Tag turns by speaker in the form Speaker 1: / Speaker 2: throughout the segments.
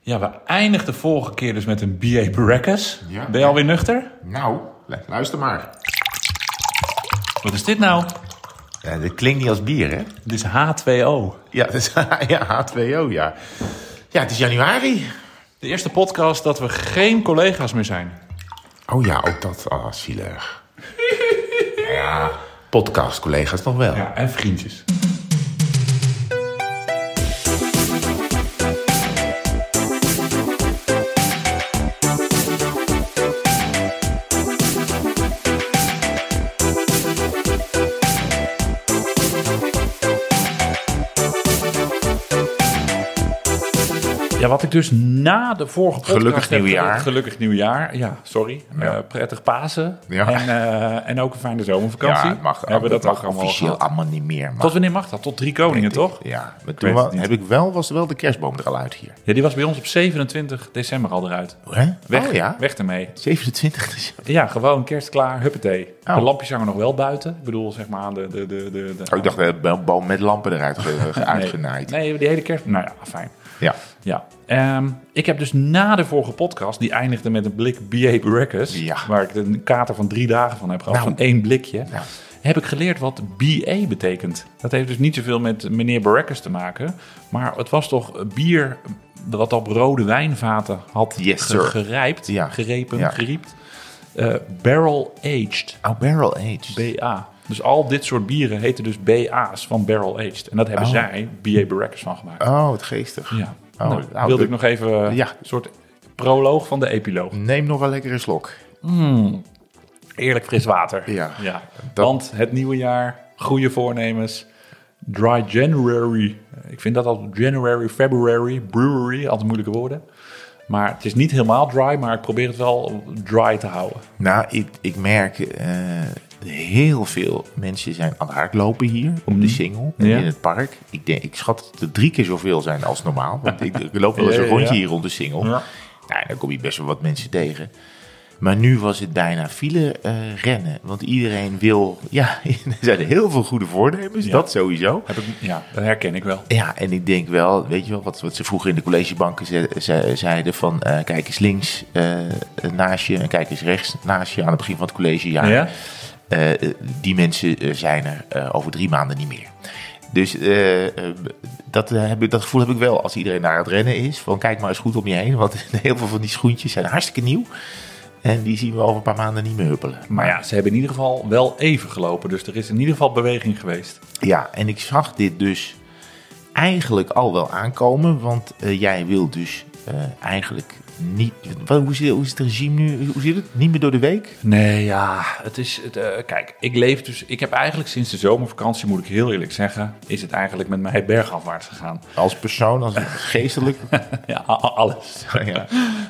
Speaker 1: Ja, we eindigden de vorige keer dus met een B.A. Baracus.
Speaker 2: Ja.
Speaker 1: Ben je alweer nuchter?
Speaker 2: Nou, lu- luister maar.
Speaker 1: Wat is dit nou?
Speaker 2: Eh, dit klinkt niet als bier, hè?
Speaker 1: Dit is H2O.
Speaker 2: Ja, dat is, ja, H2O, ja. Ja, het is januari.
Speaker 1: De eerste podcast dat we geen collega's meer zijn.
Speaker 2: Oh ja, ook dat. Ah, zielig. ja, podcastcollega's nog wel.
Speaker 1: Ja, en vriendjes. Ja, wat ik dus na de vorige podcast...
Speaker 2: Gelukkig
Speaker 1: heb
Speaker 2: nieuwjaar.
Speaker 1: gedaan- Gelukkig nieuwjaar, ja, sorry. Eh, prettig Pasen.
Speaker 2: Ja.
Speaker 1: En, eh, en ook een fijne zomervakantie.
Speaker 2: Ja, het mag,
Speaker 1: Hebben we dat,
Speaker 2: het mag
Speaker 1: ook allemaal
Speaker 2: officieel
Speaker 1: gehad?
Speaker 2: allemaal niet meer. Maar
Speaker 1: Tot wanneer mag dat? Tot drie koningen, toch?
Speaker 2: Ja, maar
Speaker 1: weet
Speaker 2: toen wel-
Speaker 1: het niet.
Speaker 2: heb ik wel, was wel de kerstboom er al uit hier.
Speaker 1: Ja, die was bij ons op 27 december al eruit.
Speaker 2: Hè?
Speaker 1: Weg,
Speaker 2: Oh ja,
Speaker 1: weg ermee.
Speaker 2: 27 december.
Speaker 1: Ja, gewoon kerst klaar, huppatee.
Speaker 2: Oh.
Speaker 1: De lampjes hangen nog wel buiten. Ik bedoel, zeg maar aan de... de, de, de, de-
Speaker 2: Oh, ik dacht, we hebben een boom met lampen eruit ge- ge-
Speaker 1: Nee.
Speaker 2: uitgenaaid.
Speaker 1: Nee, die hele kerst... Nou ja, fijn.
Speaker 2: Ja.
Speaker 1: Ja. Ehm, ik heb dus na de vorige podcast, die eindigde met een blik B.A. Baracus...
Speaker 2: Ja.
Speaker 1: waar ik een kater van drie dagen van heb gehad,
Speaker 2: Nou.
Speaker 1: van één blikje...
Speaker 2: Nou.
Speaker 1: heb ik geleerd wat B.A. betekent. Dat heeft dus niet zoveel met meneer Baracus te maken... maar het was toch bier wat op rode wijnvaten had
Speaker 2: Yes,
Speaker 1: ge-
Speaker 2: sir.
Speaker 1: gerijpt,
Speaker 2: Ja.
Speaker 1: gerepen,
Speaker 2: Ja.
Speaker 1: geriept. Eh, barrel aged.
Speaker 2: Oh, barrel aged.
Speaker 1: BA. Dus al dit soort bieren heten dus BA's van Barrel Aged. En dat hebben
Speaker 2: Oh.
Speaker 1: zij BA Barrackers van gemaakt.
Speaker 2: oh, wat geestig.
Speaker 1: Ja.
Speaker 2: Oh,
Speaker 1: nou,
Speaker 2: nou,
Speaker 1: wilde
Speaker 2: de-
Speaker 1: ik nog even eh,
Speaker 2: Ja.
Speaker 1: een soort proloog van de epiloog.
Speaker 2: Neem nog wel lekker een slok.
Speaker 1: Eerlijk fris water.
Speaker 2: Ja.
Speaker 1: ja.
Speaker 2: Dat-
Speaker 1: Want het nieuwe jaar, goede voornemens. Dry January. Ik vind dat al January, February, Brewery, altijd moeilijke woorden. Maar het is niet helemaal dry, maar ik probeer het wel dry te houden.
Speaker 2: Nou, ik, ik merk eh, heel veel mensen zijn aan het hardlopen hier op de single en
Speaker 1: Mhm. Ja.
Speaker 2: in het park. Ik, denk, ik schat dat er drie keer zoveel zijn als normaal. Want ik, ik loop wel eens
Speaker 1: Ja,
Speaker 2: een
Speaker 1: ja, ja.
Speaker 2: rondje hier rond de single.
Speaker 1: Ja.
Speaker 2: Nou, dan kom je best wel wat mensen tegen. Maar nu was het bijna file eh, rennen. Want iedereen wil. Ja, er zijn heel veel goede voornemens,
Speaker 1: Ja.
Speaker 2: dat sowieso.
Speaker 1: Heb ik, ja, dat herken ik wel.
Speaker 2: Ja, en ik denk wel, weet je wel, wat, wat ze vroeger in de collegebanken ze- ze- zeiden van eh, kijk eens links eh, naast je en kijk eens rechts naast je aan het begin van het collegejaar.
Speaker 1: Ja?
Speaker 2: Eh, eh, die mensen eh, zijn er eh, over drie maanden niet meer. Dus eh, eh, dat, eh, heb ik, dat gevoel heb ik wel als iedereen naar het rennen is. Van kijk maar eens goed om je heen, want heel veel van die schoentjes zijn hartstikke nieuw. En die zien we over een paar maanden niet meer huppelen.
Speaker 1: Maar ja, ze hebben in ieder geval wel even gelopen. Dus er is in ieder geval beweging geweest.
Speaker 2: Ja, en ik zag dit dus eigenlijk al wel aankomen, want eh, jij wil dus eh, eigenlijk niet. Wat, hoe, zit, hoe is het regime nu? Hoe zit het? Niet meer door de week?
Speaker 1: Nee, ja, het is. Het, eh, kijk, ik leef dus. Ik heb eigenlijk sinds de zomervakantie, moet ik heel eerlijk zeggen, is het eigenlijk met mij bergafwaarts gegaan.
Speaker 2: Als persoon, als geestelijk?
Speaker 1: Ja, a- a- alles.
Speaker 2: ja.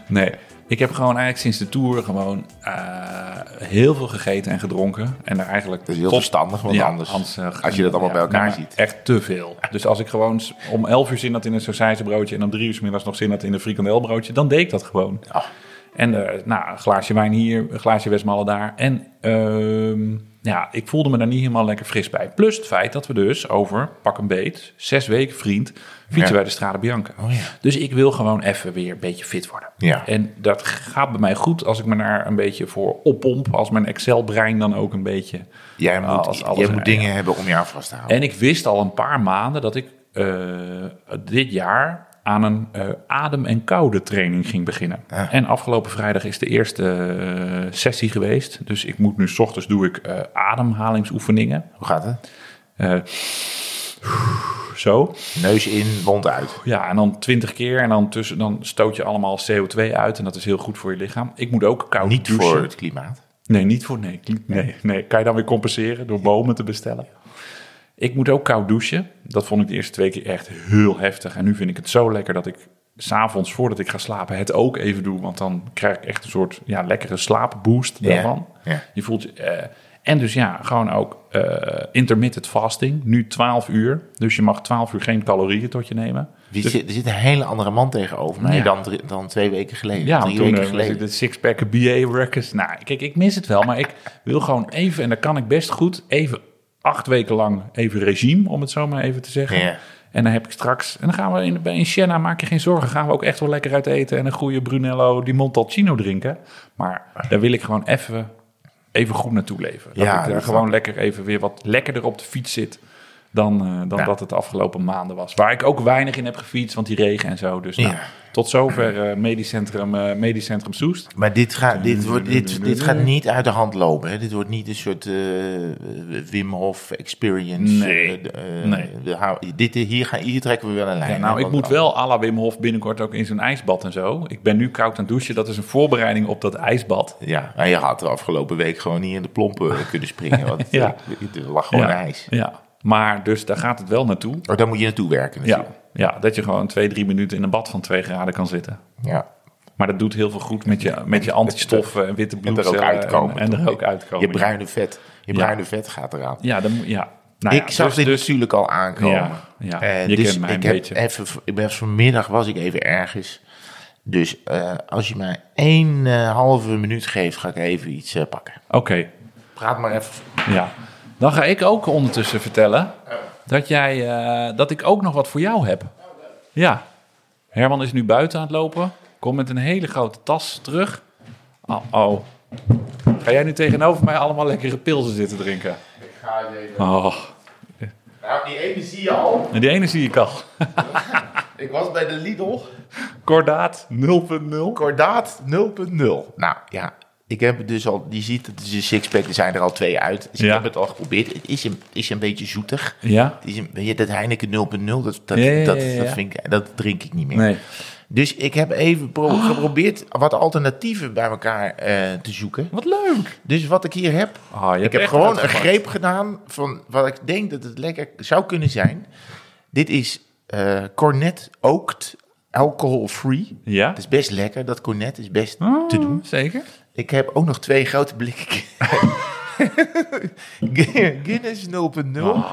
Speaker 1: Nee, ik heb gewoon eigenlijk sinds de tour gewoon eh, heel veel gegeten en gedronken. En er eigenlijk.
Speaker 2: Dat is heel verstandig, want anders-
Speaker 1: eh,
Speaker 2: als je dat allemaal bij elkaar ziet.
Speaker 1: Echt te veel. Dus als ik gewoon s- om 11 uur zin had in een sausijzenbroodje en om 3 uur 's middags nog zin had in een frikandelbroodje, dan deed ik dat gewoon.
Speaker 2: Ah.
Speaker 1: En eh, nou, een glaasje wijn hier, een glaasje Westmalle daar. En ehm, ja, ik voelde me daar niet helemaal lekker fris bij. Plus het feit dat we dus over, pak een beet, zes weken vriend, fietsen
Speaker 2: Ja.
Speaker 1: bij de Strade Bianca.
Speaker 2: Oh ja.
Speaker 1: Dus ik wil gewoon even weer een beetje fit worden.
Speaker 2: Ja.
Speaker 1: En dat gaat bij mij goed als ik me daar een beetje voor oppomp. Als mijn Excel-brein dan ook een beetje...
Speaker 2: Jij moet,
Speaker 1: als alles
Speaker 2: jij
Speaker 1: er-
Speaker 2: moet dingen hebben om je aan vast te houden.
Speaker 1: en ik wist al een paar maanden dat ik eh, dit jaar aan een eh, adem- en koude training ging beginnen.
Speaker 2: Ja.
Speaker 1: En afgelopen vrijdag is de eerste eh, sessie geweest. Dus ik moet nu, s ochtends doe ik eh, ademhalingsoefeningen.
Speaker 2: Hoe gaat het?
Speaker 1: Eh, zo.
Speaker 2: Neus in, mond uit.
Speaker 1: Ja, en dan twintig keer. En dan, tussen, dan stoot je allemaal CO2 uit. En dat is heel goed voor je lichaam. Ik moet ook koud
Speaker 2: Niet
Speaker 1: Nou, douchen.
Speaker 2: voor het klimaat.
Speaker 1: Nee, niet voor nee. nee. Nee, kan je dan weer compenseren door bomen te bestellen. Ik moet ook koud douchen. Dat vond ik de eerste twee keer echt heel heftig. En nu vind ik het zo lekker dat ik s'avonds voordat ik ga slapen het ook even doe. Want dan krijg ik echt een soort ja, lekkere slaapboost
Speaker 2: Ja,
Speaker 1: daarvan.
Speaker 2: ja.
Speaker 1: Je voelt je... eh, en dus ja, gewoon ook eh, intermittent fasting. Nu 12 uur. Dus je mag 12 uur geen calorieën tot je nemen.
Speaker 2: Wie zit- er zit een hele andere man tegenover mij
Speaker 1: Dus- Ja.
Speaker 2: dan, drie- dan twee weken geleden.
Speaker 1: Ja,
Speaker 2: drie
Speaker 1: want toen
Speaker 2: weken
Speaker 1: eh, was
Speaker 2: geleden.
Speaker 1: ik de sixpack BA records. Nou, kijk, ik mis het wel, maar ik wil gewoon even, en dat kan ik best goed, even acht weken lang even regime, om het zo maar even te zeggen.
Speaker 2: Ja.
Speaker 1: En dan heb ik straks, en dan gaan we in, bij- in Siena, maak je geen zorgen, gaan we ook echt wel lekker uit eten en een goede Brunello di Montalcino drinken. Maar daar wil ik gewoon even, even goed naartoe leven. Dat
Speaker 2: Ja,
Speaker 1: ik daar
Speaker 2: dat
Speaker 1: gewoon lekker even weer wat lekkerder op de fiets zit dan, eh, dan
Speaker 2: Ja.
Speaker 1: dat het de afgelopen maanden was. Waar ik ook weinig in heb gefietst, want die regen en zo. Dus nou,
Speaker 2: Ja.
Speaker 1: tot zover eh, medisch, centrum, eh, medisch Centrum Soest.
Speaker 2: Maar dit, gaat dit, wordt, dit, dit gaat niet uit de hand lopen. Hè? Dit wordt niet een soort eh, Wim Hof experience.
Speaker 1: Nee.
Speaker 2: Eh, eh,
Speaker 1: Nee
Speaker 2: we hou- dit, hier, gaan, hier trekken we wel een lijn.
Speaker 1: Ja, nou,
Speaker 2: hè,
Speaker 1: ik
Speaker 2: want-
Speaker 1: moet wel à la Wim Hof binnenkort ook in zo'n ijsbad en zo. Ik ben nu koud aan het douchen. Dat is een voorbereiding op dat ijsbad.
Speaker 2: Ja, maar je had de afgelopen week gewoon niet in de plompen kunnen springen. Want
Speaker 1: Ja.
Speaker 2: eh, er lag gewoon
Speaker 1: ja.
Speaker 2: ijs.
Speaker 1: Ja. Maar dus daar gaat het wel naartoe.
Speaker 2: Oh, daar moet je naartoe werken
Speaker 1: Ja.
Speaker 2: natuurlijk.
Speaker 1: ja, dat je gewoon twee, drie minuten in een bad van twee graden kan zitten.
Speaker 2: Ja.
Speaker 1: Maar dat doet heel veel goed met je, met je antistoffen en witte
Speaker 2: En er
Speaker 1: bloedcellen.
Speaker 2: ook uitkomen.
Speaker 1: eh, En, en er
Speaker 2: toch?
Speaker 1: ook uitkomen.
Speaker 2: Je bruine vet. Je
Speaker 1: Ja.
Speaker 2: bruine vet gaat eraan.
Speaker 1: Ja, dan, moet- ja. Nou ja,
Speaker 2: ik zag
Speaker 1: dus-
Speaker 2: dit
Speaker 1: dus-
Speaker 2: natuurlijk al aankomen.
Speaker 1: Ja, ja.
Speaker 2: Eh,
Speaker 1: Je
Speaker 2: dus
Speaker 1: kent mij een
Speaker 2: ik heb
Speaker 1: beetje.
Speaker 2: Even, ik ben, vanmiddag was ik even ergens. Dus eh, als je mij één eh, halve minuut geeft, ga ik even iets eh, pakken.
Speaker 1: Oké,
Speaker 2: Praat maar even.
Speaker 1: ja. Dan ga ik ook ondertussen vertellen dat, jij, eh, dat ik ook nog wat voor jou heb. Ja. Herman is nu buiten aan het lopen. Komt met een hele grote tas terug. Oh, oh. Ga jij nu tegenover mij allemaal lekkere pilsen zitten drinken?
Speaker 2: Ik ga even.
Speaker 1: Oh.
Speaker 2: Nou, die ene zie je al.
Speaker 1: En die ene zie ik al.
Speaker 2: Ik was bij de Lidl.
Speaker 1: Kordaat 0.0.
Speaker 2: Kordaat 0.0. Nou ja, ik heb het dus al. Je ziet, het is een sixpack. Er zijn er al twee uit. Dus
Speaker 1: Ja.
Speaker 2: ik heb het al geprobeerd. Het is een, is een beetje zoetig.
Speaker 1: Ja?
Speaker 2: Het is een- weet je, dat Heineken 0.0, dat, dat,
Speaker 1: Ja, ja, ja,
Speaker 2: dat,
Speaker 1: ja.
Speaker 2: dat, vind ik, dat drink ik niet meer.
Speaker 1: Nee.
Speaker 2: Dus ik heb even pro-
Speaker 1: Oh.
Speaker 2: geprobeerd wat alternatieven bij elkaar eh, te zoeken.
Speaker 1: Wat leuk.
Speaker 2: Dus wat ik hier heb,
Speaker 1: Ah, je hebt
Speaker 2: ik heb
Speaker 1: echt
Speaker 2: gewoon een
Speaker 1: uitgepakt.
Speaker 2: greep gedaan van wat ik denk dat het lekker zou kunnen zijn. Dit is eh, Cornet Oaked Alcohol Free.
Speaker 1: Ja?
Speaker 2: Het is best lekker, dat Cornet is best
Speaker 1: Ah,
Speaker 2: te doen.
Speaker 1: Zeker.
Speaker 2: Ik heb ook nog twee grote blikken. Guinness 0.0.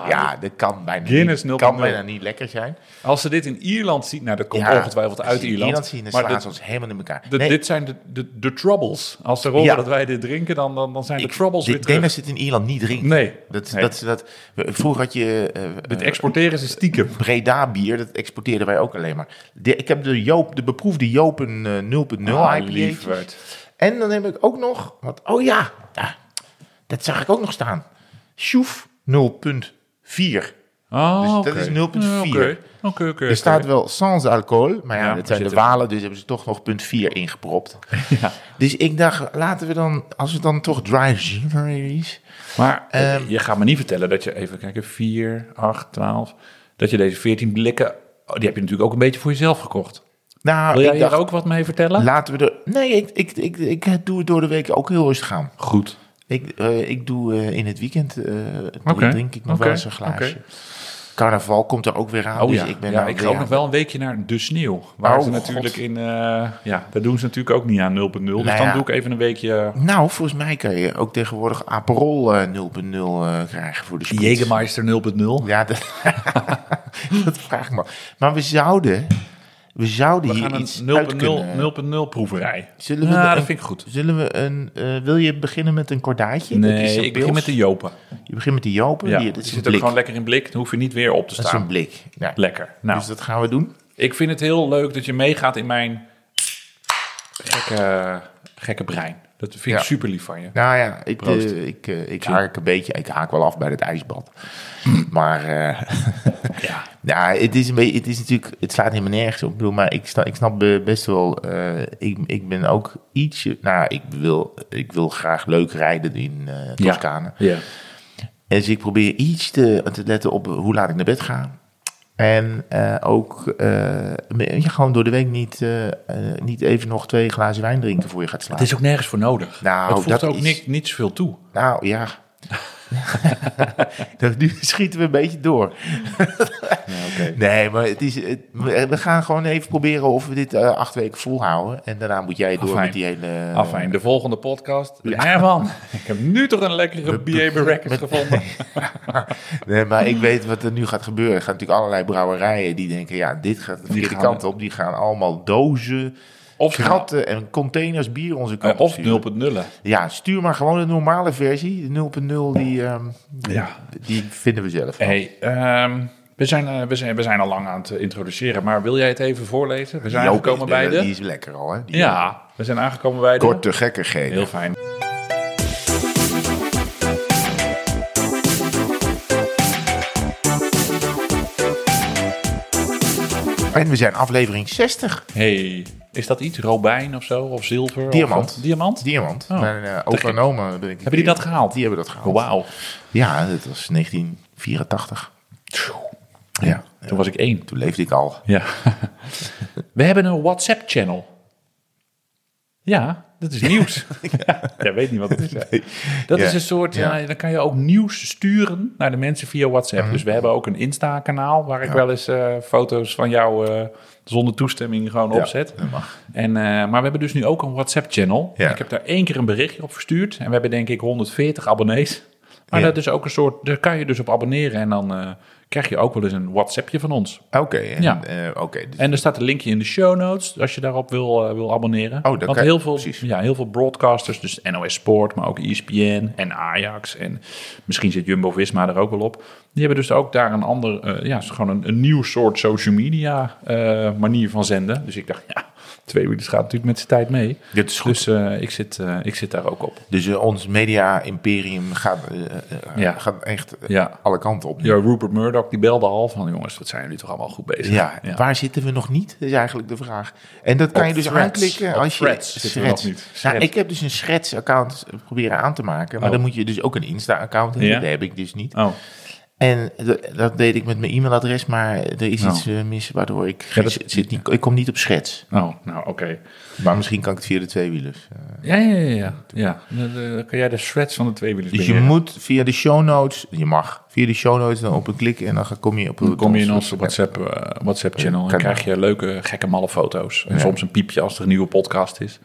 Speaker 2: ja, dat kan bijna,
Speaker 1: Ah. Guinness
Speaker 2: niet, kan
Speaker 1: 0.0.
Speaker 2: bijna niet lekker zijn.
Speaker 1: Als ze dit in Ierland zien, nou dat komt
Speaker 2: Ja,
Speaker 1: ongetwijfeld
Speaker 2: als
Speaker 1: uit
Speaker 2: je
Speaker 1: Ierland.
Speaker 2: Ierland zien, dan
Speaker 1: maar
Speaker 2: slaan
Speaker 1: dat-
Speaker 2: ze ons helemaal in elkaar.
Speaker 1: De-
Speaker 2: Nee,
Speaker 1: Dit zijn de, de, de troubles. Als ze horen
Speaker 2: Ja.
Speaker 1: dat wij dit drinken, dan, dan, dan zijn de troubles
Speaker 2: ik
Speaker 1: weer
Speaker 2: denk
Speaker 1: terug.
Speaker 2: dat ze het in Ierland niet drinken.
Speaker 1: Nee.
Speaker 2: Dat,
Speaker 1: Nee.
Speaker 2: Dat, ze dat, vroeger had je eh,
Speaker 1: Dit
Speaker 2: eh,
Speaker 1: exporteren ze stiekem.
Speaker 2: Breda bier, dat exporteerden wij ook alleen maar. De, ik heb de, Joop, de beproefde Jopen eh, 0.0
Speaker 1: Ah,
Speaker 2: IPA.
Speaker 1: lieverd.
Speaker 2: En dan heb ik ook nog, wat, oh ja, ja, dat zag ik ook nog staan. Sjoef 0.4.
Speaker 1: Oh,
Speaker 2: Dus dat is
Speaker 1: oké.
Speaker 2: 0,4.
Speaker 1: Oké, oké, oké.
Speaker 2: Er staat wel sans alcohol, maar ja,
Speaker 1: Ja,
Speaker 2: dat
Speaker 1: maar
Speaker 2: zijn de
Speaker 1: zit er-
Speaker 2: walen, dus hebben ze toch nog punt 4 ingepropt.
Speaker 1: Ja.
Speaker 2: Dus ik dacht, laten we dan, als het dan toch dry ginery is.
Speaker 1: Maar eh,
Speaker 2: Ehm,
Speaker 1: je gaat me niet vertellen dat je, even kijken, 4, 8, 12, dat je deze 14 blikken, oh, die heb je natuurlijk ook een beetje voor jezelf gekocht.
Speaker 2: Nou,
Speaker 1: Wil jij
Speaker 2: ik dacht,
Speaker 1: hier ook wat mee vertellen?
Speaker 2: laten we er, nee, ik, ik, ik, ik doe het door de week ook heel rustig aan.
Speaker 1: Goed.
Speaker 2: Ik, eh, ik doe eh, in het weekend, eh,
Speaker 1: Oké,
Speaker 2: drink ik nog
Speaker 1: oké,
Speaker 2: wel eens een glaasje.
Speaker 1: oké.
Speaker 2: Carnaval komt er ook weer aan,
Speaker 1: Oh
Speaker 2: dus
Speaker 1: ja,
Speaker 2: ik ben
Speaker 1: ja,
Speaker 2: nou
Speaker 1: ik ga
Speaker 2: weer
Speaker 1: ook
Speaker 2: aan-
Speaker 1: nog wel een weekje naar de sneeuw. Waar
Speaker 2: Oh,
Speaker 1: ze natuurlijk
Speaker 2: God.
Speaker 1: in, eh, ja, daar doen ze natuurlijk ook niet aan 0.0. dus
Speaker 2: Nou
Speaker 1: dan
Speaker 2: ja.
Speaker 1: doe ik even een weekje
Speaker 2: Nou, volgens mij kan je ook tegenwoordig Aperol eh, 0.0 eh, krijgen voor de spits.
Speaker 1: Jägermeister 0.0.
Speaker 2: Ja, dat, dat vraag ik me. af. Maar we zouden, we zouden
Speaker 1: We
Speaker 2: hier
Speaker 1: gaan
Speaker 2: iets
Speaker 1: een
Speaker 2: uit
Speaker 1: 0.0
Speaker 2: kunnen. eh,
Speaker 1: 0.0 proeverij.
Speaker 2: Zullen we
Speaker 1: Ja,
Speaker 2: de-
Speaker 1: dat vind ik goed.
Speaker 2: Zullen we een, eh, wil je beginnen met een kordaatje? Dat is een
Speaker 1: Nee, ik begin
Speaker 2: pils.
Speaker 1: met de Jopen.
Speaker 2: Je begint met de Jopen.
Speaker 1: Ja,
Speaker 2: die, dat
Speaker 1: die
Speaker 2: is een
Speaker 1: zit ook
Speaker 2: blik.
Speaker 1: gewoon lekker in blik. Dan hoef je niet weer op te
Speaker 2: Dat is een
Speaker 1: staan.
Speaker 2: blik. Ja.
Speaker 1: Lekker. Nou,
Speaker 2: Dus dat gaan we doen.
Speaker 1: ik vind het heel leuk dat je meegaat in mijn gekke, gekke brein. Dat vind
Speaker 2: Ja.
Speaker 1: ik super lief van je.
Speaker 2: Nou ja, ik,
Speaker 1: Proost.
Speaker 2: eh, ik, eh, ik haak een beetje, ik haak wel af bij het ijsbad. Maar eh,
Speaker 1: Ja.
Speaker 2: nou, het is een beetje, het is natuurlijk, het slaat helemaal nergens op. Ik bedoel, maar ik, sta, ik snap eh, best wel, eh, ik, ik ben ook ietsje, nou, ik wil, ik wil graag leuk rijden in eh Toscane.
Speaker 1: Ja.
Speaker 2: En dus ik probeer iets te, te letten op hoe laat ik naar bed ga. En eh, ook eh, me- ja, gewoon door de week niet, eh, eh, niet even nog twee glazen wijn drinken voor je gaat
Speaker 1: Het
Speaker 2: slapen.
Speaker 1: is ook nergens voor nodig.
Speaker 2: Nou,
Speaker 1: het voegt
Speaker 2: dat
Speaker 1: ook
Speaker 2: is-
Speaker 1: niks, niet zoveel toe.
Speaker 2: Nou ja. Dat- nu schieten we een beetje door. Nee, maar het is, het- we we gaan gewoon even proberen of we dit eh, acht weken volhouden. En daarna moet jij door
Speaker 1: Afijn.
Speaker 2: met die hele... eh,
Speaker 1: Afijn, Ah, de volgende podcast. Herman, ik heb nu toch een lekkere BA Records gevonden.
Speaker 2: Nee, maar ik weet wat er nu gaat gebeuren. Er gaan natuurlijk allerlei brouwerijen die denken... ja, dit gaat de verkeerde
Speaker 1: gaan-
Speaker 2: kant op. Die gaan allemaal dozen,
Speaker 1: Of ze-
Speaker 2: kratten en containers bier onze kant
Speaker 1: Eh,
Speaker 2: op
Speaker 1: Of
Speaker 2: sturen.
Speaker 1: 0.0.
Speaker 2: Ja, stuur maar gewoon de normale versie. De 0.0, die, ehm,
Speaker 1: Ja.
Speaker 2: die vinden we zelf. wel.
Speaker 1: Hey, ehm, We zijn, eh, we, zijn, we zijn al lang aan het eh, introduceren, maar wil jij het even voorlezen? We zijn
Speaker 2: Joop
Speaker 1: aangekomen
Speaker 2: is-
Speaker 1: bij
Speaker 2: eh, Die
Speaker 1: de...
Speaker 2: is lekker al, hè? Die
Speaker 1: Ja, we zijn aangekomen bij de...
Speaker 2: Korte gekkigheden.
Speaker 1: Heel fijn.
Speaker 2: En we zijn aflevering 60.
Speaker 1: Hey, is dat iets? Robijn of zo? Of zilver?
Speaker 2: Diamant.
Speaker 1: Of, diamant?
Speaker 2: Diamant.
Speaker 1: Oh,
Speaker 2: Mijn eh, opa en oma, ben ik-
Speaker 1: Hebben die dat gehaald?
Speaker 2: Die hebben dat gehaald.
Speaker 1: Wauw.
Speaker 2: Ja, dat was 1984. Ja, ja,
Speaker 1: Toen was ik één.
Speaker 2: toen leefde ik al.
Speaker 1: Ja. We hebben een WhatsApp-channel. Ja, dat is nieuws. Jij weet niet wat het is. hè? Dat
Speaker 2: Ja.
Speaker 1: is een soort,
Speaker 2: Ja. Mhm.
Speaker 1: eh, dan kan je ook nieuws sturen naar de mensen via WhatsApp. Dus we hebben ook een Insta-kanaal waar ik wel eens eh, foto's van jou eh, zonder toestemming gewoon opzet.
Speaker 2: dat mag.
Speaker 1: En, eh, maar we hebben dus nu ook een WhatsApp-channel.
Speaker 2: Ja.
Speaker 1: Ik heb daar één keer een berichtje op verstuurd. En we hebben denk ik 140 abonnees. Maar
Speaker 2: Ja.
Speaker 1: dat is ook een soort, daar kan je dus op abonneren. En dan eh, krijg je ook wel eens een WhatsAppje van ons.
Speaker 2: Oké, en,
Speaker 1: Ja.
Speaker 2: eh, oké, dus-
Speaker 1: En er staat een linkje in de show notes als je daarop wil, eh, wil abonneren.
Speaker 2: Oh, dat
Speaker 1: Want
Speaker 2: kan-
Speaker 1: heel veel,
Speaker 2: precies.
Speaker 1: ja, heel veel broadcasters, dus NOS Sport, maar ook E ESPN en Ajax en misschien zit Jumbo Visma er ook wel op. Die hebben dus ook daar een ander, eh, ja, is gewoon een, een nieuw soort social media eh, manier van zenden. Dus ik dacht, ja, twee minuten gaat natuurlijk met zijn tijd mee.
Speaker 2: dit is goed. Dus,
Speaker 1: Dus eh, ik, zit, eh, ik zit daar ook op.
Speaker 2: eh, ons media-imperium gaat, eh, eh, eh,
Speaker 1: Ja.
Speaker 2: gaat echt eh,
Speaker 1: Ja.
Speaker 2: alle kanten op.
Speaker 1: Ja, Rupert Murdoch die belde al van jongens, wat zijn jullie toch allemaal goed bezig?
Speaker 2: Ja, waar zitten we nog niet, is eigenlijk de vraag. En dat kan
Speaker 1: Op
Speaker 2: je dus
Speaker 1: Threads.
Speaker 2: aanklikken
Speaker 1: Op
Speaker 2: als je...
Speaker 1: Threads zitten we nog niet.
Speaker 2: Nou,
Speaker 1: Threads.
Speaker 2: ik heb dus een Shreds-account proberen aan te maken. Maar
Speaker 1: Oh.
Speaker 2: dan moet je dus ook een Insta-account hebben.
Speaker 1: Ja.
Speaker 2: Dat heb ik dus niet.
Speaker 1: Oh,
Speaker 2: En d- dat deed ik met mijn e-mailadres, maar er is
Speaker 1: Nou.
Speaker 2: iets eh, mis waardoor ik...
Speaker 1: Ja, dat-
Speaker 2: zit- zit niet, ik kom niet op Shreds.
Speaker 1: oh nou oké.
Speaker 2: Maar misschien kan ik het via de tweewielers. eh.
Speaker 1: Ja, ja, ja. ja. ja. Dan, eh, kan jij de shreds van de tweewielers
Speaker 2: Dus je
Speaker 1: beheren.
Speaker 2: moet via de show notes, je mag, via de show notes dan op een klik en dan ga- kom je op
Speaker 1: Dan kom je in onze WhatsApp, eh, WhatsApp-channel en
Speaker 2: Kanaal.
Speaker 1: krijg je leuke, gekke, malle foto's. En
Speaker 2: Ja.
Speaker 1: soms een piepje als er een nieuwe podcast is.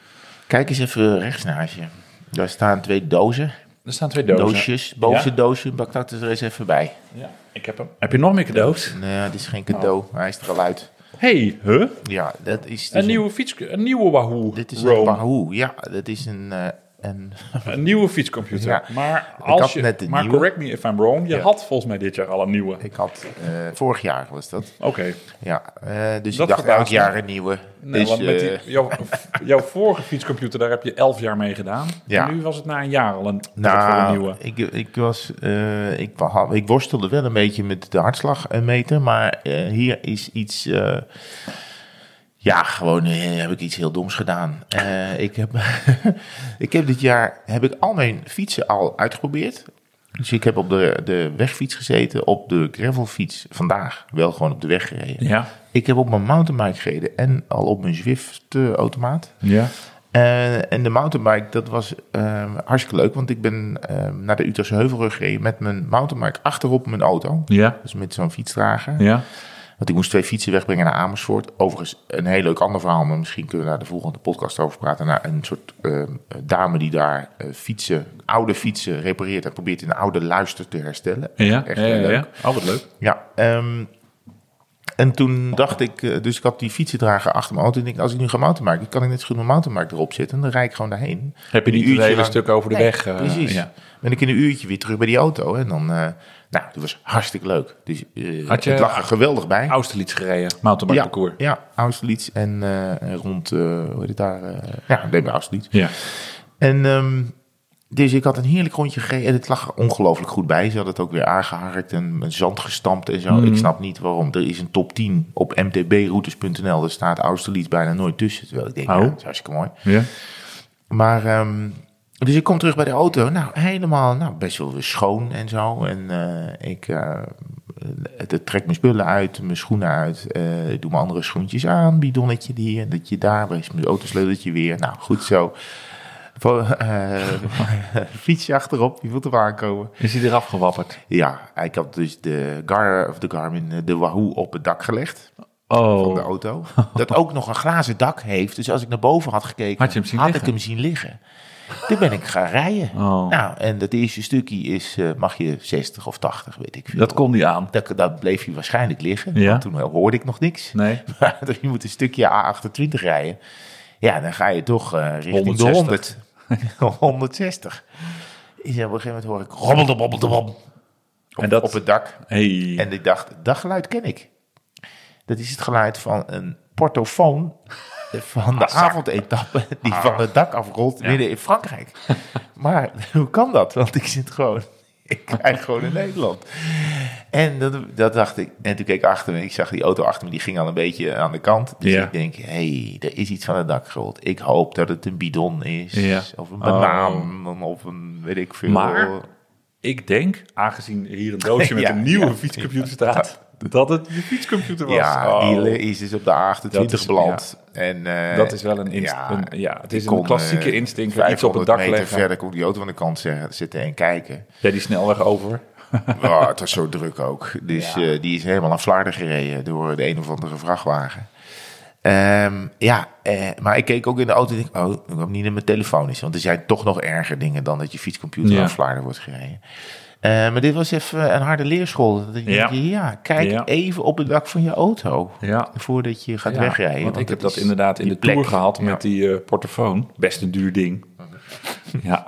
Speaker 2: Kijk eens even rechts naast je. Daar staan twee dozen,
Speaker 1: Er staan twee dozen.
Speaker 2: doosjes. Bovenste
Speaker 1: Ja.
Speaker 2: doosje, pak dat er eens even bij.
Speaker 1: Ja, ik heb hem. Heb je nog meer cadeaus?
Speaker 2: Nee, het
Speaker 1: Nou.
Speaker 2: is geen cadeau, hij is er al uit.
Speaker 1: hey, huh?
Speaker 2: Ja, dat is dus
Speaker 1: Een nieuwe fiets... Een nieuwe Wahoo
Speaker 2: Dit is
Speaker 1: Roam.
Speaker 2: een Wahoo, ja, dat is een... eh, een
Speaker 1: Een nieuwe fietscomputer.
Speaker 2: Ja.
Speaker 1: Maar,
Speaker 2: had
Speaker 1: als je,
Speaker 2: net de
Speaker 1: maar
Speaker 2: nieuwe.
Speaker 1: correct me if I'm wrong. Je
Speaker 2: Ja.
Speaker 1: had volgens mij dit jaar al een nieuwe.
Speaker 2: ik had, eh, vorig jaar was dat.
Speaker 1: Oké.
Speaker 2: Ja, eh, dus
Speaker 1: Dat
Speaker 2: ik dacht elk
Speaker 1: verbaast me.
Speaker 2: jaar een nieuwe.
Speaker 1: Nou,
Speaker 2: dus,
Speaker 1: want met die-
Speaker 2: eh,
Speaker 1: jouw, jouw vorige fietscomputer, daar heb je elf jaar mee gedaan.
Speaker 2: Ja.
Speaker 1: En nu was het na een jaar al een, was het wel een
Speaker 2: Nou,
Speaker 1: nieuwe.
Speaker 2: ik, ik, was, eh, ik, beha- ik worstelde wel een beetje met de hartslagmeter, maar eh, hier is iets... eh, ja, gewoon eh, heb ik iets heel doms gedaan. Eh, ik, heb, ik heb dit jaar heb ik al mijn fietsen al uitgeprobeerd. Dus ik heb op de, de wegfiets gezeten, op de gravelfiets vandaag. Wel gewoon op de weg gereden.
Speaker 1: Ja.
Speaker 2: Ik heb op mijn mountainbike gereden en al op mijn Zwift-automaat.
Speaker 1: Ja.
Speaker 2: Eh, en de mountainbike, dat was eh, hartstikke leuk. Want ik ben eh, naar de Utrechtse Heuvelrug gereden met mijn mountainbike achterop mijn auto.
Speaker 1: Ja.
Speaker 2: Dus met zo'n fietstrager.
Speaker 1: Ja.
Speaker 2: Want ik moest twee fietsen wegbrengen naar Amersfoort. Overigens een heel leuk ander verhaal. Maar misschien kunnen we daar de volgende podcast over praten. Naar een soort eh, dame die daar eh, fietsen, oude fietsen repareert. En probeert een oude luister te herstellen.
Speaker 1: Ja.
Speaker 2: Echt
Speaker 1: ja,
Speaker 2: heel
Speaker 1: ja,
Speaker 2: leuk.
Speaker 1: ja. Oh, wat leuk.
Speaker 2: Ja, ehm, en toen dacht ik, eh, dus ik had die fietsendrager achter mijn auto. En ik, denk, als ik nu ga mountainbiken, kan ik net zo goed mijn mountainbike erop zetten. En dan rijd ik gewoon daarheen.
Speaker 1: Heb je
Speaker 2: Een
Speaker 1: niet het
Speaker 2: uurtje
Speaker 1: hele
Speaker 2: lang-
Speaker 1: stuk over de
Speaker 2: Nee,
Speaker 1: weg? eh,
Speaker 2: Precies.
Speaker 1: ja.
Speaker 2: Ben ik in een uurtje weer terug bij die auto. En dan, eh, nou, dat was hartstikke leuk. Dus eh,
Speaker 1: Had je-
Speaker 2: het lag er geweldig bij.
Speaker 1: Austerlitz gereden, mountainbike parcours.
Speaker 2: ja, Austerlitz en eh, rond, eh, hoe heet het daar? eh, ja, nee, bij Austerlitz.
Speaker 1: Ja.
Speaker 2: En ehm, dus ik had een heerlijk rondje gereden. En het lag er ongelooflijk goed bij. Ze hadden het ook weer aangeharkt en met zand gestampt en zo. Ik snap niet waarom. Er is een top 10 op mtbroutes.nl. Daar staat Austerlitz bijna nooit tussen. Terwijl ik denk,
Speaker 1: Oh.
Speaker 2: ja, dat is hartstikke mooi.
Speaker 1: ja.
Speaker 2: Maar, ehm, dus ik kom terug bij de auto. Nou, helemaal, nou, best wel weer schoon en zo. En eh, ik eh, het, het trek mijn spullen uit, mijn schoenen uit. eh, ik doe mijn andere schoentjes aan, bidonnetje die en dat je daar. Waar is mijn autosleuteltje weer? Nou, goed zo. Vo- eh, fietsje achterop, je voelt hem aankomen.
Speaker 1: Is hij eraf gewapperd?
Speaker 2: Ja, ik had dus de, Gar, of de Garmin, eh, de Wahoo op het dak gelegd van de
Speaker 1: Oh.
Speaker 2: auto. Dat ook nog een glazen dak heeft. Dus als ik naar boven had gekeken,
Speaker 1: Had je hem zien
Speaker 2: ik
Speaker 1: liggen?
Speaker 2: hem zien liggen. Toen ben ik gaan rijden.
Speaker 1: Oh.
Speaker 2: Nou, en dat eerste stukje is, eh, mag je 60 of 80, weet ik veel.
Speaker 1: Dat kon niet aan.
Speaker 2: dat, dat bleef je waarschijnlijk liggen.
Speaker 1: Ja.
Speaker 2: Want toen hoorde ik nog niks.
Speaker 1: Nee.
Speaker 2: Maar dus je moet een stukje A28 rijden. Ja, dan ga je toch eh, richting
Speaker 1: 160.
Speaker 2: de 100. 160. Is op een gegeven moment hoor ik robbelde, robbelde, robbelde. op,
Speaker 1: En dat-
Speaker 2: op het dak.
Speaker 1: Hey.
Speaker 2: En ik dacht, dat geluid ken ik. Dat is het geluid van een portofoon van
Speaker 1: Ah,
Speaker 2: de avondetappe die van het dak afrolt midden in Frankrijk. Maar hoe kan dat? Want ik zit gewoon, ik krijg gewoon in Nederland. En dat, dat dacht ik. En toen keek ik achter me en ik zag die auto achter me, die ging al een beetje aan de kant. Dus
Speaker 1: Ja.
Speaker 2: ik denk, hé, hey, er is iets van het dak gerold. Ik hoop dat het een bidon is,
Speaker 1: Ja. Oh.
Speaker 2: of een banaan, of een, weet ik veel.
Speaker 1: Maar- Ik denk, aangezien hier een doosje met
Speaker 2: Ja,
Speaker 1: een nieuwe
Speaker 2: ja.
Speaker 1: fietscomputer staat, dat het je fietscomputer was.
Speaker 2: Ja,
Speaker 1: Oh.
Speaker 2: die is dus op de
Speaker 1: Dat
Speaker 2: 28
Speaker 1: is-
Speaker 2: beland. En, eh,
Speaker 1: Dat is wel een, inst-
Speaker 2: ja,
Speaker 1: een- ja, het is
Speaker 2: ik kon,
Speaker 1: een klassieke
Speaker 2: eh,
Speaker 1: instinker. Iets op het
Speaker 2: 500
Speaker 1: dak
Speaker 2: meter
Speaker 1: leggen.
Speaker 2: verder kon die auto aan de kant ze- zitten en kijken.
Speaker 1: Ja, die snelweg over.
Speaker 2: Wow, het was zo druk ook. Dus
Speaker 1: Ja.
Speaker 2: eh, die is helemaal naar Vlaarden gereden door de een of andere vrachtwagen. Ehm, ja, eh, maar ik keek ook in de auto en dacht, oh, ik hoop niet dat mijn telefoon is. Want er zijn toch nog erger dingen dan dat je fietscomputer
Speaker 1: Ja.
Speaker 2: naar Vlaarden wordt gereden. Eh, maar dit was even een harde leerschool. Dat ik
Speaker 1: Ja.
Speaker 2: denk, ja, kijk
Speaker 1: Ja.
Speaker 2: even op het dak van je auto
Speaker 1: Ja.
Speaker 2: voordat je gaat
Speaker 1: Ja,
Speaker 2: wegrijden.
Speaker 1: Want ik heb dus dat
Speaker 2: is
Speaker 1: inderdaad in
Speaker 2: die
Speaker 1: de tour
Speaker 2: plek.
Speaker 1: gehad
Speaker 2: Ja.
Speaker 1: met die eh, portofoon. Best een duur ding. ja.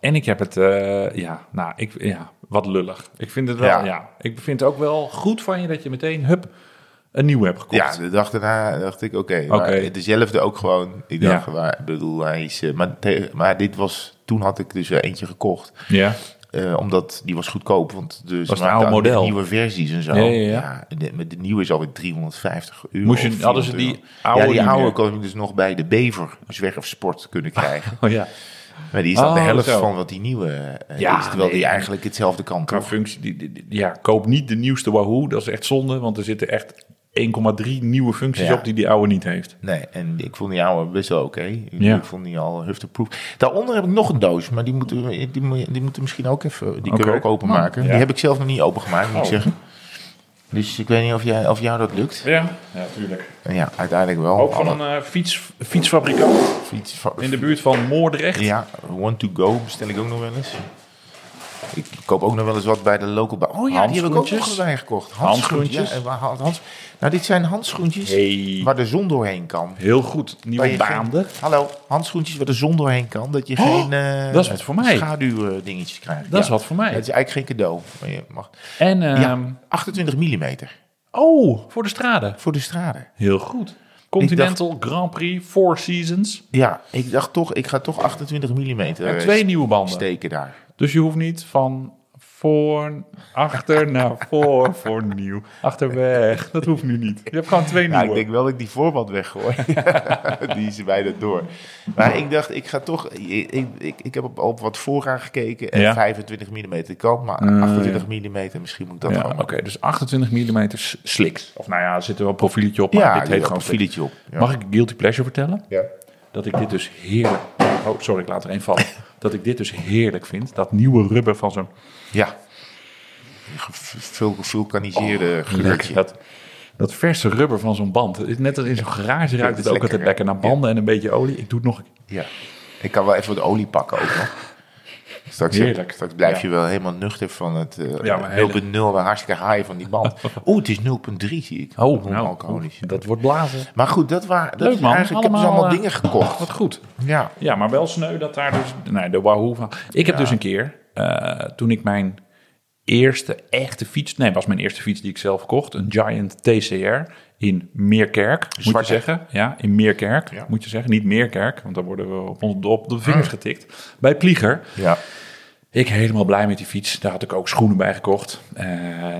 Speaker 1: En ik heb het, eh, ja, nou, ik, ja, wat lullig. Ik vind het wel, ja.
Speaker 2: Ja.
Speaker 1: Ik vind het ook wel goed van je dat je meteen, hup, een nieuwe hebt
Speaker 2: Ja,
Speaker 1: gekocht.
Speaker 2: de dag daarna dacht ik, oké.
Speaker 1: Oké.
Speaker 2: maar Dezelfde ook gewoon. Ik dacht,
Speaker 1: Ja.
Speaker 2: waar, ik bedoel, hij is... eh, Maar, te- maar dit was... Toen had ik dus eh, eentje gekocht.
Speaker 1: Ja.
Speaker 2: eh, omdat die was goedkoop. Want dus
Speaker 1: het oude model?
Speaker 2: nieuwe versies en zo.
Speaker 1: Ja, ja, ja.
Speaker 2: en de, maar de nieuwe is alweer 350 euro.
Speaker 1: Moest je-
Speaker 2: of
Speaker 1: hadden ze
Speaker 2: 400
Speaker 1: die
Speaker 2: euro.
Speaker 1: oude
Speaker 2: Ja, die
Speaker 1: niet
Speaker 2: oude
Speaker 1: meer?
Speaker 2: kon ik dus nog bij de Bever zwerfsport kunnen krijgen.
Speaker 1: Oh ja.
Speaker 2: maar die is dan
Speaker 1: Oh,
Speaker 2: de helft
Speaker 1: zo.
Speaker 2: van wat die nieuwe eh,
Speaker 1: Ja,
Speaker 2: is. Terwijl
Speaker 1: nee.
Speaker 2: die eigenlijk hetzelfde kan.
Speaker 1: Qua
Speaker 2: toch?
Speaker 1: functie, die, die- die- ja, koop niet de nieuwste Wahoo. Dat is echt zonde, want er zitten echt 1,3 nieuwe functies
Speaker 2: Ja.
Speaker 1: op die die oude niet heeft.
Speaker 2: Nee, en ik vond die oude best wel oké. Ik-
Speaker 1: Ja.
Speaker 2: Ik vond die al hufteproof. Daaronder heb ik nog een doos, maar die moeten we, die, moet- die moeten we misschien ook even... Die kunnen
Speaker 1: Oké. Oh,
Speaker 2: we ook openmaken.
Speaker 1: Ja.
Speaker 2: Die heb ik zelf nog niet opengemaakt, moet ik
Speaker 1: Oh.
Speaker 2: zeggen. Dus ik weet niet of, jij, of jou dat lukt.
Speaker 1: Ja, ja tuurlijk.
Speaker 2: En ja, uiteindelijk wel.
Speaker 1: Ook van
Speaker 2: Alle
Speaker 1: een eh, fiets, fietsfabrikant
Speaker 2: fiets van-
Speaker 1: in de buurt van Moordrecht.
Speaker 2: Ja, want to go bestel ik ook nog wel eens. Ik koop ook nog wel eens wat bij de local... ba- Oh ja, die heb ik ook nog
Speaker 1: Handschoentjes.
Speaker 2: bij gekocht.
Speaker 1: Handschoentjes.
Speaker 2: Ja, en waar- hands- nou, dit zijn handschoentjes
Speaker 1: Hey.
Speaker 2: waar de zon doorheen kan.
Speaker 1: Heel goed.
Speaker 2: Waar
Speaker 1: Nieuwe
Speaker 2: je
Speaker 1: baanden.
Speaker 2: geen- hallo, handschoentjes waar de zon doorheen kan. Dat je
Speaker 1: Oh,
Speaker 2: geen eh,
Speaker 1: dat is wat voor mij.
Speaker 2: schaduwdingetjes krijgt.
Speaker 1: Dat is wat voor mij.
Speaker 2: Het is eigenlijk geen cadeau. Maar je mag.
Speaker 1: En, ehm,
Speaker 2: Ja, 28 mm
Speaker 1: oh, voor de straden.
Speaker 2: voor de straden.
Speaker 1: Heel goed. Continental Grand Prix, Four Seasons.
Speaker 2: Ja, ik dacht toch, ik ga toch 28 mm
Speaker 1: En twee nieuwe banden.
Speaker 2: steken daar.
Speaker 1: Dus je hoeft niet van voor, achter, naar voor, voor nieuw. Achterweg. Dat hoeft nu niet. Je hebt gewoon twee
Speaker 2: Ja,
Speaker 1: nieuwe.
Speaker 2: Nou, ik denk wel dat ik die voorband weggooi. die is er bijna door. Maar ik dacht, ik ga toch... Ik, ik, ik, ik heb op, op wat voorraad gekeken. En
Speaker 1: Ja.
Speaker 2: 25 mm kan, maar
Speaker 1: ja.
Speaker 2: 28 mm misschien moet ik dat
Speaker 1: Ja,
Speaker 2: gewoon...
Speaker 1: Oké, dus 28 mm sliks. Of nou ja, er zit er wel een profieltje op, maar
Speaker 2: Ja,
Speaker 1: dit heet gewoon sliks.
Speaker 2: profieletje op. Ja.
Speaker 1: Mag ik een guilty pleasure vertellen?
Speaker 2: Ja.
Speaker 1: Dat ik dit dus heerlijk... Oh, sorry, ik laat er één vallen. Dat ik dit dus heerlijk vind. Dat nieuwe rubber van zo'n...
Speaker 2: Ja. Gevul- Gevulkaniseerde
Speaker 1: Oh, Lekker.
Speaker 2: geurtje.
Speaker 1: Dat, dat verse rubber van zo'n band. Het is Net als in zo'n garage ruikt
Speaker 2: is
Speaker 1: het ook
Speaker 2: lekker,
Speaker 1: altijd
Speaker 2: hè?
Speaker 1: lekker naar banden en een beetje olie. Ik doe het nog.
Speaker 2: Ja. Ik kan wel even wat olie pakken ook nog. Straks,
Speaker 1: Heerlijk.
Speaker 2: straks blijf
Speaker 1: Ja.
Speaker 2: je wel helemaal nuchter van het eh
Speaker 1: Ja, maar hele-
Speaker 2: 0.0, waar hartstikke high van die band. Oeh, het is 0.3 zie ik. alcoholisch.
Speaker 1: dat wordt blazen.
Speaker 2: Maar goed, dat waren. Dat
Speaker 1: Oh, nou. Leuk,
Speaker 2: is
Speaker 1: man.
Speaker 2: Eigenlijk, ik heb
Speaker 1: Allemaal,
Speaker 2: dus allemaal
Speaker 1: eh,
Speaker 2: dingen gekocht.
Speaker 1: Wat goed.
Speaker 2: Ja.
Speaker 1: Ja, maar wel sneu dat daar dus... Nee, de wahoo van... Ik heb dus een keer, eh, toen ik mijn eerste echte fiets... Nee, het was mijn eerste fiets die ik zelf kocht. Een Giant TCR in Meerkerk, moet
Speaker 2: Zwarte.
Speaker 1: je zeggen. Ja, in Meerkerk,
Speaker 2: Ja. Ah.
Speaker 1: moet je zeggen. Niet Meerkerk, want dan worden we op, ons- op de vingers getikt. Bij Plieger.
Speaker 2: Ja.
Speaker 1: Ik helemaal blij met die fiets. Daar had ik ook schoenen bij gekocht. Eh,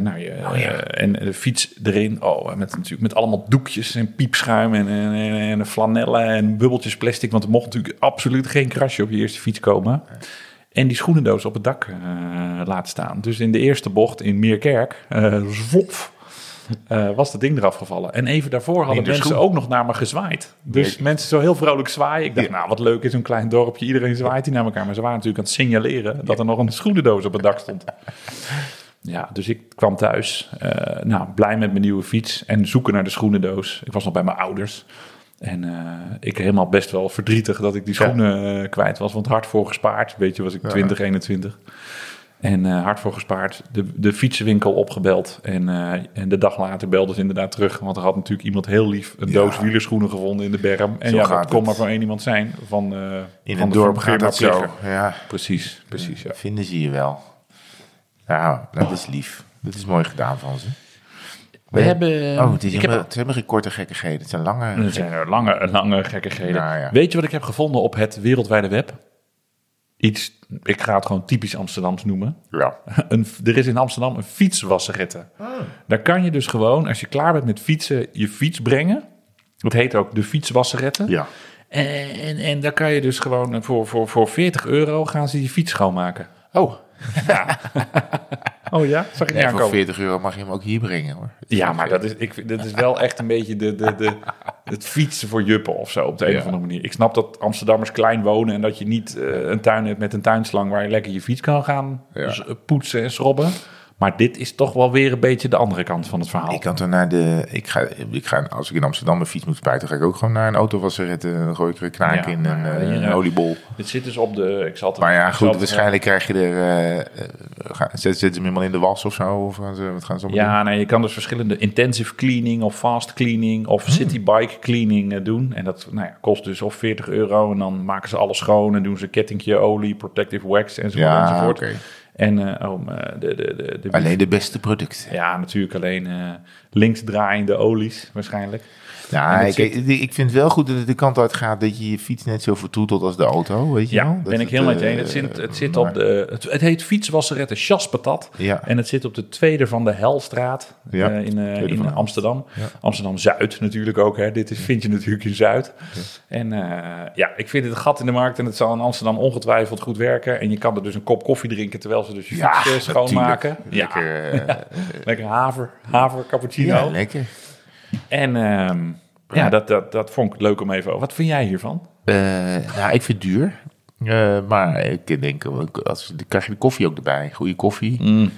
Speaker 1: nou, je, eh, en de fiets erin. Oh, en met, natuurlijk met allemaal doekjes en piepschuim en, en, en, en flanellen en bubbeltjes plastic. Want er mocht natuurlijk absoluut geen krasje op je eerste fiets komen. En die schoenendoos op het dak eh laten staan. Dus in de eerste bocht in Meerkerk, eh zwop, eh, was dat ding eraf gevallen. En even daarvoor hadden
Speaker 2: In de
Speaker 1: mensen
Speaker 2: schoen.
Speaker 1: ook nog naar me gezwaaid. Dus
Speaker 2: Nee.
Speaker 1: mensen zo heel vrolijk zwaaien. Ik dacht,
Speaker 2: Ja.
Speaker 1: nou wat leuk is, een klein dorpje. Iedereen zwaait hier naar elkaar. Maar ze waren natuurlijk aan het signaleren dat er nog een schoenendoos op het dak stond. Ja, dus ik kwam thuis, eh, nou, blij met mijn nieuwe fiets en zoeken naar de schoenendoos. Ik was nog bij mijn ouders. En eh, ik helemaal best wel verdrietig dat ik die schoenen eh, kwijt was. Want hard voor gespaard, weet je, was ik 20, 21. En eh, hard voor gespaard. De, de fietsenwinkel opgebeld. En, eh, en de dag later belden ze inderdaad terug. Want er had natuurlijk iemand heel lief een
Speaker 2: Ja.
Speaker 1: doos wielerschoenen gevonden in de berm. En
Speaker 2: Zo
Speaker 1: ja,
Speaker 2: gaat
Speaker 1: dat kon
Speaker 2: het.
Speaker 1: maar voor één iemand zijn. Van, eh,
Speaker 2: In
Speaker 1: van
Speaker 2: het
Speaker 1: de
Speaker 2: dorp
Speaker 1: firma
Speaker 2: gaat dat zo.
Speaker 1: Pligger.
Speaker 2: Ja.
Speaker 1: Precies, precies, ja.
Speaker 2: Vinden ze je wel. Ja, nou, dat is lief. Dat is mooi gedaan van ze.
Speaker 1: We hebben...
Speaker 2: Oh, het, is
Speaker 1: ik heb-
Speaker 2: helemaal, het zijn helemaal geen korte gekkigheden. Het zijn lange...
Speaker 1: Er zijn er lange, lange gekkigheden.
Speaker 2: Ja, Nou ja.
Speaker 1: Weet je wat ik heb gevonden op het wereldwijde web? Iets, ik ga het gewoon typisch Amsterdams noemen.
Speaker 2: Ja.
Speaker 1: Een, er is in Amsterdam een fietswasserette.
Speaker 2: Ah.
Speaker 1: Daar kan je dus gewoon, als je klaar bent met fietsen, je fiets brengen. Dat heet ook de fietswasserette.
Speaker 2: ja.
Speaker 1: En, Eh, en, en daar kan je dus gewoon voor, voor, voor 40 euro gaan ze je fiets schoonmaken.
Speaker 2: Oh,
Speaker 1: Oh ja? Zag ik niet
Speaker 2: nee, voor
Speaker 1: aankomen.
Speaker 2: 40 euro mag je hem ook hier brengen hoor.
Speaker 1: Ja, maar dat is, ik, vind- dat is wel echt een beetje de, de, de, het fietsen voor juppen of zo, op de een
Speaker 2: Ja.
Speaker 1: of andere manier. Ik snap dat Amsterdammers klein wonen en dat je niet eh, een tuin hebt met een tuinslang waar je lekker je fiets kan gaan
Speaker 2: Ja.
Speaker 1: s- poetsen en schrobben. Maar dit is toch wel weer een beetje de andere kant van het verhaal.
Speaker 2: Ik kan toen naar de... Ik ga, ik ga, als ik in Amsterdam mijn fiets moet spuiten, ga ik ook gewoon naar een autowasserette. Dan gooi ik er een knaak
Speaker 1: Ja,
Speaker 2: in en
Speaker 1: maar,
Speaker 2: eh,
Speaker 1: ja.
Speaker 2: een oliebol.
Speaker 1: Dit zit dus op de... Ik zat
Speaker 2: Maar ja,
Speaker 1: ik zat-
Speaker 2: goed, waarschijnlijk krijg je er... eh, eh, ga- zet- Zetten ze hem helemaal in de was of zo? Of gaan ze, wat gaan ze allemaal
Speaker 1: Ja, nee, je kan dus verschillende intensive cleaning of fast cleaning of
Speaker 2: Hm.
Speaker 1: city bike cleaning eh, doen. En dat nou ja, kost dus of 40 euro en dan maken ze alles schoon en doen ze kettingje olie, protective wax enzovoort.
Speaker 2: Ja,
Speaker 1: enzovoort.
Speaker 2: oké.
Speaker 1: En eh, oh, eh, de, de, de, de,
Speaker 2: doen? Alleen de beste producten.
Speaker 1: Ja, natuurlijk alleen eh linksdraaiende olies waarschijnlijk.
Speaker 2: Ja,
Speaker 1: En
Speaker 2: ik,
Speaker 1: het
Speaker 2: ik ik vind wel goed dat het de kant uit gaat dat je je fiets net zo vertroetelt als de auto, weet je
Speaker 1: Ja,
Speaker 2: wel? Dat
Speaker 1: ben ik
Speaker 2: het,
Speaker 1: heel met je
Speaker 2: eh,
Speaker 1: eens. Het zit, het zit
Speaker 2: maar-
Speaker 1: op de... Het, het heet fietswasserette Chaspatat.
Speaker 2: Ja.
Speaker 1: En het zit op de tweede van de Helstraat
Speaker 2: Ja,
Speaker 1: eh, in, eh,
Speaker 2: tweede
Speaker 1: in
Speaker 2: van de-
Speaker 1: Amsterdam. Amsterdam-Zuid natuurlijk ook. Hè. Dit is, vind je natuurlijk in Zuid. En eh, ja, ik vind het een gat in de markt. En het zal in Amsterdam ongetwijfeld goed werken. En je kan er dus een kop koffie drinken terwijl ze dus je
Speaker 2: Ja,
Speaker 1: fiets eh, schoonmaken.
Speaker 2: natuurlijk.
Speaker 1: Ja, lekker.
Speaker 2: Lekker, eh,
Speaker 1: haver, haver cappuccino.
Speaker 2: ja, lekker.
Speaker 1: En ehm, ja, dat, dat, dat vond ik leuk om even over. Wat vind jij hiervan?
Speaker 2: Eh, nou, ik vind het duur. Eh, maar ik denk, eh, als, dan krijg je de koffie ook erbij. Goede koffie.
Speaker 1: Mm.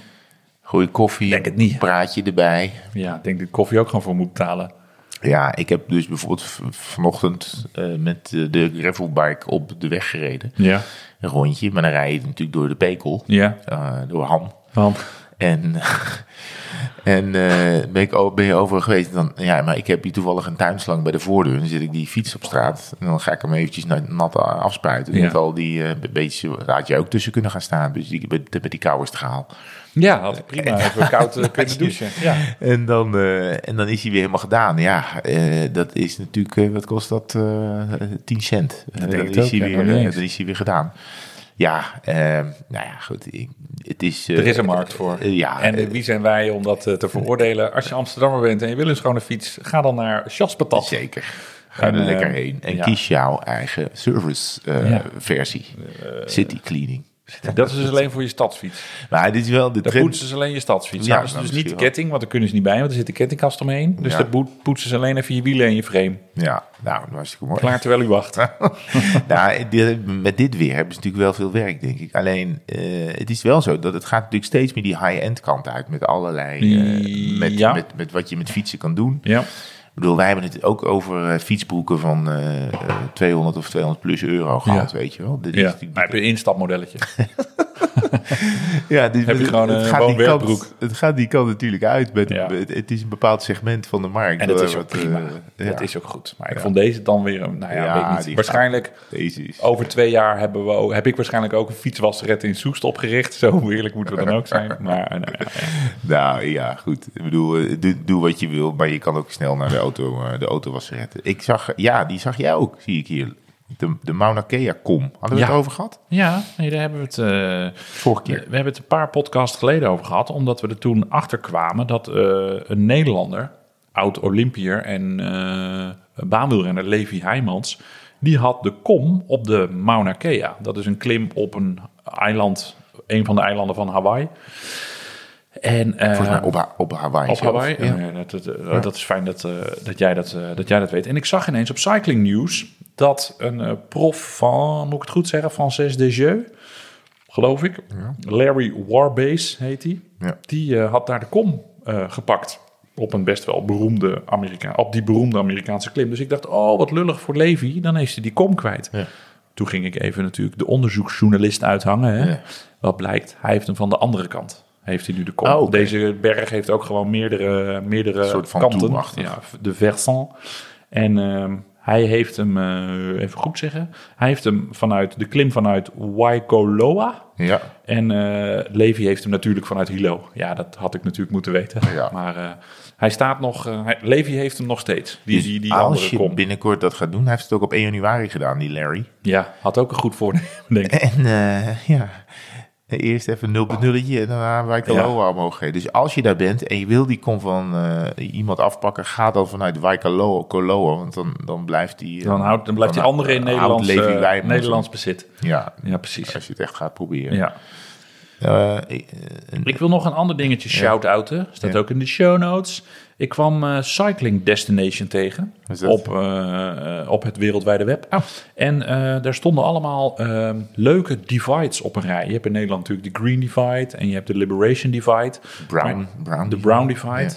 Speaker 2: Goede koffie.
Speaker 1: Denk het niet.
Speaker 2: Praatje erbij.
Speaker 1: Ja, ik denk dat ik koffie ook gewoon voor moet betalen.
Speaker 2: Ja, ik heb dus bijvoorbeeld v- vanochtend eh, met eh, de gravelbike op de weg gereden.
Speaker 1: Ja.
Speaker 2: Een rondje. Maar dan rij je natuurlijk door de pekel.
Speaker 1: Ja.
Speaker 2: Eh, door Ham.
Speaker 1: Want...
Speaker 2: En, en eh, ben, ik, o- ben je overal geweest? Dan, ja, maar ik heb hier toevallig een tuinslang bij de voordeur. Dan zet ik die fiets op straat. En dan ga ik hem eventjes na- nat a- afspuiten.
Speaker 1: Ja.
Speaker 2: Met al die eh, be- beetje, daar had je ook tussen kunnen gaan staan. Dus die, met, met die koude straal.
Speaker 1: Ja, had ik prima even koud eh, kunnen douchen. Ja.
Speaker 2: En dan, eh, en dan is hij weer helemaal gedaan. Ja, eh, dat is natuurlijk, eh, wat kost dat? eh 10 cent. Eh,
Speaker 1: denk
Speaker 2: dan,
Speaker 1: ik
Speaker 2: is
Speaker 1: ook,
Speaker 2: hij
Speaker 1: ja.
Speaker 2: weer,
Speaker 1: Oh, nee.
Speaker 2: eh, dan is hij weer gedaan. Ja, eh, nou ja, goed. ik- het is, eh,
Speaker 1: Er is een markt voor.
Speaker 2: eh, ja,
Speaker 1: en
Speaker 2: eh,
Speaker 1: eh, wie zijn wij om dat eh, te veroordelen? Als je Amsterdammer bent en je wil een schone fiets, ga dan naar Chaspatat.
Speaker 2: Zeker. Ga er
Speaker 1: En, eh,
Speaker 2: lekker heen en
Speaker 1: ja.
Speaker 2: kies jouw eigen service eh,
Speaker 1: Ja. Eh,
Speaker 2: versie. City cleaning.
Speaker 1: Dat is dus alleen voor je stadsfiets.
Speaker 2: Maar dit is wel de
Speaker 1: Daar
Speaker 2: trend.
Speaker 1: poetsen ze alleen je stadsfiets.
Speaker 2: Ja,
Speaker 1: Ja, ze
Speaker 2: nou,
Speaker 1: dus niet de
Speaker 2: misschien wel.
Speaker 1: ketting, want daar kunnen ze niet bij, want er zit een kettingkast omheen. Dus
Speaker 2: Ja.
Speaker 1: daar boet- poetsen ze alleen even je wielen en je frame.
Speaker 2: Ja, nou, dat was hartstikke mooi.
Speaker 1: Klaar terwijl u wacht.
Speaker 2: nou, dit- met dit weer hebben ze natuurlijk wel veel werk, denk ik. Alleen, eh, het is wel zo dat het gaat natuurlijk steeds meer die high-end kant uit. Met allerlei, eh, met,
Speaker 1: Ja.
Speaker 2: met, met wat je met fietsen kan doen.
Speaker 1: Ja.
Speaker 2: Ik bedoel, wij hebben het ook over eh, fietsbroeken van eh, eh, 200 of 200 plus euro gehad,
Speaker 1: Ja.
Speaker 2: weet je wel. Dit is
Speaker 1: ja.
Speaker 2: natuurlijk-
Speaker 1: Maar heb je een instapmodelletje?
Speaker 2: Ja, dus
Speaker 1: Heb je
Speaker 2: het-
Speaker 1: gewoon
Speaker 2: het
Speaker 1: een
Speaker 2: gaat die
Speaker 1: woon-werkbroek.
Speaker 2: kant, Het gaat die kant natuurlijk uit. Met,
Speaker 1: Ja.
Speaker 2: het, het is een bepaald segment van de markt.
Speaker 1: En dat
Speaker 2: waar
Speaker 1: is ook
Speaker 2: wat,
Speaker 1: prima.
Speaker 2: eh, ja,
Speaker 1: Dat is ook goed. Maar ik vond deze dan weer... een- Nou ja,
Speaker 2: Ja,
Speaker 1: weet ik
Speaker 2: die
Speaker 1: niet. Waarschijnlijk
Speaker 2: deze is.
Speaker 1: over twee jaar hebben we ook- heb ik waarschijnlijk ook een fietswasret in Soest opgericht. Zo eerlijk moeten we dan ook zijn. Maar eh, nou ja.
Speaker 2: Nou ja, goed. Ik bedoel, eh, doe, doe wat je wil, maar je kan ook snel naar de auto, eh, de auto was retten. Ik zag, ja, die zag jij ook, zie ik hier. De, de Mauna Kea kom. Hadden we
Speaker 1: Ja.
Speaker 2: het over gehad?
Speaker 1: Ja, nee, daar hebben we het. eh,
Speaker 2: Vorige
Speaker 1: we
Speaker 2: keer.
Speaker 1: hebben het een paar podcasts geleden over gehad. Omdat we er toen achter kwamen dat eh, een Nederlander, oud Olympiër en eh baanwielrenner Levi Heijmans. die had de kom op de Mauna Kea. Dat is een klim op een eiland, een van de eilanden van Hawaii. En, eh,
Speaker 2: Volgens mij op, Ha- op Hawaii
Speaker 1: op
Speaker 2: zelf.
Speaker 1: Hawaii.
Speaker 2: Ja.
Speaker 1: Eh, dat, dat, eh, dat is fijn dat, eh, dat, jij dat, eh, dat jij dat weet. En ik zag ineens op Cycling News dat een eh, prof van, moet ik het goed zeggen, Frances de Jeu, geloof ik, Larry Warbase heet hij,
Speaker 2: Ja.
Speaker 1: die eh, had daar de kom eh, gepakt op een best wel beroemde Amerika op die beroemde Amerikaanse klim. Dus ik dacht, oh, wat lullig voor Levi, dan heeft hij die kom kwijt.
Speaker 2: Ja.
Speaker 1: Toen ging ik even natuurlijk de onderzoeksjournalist uithangen. Hè?
Speaker 2: Ja.
Speaker 1: Wat blijkt, hij heeft hem van de andere kant. Heeft hij nu de kom.
Speaker 2: Oh, oké.
Speaker 1: Deze berg heeft ook gewoon meerdere, meerdere
Speaker 2: soort van
Speaker 1: kanten.
Speaker 2: toe-achtig.
Speaker 1: Ja, de versant. En ehm, Hij heeft hem, eh, even goed zeggen, hij heeft hem vanuit de klim vanuit Waikoloa.
Speaker 2: Ja.
Speaker 1: En eh, Levi heeft hem natuurlijk vanuit Hilo. Ja, dat had ik natuurlijk moeten weten.
Speaker 2: Ja.
Speaker 1: Maar eh, hij staat nog, eh, hij- Levi heeft hem nog steeds. Die, die, die
Speaker 2: als
Speaker 1: andere
Speaker 2: je
Speaker 1: kom.
Speaker 2: binnenkort dat gaat doen, hij heeft het ook op 1 januari gedaan, die Larry.
Speaker 1: Ja, had ook een goed voornemen, denk ik.
Speaker 2: En eh, ja, eerst even nul per nulletje en daarna waar ik de
Speaker 1: Ja.
Speaker 2: Loa omhoog geef. Dus als je daar bent en je wil die kom van eh, iemand afpakken, ga dan vanuit Waikoloa, Koloa, want dan, dan blijft die... eh,
Speaker 1: Dan, houdt, dan blijft die
Speaker 2: dan,
Speaker 1: andere in
Speaker 2: eh, houdt
Speaker 1: Nederlands,
Speaker 2: Levi
Speaker 1: eh,
Speaker 2: bij hem.
Speaker 1: Nederlands bezit.
Speaker 2: Ja,
Speaker 1: Ja, precies.
Speaker 2: als je het echt gaat proberen.
Speaker 1: Ja.
Speaker 2: Eh, ik- eh, een-
Speaker 1: Ik wil nog een ander dingetje shout-outen. Staat
Speaker 2: Ja.
Speaker 1: ook in de show notes. Ik kwam eh, Cycling Destination tegen
Speaker 2: Wat is dat?
Speaker 1: op, eh, eh, op het wereldwijde web. En eh, daar stonden allemaal eh, leuke divides op een rij. Je hebt in Nederland natuurlijk de Green Divide en je hebt de Liberation Divide.
Speaker 2: Brown, Brown.
Speaker 1: De Brown Divide.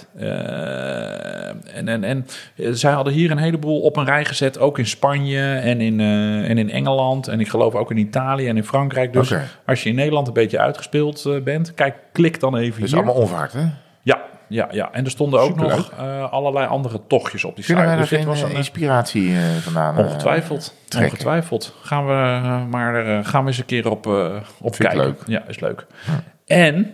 Speaker 1: Eh, en, en, en eh, zij hadden hier een heleboel op een rij gezet. Ook in Spanje en in, eh, en in Engeland. En ik geloof ook in Italië en in Frankrijk. Dus
Speaker 2: Oké.
Speaker 1: als je in Nederland een beetje uitgespeeld eh, bent, kijk, klik dan even
Speaker 2: Dus
Speaker 1: hier.
Speaker 2: allemaal onvaart, hè?
Speaker 1: Ja, ja, ja. En er stonden ook
Speaker 2: Superleuk.
Speaker 1: nog eh, allerlei andere tochtjes op die
Speaker 2: Kunnen wij
Speaker 1: site.
Speaker 2: daar
Speaker 1: Dus dit was
Speaker 2: geen eh,
Speaker 1: een,
Speaker 2: inspiratie eh, vandaan? eh,
Speaker 1: Ongetwijfeld.
Speaker 2: trekken.
Speaker 1: Ongetwijfeld. Gaan we eh, maar eh, gaan we eens een keer op, eh op
Speaker 2: Vind ik
Speaker 1: kijken.
Speaker 2: leuk.
Speaker 1: Ja, is leuk. En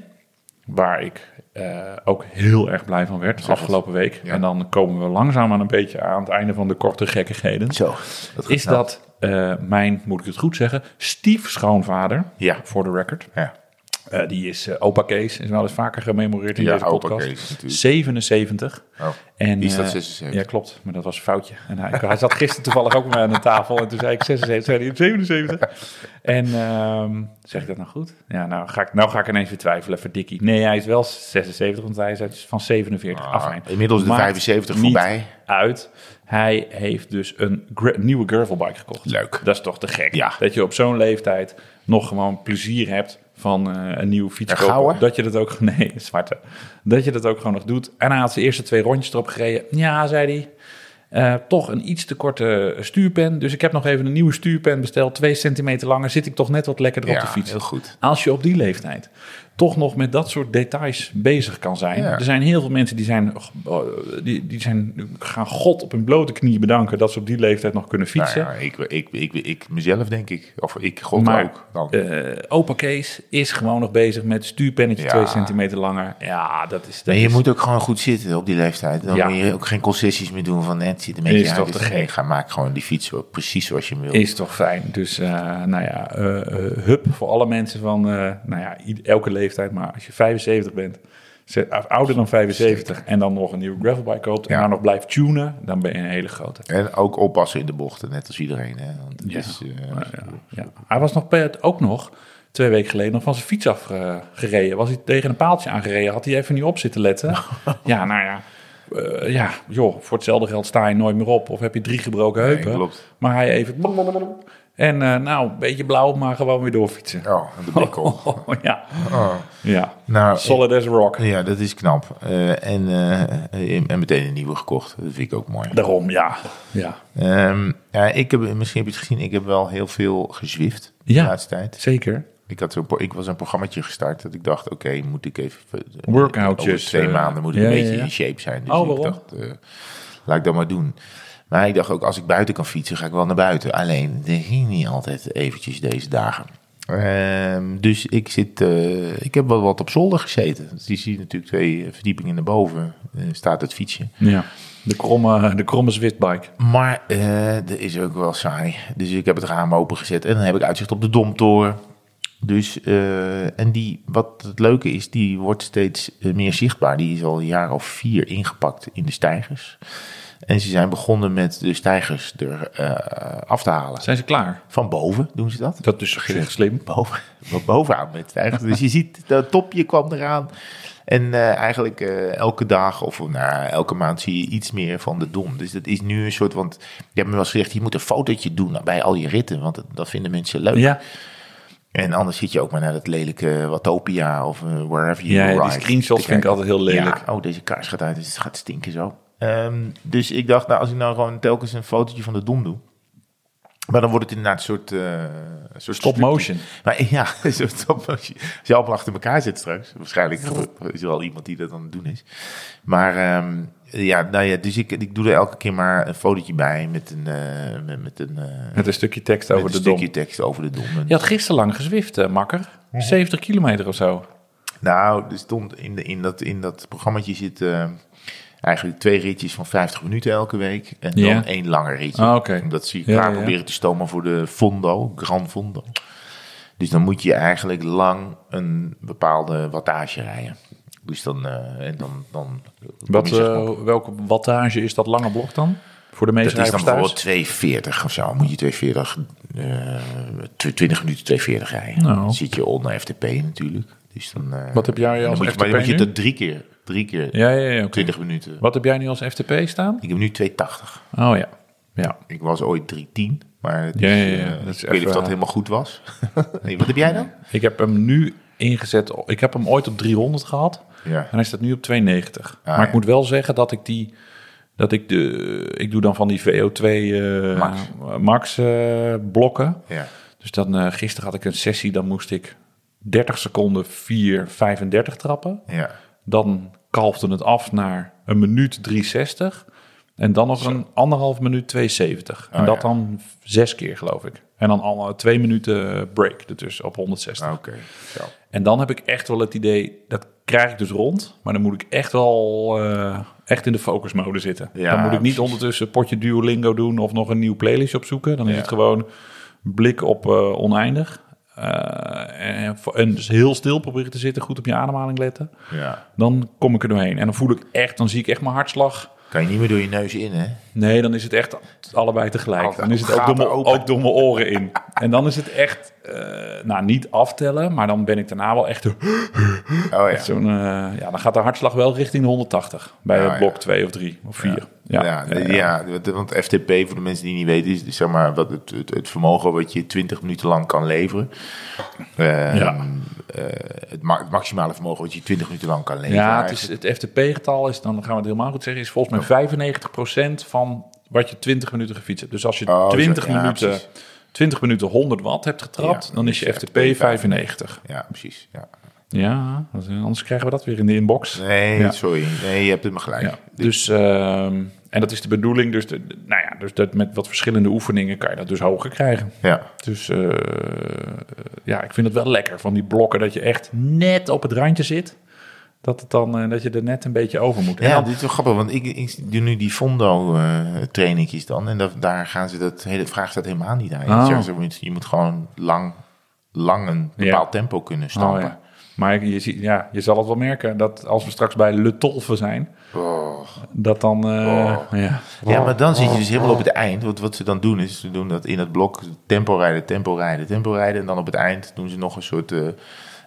Speaker 1: waar ik eh, ook heel erg blij van werd afgelopen week.
Speaker 2: Ja.
Speaker 1: En dan komen we langzaam aan een beetje aan het einde van de korte gekkigheden.
Speaker 2: Zo. gaat
Speaker 1: is
Speaker 2: snel.
Speaker 1: dat eh, mijn, moet ik het goed zeggen, stiefschoonvader,
Speaker 2: Ja.
Speaker 1: voor de record.
Speaker 2: Ja.
Speaker 1: Eh, die is eh, opa Kees, is wel eens vaker gememoreerd in
Speaker 2: Ja,
Speaker 1: deze
Speaker 2: opa
Speaker 1: podcast.
Speaker 2: Kees natuurlijk.
Speaker 1: 77.
Speaker 2: Oh,
Speaker 1: En,
Speaker 2: die is dat
Speaker 1: eh,
Speaker 2: 76.
Speaker 1: ja, klopt. Maar dat was een foutje. En hij, hij zat gisteren toevallig ook met mij aan de tafel. En toen zei ik 76, zei hij 77. En ehm, zeg ik dat nou goed? Ja, nou ga ik, nou ga ik ineens weer twijfelen. Verdikkie. Nee, hij is wel 76, want hij is uit- van 47.
Speaker 2: Ah,
Speaker 1: Afijn.
Speaker 2: inmiddels de
Speaker 1: Maakt
Speaker 2: 75
Speaker 1: niet
Speaker 2: voorbij.
Speaker 1: uit. Hij heeft dus een gra- nieuwe gravelbike gekocht.
Speaker 2: Leuk.
Speaker 1: Dat is toch te gek.
Speaker 2: Ja.
Speaker 1: Dat je op zo'n leeftijd nog gewoon plezier hebt van eh, een nieuwe fiets
Speaker 2: Een
Speaker 1: kopen.
Speaker 2: gouden?
Speaker 1: Dat je dat ook, nee, een zwarte. Dat je dat ook gewoon nog doet. En hij had zijn eerste twee rondjes erop gereden. Ja, zei hij. eh, toch een iets te korte stuurpen. Dus ik heb nog even een nieuwe stuurpen besteld. Twee centimeter langer zit ik toch net wat lekkerder op de
Speaker 2: Ja,
Speaker 1: fiets.
Speaker 2: heel goed.
Speaker 1: Als je op die leeftijd toch nog met dat soort details bezig kan zijn.
Speaker 2: Ja.
Speaker 1: Er zijn heel veel mensen die zijn, eh, die, die zijn gaan God op hun blote knieën bedanken dat ze op die leeftijd nog kunnen
Speaker 2: Nou
Speaker 1: fietsen.
Speaker 2: ja, ik, ik, ik, ik, mezelf denk ik. Of ik, God
Speaker 1: Maar,
Speaker 2: ook. Dan.
Speaker 1: Eh, opa Kees is gewoon nog bezig met stuurpennetje
Speaker 2: Ja.
Speaker 1: 2 centimeter langer. Ja, dat is... Dat
Speaker 2: en je
Speaker 1: is-
Speaker 2: moet ook gewoon goed zitten op die leeftijd. Dan
Speaker 1: Ja.
Speaker 2: moet je ook geen concessies meer doen van net zit een beetje
Speaker 1: Is
Speaker 2: uit,
Speaker 1: toch
Speaker 2: dus
Speaker 1: te gek.
Speaker 2: nee, Ga maak gewoon die fiets zo- precies zoals je hem wil.
Speaker 1: Is toch fijn. Dus eh, nou ja, eh eh, hup voor alle mensen van eh, nou ja, ied- elke leeftijd. Maar als je 75 bent, ze- of ouder dan 75 en dan nog een nieuwe gravelbike koopt en
Speaker 2: Ja.
Speaker 1: dan nog blijft tunen, dan ben je een hele grote.
Speaker 2: En ook oppassen in de bochten, net als iedereen. Hè? Want het is, eh,
Speaker 1: Ja. Hij was nog, pe- ook nog twee weken geleden nog van zijn fiets afgereden. Was hij tegen een paaltje aangereden, had hij even niet op zitten letten. ja, nou ja. eh, ja, joh, voor hetzelfde geld sta je nooit meer op. Of heb je drie gebroken heupen.
Speaker 2: klopt.
Speaker 1: Maar hij even... En eh, nou, een beetje blauw, maar gewoon weer doorfietsen.
Speaker 2: Oh, de bikkel.
Speaker 1: ja.
Speaker 2: Oh.
Speaker 1: ja.
Speaker 2: Nou,
Speaker 1: Solid as a rock.
Speaker 2: ja, dat is knap. Eh, en, eh, en meteen een nieuwe gekocht. Dat vind ik ook mooi.
Speaker 1: Daarom, ja. Ja,
Speaker 2: Ehm, ja, ik heb, misschien heb je het gezien, ik heb wel heel veel gezwift
Speaker 1: Ja.
Speaker 2: de laatste tijd.
Speaker 1: zeker.
Speaker 2: Ik, had zo'n pro- ik was een programmaatje gestart dat ik dacht, oké, moet ik even... eh,
Speaker 1: Workoutjes,
Speaker 2: Over twee
Speaker 1: eh,
Speaker 2: maanden moet ik
Speaker 1: ja,
Speaker 2: een
Speaker 1: ja,
Speaker 2: beetje
Speaker 1: ja.
Speaker 2: in shape zijn. Dus
Speaker 1: Oh,
Speaker 2: ik
Speaker 1: waarom?
Speaker 2: dacht, eh, laat ik dat maar doen. Maar ik dacht ook, als ik buiten kan fietsen, ga ik wel naar buiten. Alleen, dat ging niet altijd eventjes deze dagen. Ehm, dus ik zit, eh, ik heb wel wat op zolder gezeten. Dus je ziet natuurlijk twee eh, verdiepingen naar boven eh, staat het fietsje.
Speaker 1: Ja. De kromme, de kromme Zwiftbike.
Speaker 2: Maar eh dat is ook wel saai. Dus ik heb het raam opengezet en dan heb ik uitzicht op de Domtoren. Dus, eh, en die, wat het leuke is, die wordt steeds eh, meer zichtbaar. Die is al een jaar of vier ingepakt in de stijgers. En ze zijn begonnen met de stijgers er eh, af te halen.
Speaker 1: Zijn ze klaar?
Speaker 2: Van boven doen ze dat.
Speaker 1: Dat is echt slim.
Speaker 2: Boven, wat bovenaan met stijgers. Dus je ziet, dat topje kwam eraan. En eh, eigenlijk eh, elke dag of nou, elke maand zie je iets meer van de dom. Dus dat is nu een soort, want je hebt me wel eens gezegd, je moet een fotootje doen bij al je ritten, want dat, dat vinden mensen leuk.
Speaker 1: Ja,
Speaker 2: En anders zit je ook maar naar dat lelijke Watopia of eh, wherever you
Speaker 1: ja, ja, die
Speaker 2: arrive
Speaker 1: screenshots
Speaker 2: te
Speaker 1: vind ik
Speaker 2: kijken.
Speaker 1: altijd heel lelijk.
Speaker 2: Ja, oh, deze kaars gaat uit, dus het gaat stinken zo. Ehm, dus ik dacht, nou, als ik nou gewoon telkens een fotootje van de dom doe. Maar dan wordt het inderdaad een soort... eh, een soort
Speaker 1: Stop motion.
Speaker 2: Maar ja, een soort stop motion. Als je allemaal achter elkaar zit straks. Waarschijnlijk is er al iemand die dat aan het doen is. Maar ehm, ja, nou ja, dus ik, ik doe er elke keer maar een fotootje bij met een... eh, met, met een eh,
Speaker 1: Met een stukje tekst
Speaker 2: met
Speaker 1: over
Speaker 2: een
Speaker 1: de
Speaker 2: stukje
Speaker 1: dom.
Speaker 2: tekst over de dom. En-
Speaker 1: Je had gisteren lang gezwift, eh, makker.
Speaker 2: Mhm.
Speaker 1: 70 kilometer of zo.
Speaker 2: Nou, er stond in, de, in dat, in dat programmaatje zit eh, eigenlijk twee ritjes van 50 minuten elke week. En dan
Speaker 1: Ja.
Speaker 2: één langer ritje.
Speaker 1: Ah, oké.
Speaker 2: Omdat ze je
Speaker 1: Ja,
Speaker 2: klaar
Speaker 1: ja.
Speaker 2: proberen te stomen voor de Fondo, Gran Fondo. Dus dan moet je eigenlijk lang een bepaalde wattage rijden. Dus dan, eh, en dan, dan kom
Speaker 1: Wat,
Speaker 2: je, zeg maar,
Speaker 1: eh, welke wattage is dat lange blok dan? Voor de meeste
Speaker 2: dat is dan
Speaker 1: rijders thuis?
Speaker 2: bijvoorbeeld 240 of zo. Moet je 240, eh, tw- 20 minuten 240 rijden.
Speaker 1: Nou.
Speaker 2: Dan zit je onder FTP natuurlijk. Dus dan, eh,
Speaker 1: Wat heb jij
Speaker 2: dan
Speaker 1: als
Speaker 2: moet je, maar
Speaker 1: FTP
Speaker 2: dan moet
Speaker 1: nu?
Speaker 2: je dat drie keer, drie keer
Speaker 1: Ja, ja, ja. oké.
Speaker 2: 20 minuten.
Speaker 1: Wat heb jij nu als FTP staan?
Speaker 2: Ik heb nu 280.
Speaker 1: Oh ja. Ja.
Speaker 2: Ik was ooit 310. Maar het is,
Speaker 1: Ja, ja, ja,
Speaker 2: eh,
Speaker 1: dat is
Speaker 2: ik weet niet of
Speaker 1: even,
Speaker 2: dat
Speaker 1: eh,
Speaker 2: helemaal goed was. Nee, Wat heb jij dan?
Speaker 1: Ik heb hem nu ingezet. op- Ik heb hem ooit op 300 gehad.
Speaker 2: Ja.
Speaker 1: En hij staat nu op 290. maar
Speaker 2: Ah, ja.
Speaker 1: ik moet wel zeggen dat ik die. Dat ik de. Ik doe dan van die VO2 eh,
Speaker 2: Max.
Speaker 1: eh, max eh, blokken.
Speaker 2: Ja.
Speaker 1: Dus dan eh, gisteren had ik een sessie. Dan moest ik 30 seconden 4, 35 trappen.
Speaker 2: Ja.
Speaker 1: Dan kalfde het af naar een minuut 360. En dan nog een anderhalf minuut 270. En
Speaker 2: Oh,
Speaker 1: dat
Speaker 2: ja.
Speaker 1: dan zes keer, geloof ik. En dan al eh, twee minuten break ertussen op 160.
Speaker 2: Ah, Oké. Zo.
Speaker 1: En dan heb ik echt wel het idee, dat krijg ik dus rond. Maar dan moet ik echt wel eh, echt in de focusmode zitten.
Speaker 2: Ja,
Speaker 1: dan moet ik niet
Speaker 2: precies.
Speaker 1: ondertussen een potje Duolingo doen of nog een nieuw playlist opzoeken. Dan is
Speaker 2: Ja.
Speaker 1: het gewoon blik op eh, oneindig. Eh, en, en dus heel stil proberen te zitten, goed op je ademhaling letten.
Speaker 2: Ja.
Speaker 1: Dan kom ik er doorheen. En dan voel ik echt, dan zie ik echt mijn hartslag.
Speaker 2: Kan je niet meer door je neus in, hè?
Speaker 1: Nee, dan is het echt allebei tegelijk.
Speaker 2: Altijd
Speaker 1: Dan is het ook door,
Speaker 2: gaten
Speaker 1: mijn,
Speaker 2: open.
Speaker 1: ook door mijn oren in. En dan is het echt, eh, nou niet aftellen, maar dan ben ik daarna wel echt...
Speaker 2: Oh ja.
Speaker 1: Zo'n, eh, ja, dan gaat de hartslag wel richting de 180 bij
Speaker 2: Ja,
Speaker 1: eh, blok
Speaker 2: ja.
Speaker 1: 2 of 3 of 4.
Speaker 2: Ja,
Speaker 1: Ja,
Speaker 2: ja,
Speaker 1: Eh,
Speaker 2: want- want FTP, voor de mensen die niet weten, is is zeg maar wat het, het, het vermogen wat je 20 minuten lang kan leveren. Ehm,
Speaker 1: Ja.
Speaker 2: eh, het, ma- het maximale vermogen wat je 20 minuten lang kan leveren.
Speaker 1: ja, het, is, het FTP-getal is, dan gaan we het helemaal goed zeggen, is
Speaker 2: Oh.
Speaker 1: volgens mij 95% van wat je 20 minuten gefietst hebt. Dus als je
Speaker 2: Oh, zo,
Speaker 1: 20,
Speaker 2: ja,
Speaker 1: minuten,
Speaker 2: precies.
Speaker 1: 20 minuten 100 watt hebt getrapt,
Speaker 2: Ja,
Speaker 1: dan is je FTP 95.
Speaker 2: Ja, precies. Ja.
Speaker 1: Ja, dat is- anders krijgen we dat weer in de inbox.
Speaker 2: Nee,
Speaker 1: Ja.
Speaker 2: sorry. Nee, je hebt het me gelijk.
Speaker 1: Ja, dus, ehm, en dat is de bedoeling. Dus, de, de- nou ja, dus dat met wat verschillende oefeningen kan je dat dus hoger krijgen.
Speaker 2: ja.
Speaker 1: Dus eh, eh, ja, ik vind het wel lekker van die blokken dat je echt net op het randje zit. Dat, het dan, eh, dat je er net een beetje over moet. En
Speaker 2: Ja,
Speaker 1: dan-
Speaker 2: dit is wel grappig, want ik, ik doe nu die Fondo-trainingjes dan. En dat, daar gaan ze dat hele vraag staat helemaal niet aan.
Speaker 1: Oh.
Speaker 2: Ze zeggen ze, je moet- je moet gewoon lang, lang een
Speaker 1: Ja.
Speaker 2: bepaald tempo kunnen stampen.
Speaker 1: Oh, ja. Maar je, ziet, ja, je zal het wel merken dat als we straks bij Le Tolve zijn,
Speaker 2: Oh.
Speaker 1: dat dan... eh, ja.
Speaker 2: Ja, maar dan zit
Speaker 1: oh,
Speaker 2: je dus helemaal op het eind. Want wat ze dan doen is, ze doen dat in het blok tempo rijden, tempo rijden, tempo rijden. En dan op het eind doen ze nog een soort... eh,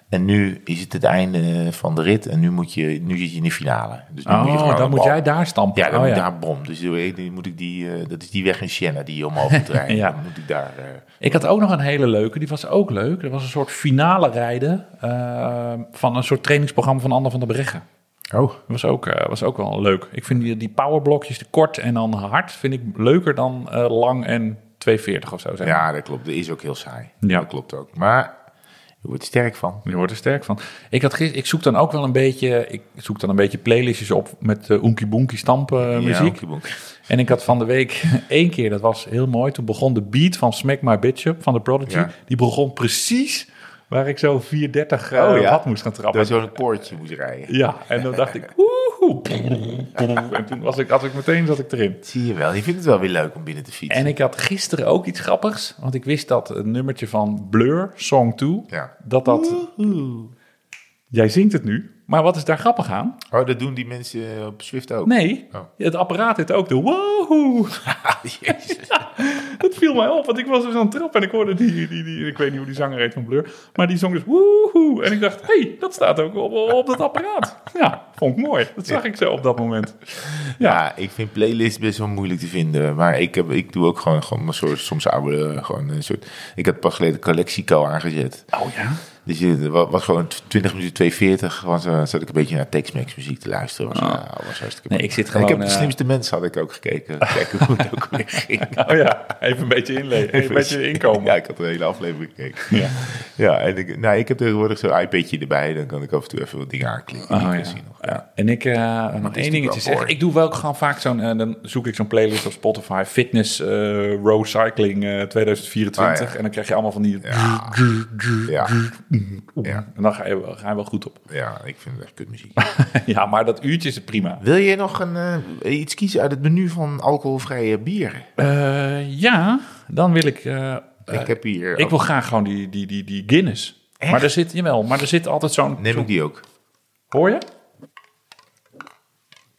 Speaker 2: en nu is het het einde van de rit en nu, moet je, nu zit je in de finale. Dus nu moet je gewoon
Speaker 1: Oh,
Speaker 2: aan de
Speaker 1: dan moet
Speaker 2: bal.
Speaker 1: jij daar stampen.
Speaker 2: Ja, dan
Speaker 1: oh,
Speaker 2: moet daar bom. Dus doe ik- dan moet ik die, eh, dat is die weg in Siena die je omhoog moet rijden.
Speaker 1: Ja.
Speaker 2: Dan moet ik daar... eh,
Speaker 1: Ik had ook nog een hele leuke, die was ook leuk. Dat was een soort finale rijden eh, van een soort trainingsprogramma van Ander van der Breggen.
Speaker 2: Oh.
Speaker 1: Dat was ook, eh, was ook wel leuk. Ik vind die, die powerblokjes, de kort en dan hard, vind ik leuker dan eh, lang en 240 of zo. Zeg maar.
Speaker 2: Ja, dat klopt. Dat is ook heel saai.
Speaker 1: Ja.
Speaker 2: Dat klopt ook. Maar je wordt er sterk van.
Speaker 1: Je wordt er sterk van. Ik, had gis- ik zoek dan ook wel een beetje, ik zoek dan een beetje playlistjes op met eh Oenkie Boenkie stampen eh,
Speaker 2: Ja,
Speaker 1: muziek.
Speaker 2: oké, boek.
Speaker 1: En ik had van de week één keer, dat was heel mooi, toen begon de beat van Smack My Bitch Up van The Prodigy.
Speaker 2: Ja.
Speaker 1: Die begon precies waar ik zo 430 eh
Speaker 2: Oh, ja.
Speaker 1: wat moest gaan
Speaker 2: Dat je
Speaker 1: trappen.
Speaker 2: zo'n poortje moet rijden.
Speaker 1: Ja, en dan dacht ik, oeh. En toen was ik, had ik meteen zat ik erin.
Speaker 2: Zie je wel. Je vindt het wel weer leuk om binnen te fietsen.
Speaker 1: En ik had gisteren ook iets grappigs. Want ik wist dat het nummertje van Blur, Song 2,
Speaker 2: Ja.
Speaker 1: dat dat... Jij zingt het nu, maar wat is daar grappig aan?
Speaker 2: Oh, dat doen die mensen op Swift ook?
Speaker 1: Nee,
Speaker 2: Oh.
Speaker 1: het apparaat heeft ook de woehoe.
Speaker 2: Ah, Jezus.
Speaker 1: Dat viel mij op, want ik was dus aan het trappen en ik hoorde die, die, die... Ik weet niet hoe die zanger heet van Blur, maar die zong dus woehoe. En ik dacht, hé, hey, dat staat ook op, op dat apparaat. Ja, vond ik mooi. Dat zag ik zo op dat moment.
Speaker 2: Ja, ik vind playlists best wel moeilijk te vinden. Maar ik, heb, ik doe ook gewoon, gewoon een soort, soms oude, eh, gewoon een soort... Ik had pas geleden Calexico aangezet.
Speaker 1: Oh ja?
Speaker 2: Dus je wa- was gewoon t- 20 minuten 240. Was, eh, zat ik een beetje naar Tex-Mex muziek te luisteren. Was, eh, was hartstikke
Speaker 1: Oh. Nee,
Speaker 2: mooi.
Speaker 1: ik zit
Speaker 2: En
Speaker 1: gewoon,
Speaker 2: Ik heb de
Speaker 1: eh,
Speaker 2: slimste mensen had ik ook gekeken. Kijken hoe het ook weer ging. Dus,
Speaker 1: Oh ja, even een beetje inleven, even een beetje inkomen.
Speaker 2: Ja, ik had een hele aflevering gekeken. Ja, ja en ik, nou, ik heb tegenwoordig zo'n iPadje erbij. Dan kan ik af en toe even wat dingen aanklikken. die
Speaker 1: Oh,
Speaker 2: ik
Speaker 1: ja.
Speaker 2: wil zien nog. Ja.
Speaker 1: En ik eh nog
Speaker 2: het is
Speaker 1: één
Speaker 2: natuurlijk
Speaker 1: dingetje
Speaker 2: wel
Speaker 1: zeggen.
Speaker 2: boring.
Speaker 1: Ik doe wel gewoon vaak zo'n... eh, dan zoek ik zo'n playlist op Spotify. Fitness eh Row Cycling eh, 2024.
Speaker 2: Ah, ja.
Speaker 1: En dan krijg je allemaal van die...
Speaker 2: Ja. Ja.
Speaker 1: En dan ga je, wel- ga je wel goed op.
Speaker 2: ja, ik vind het echt kutmuziek.
Speaker 1: ja, maar dat uurtje is prima.
Speaker 2: Wil je nog een, eh, iets kiezen uit het menu van alcoholvrije bieren?
Speaker 1: Eh, ja, dan wil ik... eh, eh,
Speaker 2: ik heb hier...
Speaker 1: ik wil graag gewoon die, die, die, die Guinness.
Speaker 2: Echt?
Speaker 1: Maar er zit, jawel, maar er zit altijd zo'n...
Speaker 2: Oh, Neem
Speaker 1: zo'n-
Speaker 2: ik die ook.
Speaker 1: Hoor je?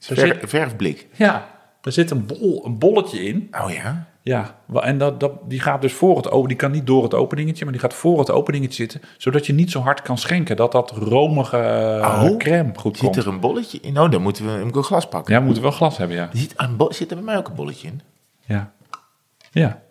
Speaker 1: Er
Speaker 2: Ver-
Speaker 1: zit-
Speaker 2: verfblik.
Speaker 1: Ja, er zit een, bol, een bolletje in.
Speaker 2: Oh ja?
Speaker 1: Ja, wa- en dat, dat, die gaat dus voor het open, die kan niet door het openingetje, maar die gaat voor het openingetje zitten, zodat je niet zo hard kan schenken. Dat dat romige eh,
Speaker 2: Oh,
Speaker 1: crème goed
Speaker 2: Zit
Speaker 1: komt.
Speaker 2: er een bolletje in? Nou, dan moeten we moet ik een glas pakken.
Speaker 1: Ja, we moeten wel glas hebben, ja.
Speaker 2: Er Zit, een bo- zit er bij mij ook een bolletje in?
Speaker 1: Ja. ja.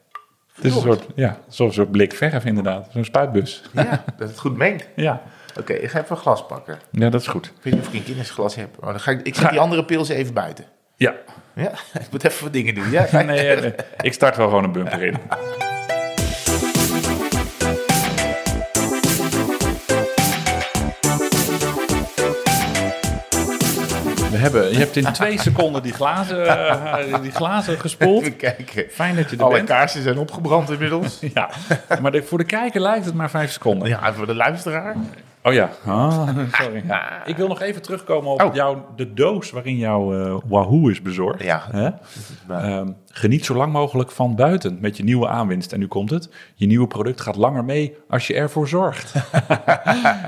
Speaker 1: Het is een soort, ja, zo'n soort blik verf inderdaad, zo'n spuitbus.
Speaker 2: Ja, dat het goed mengt.
Speaker 1: Ja.
Speaker 2: Oké, ik ga even een glas pakken.
Speaker 1: ja, dat is goed.
Speaker 2: Ik weet niet of ik een kindersglas heb. Maar dan ga ik, ik zet die andere pils even buiten.
Speaker 1: Ja,
Speaker 2: Ja, ik moet even wat dingen doen. Ja,
Speaker 1: nee, eh, nee. ik start wel gewoon een bumper in. We hebben, je hebt in twee seconden die glazen, eh, die glazen gespoeld.
Speaker 2: even kijken.
Speaker 1: Fijn dat je er
Speaker 2: Alle
Speaker 1: bent.
Speaker 2: kaarsen zijn opgebrand inmiddels.
Speaker 1: Ja, maar de- voor de kijker lijkt het maar vijf seconden.
Speaker 2: Ja, en voor de luisteraar.
Speaker 1: Oh ja, Ah, sorry. Ja. Ik wil nog even terugkomen op
Speaker 2: Oh.
Speaker 1: jouw, de doos waarin jouw eh, Wahoo is bezorgd.
Speaker 2: Ja.
Speaker 1: Hè? Ehm, geniet zo lang mogelijk van buiten met je nieuwe aanwinst. En nu komt het. Je nieuwe product gaat langer mee als je ervoor zorgt.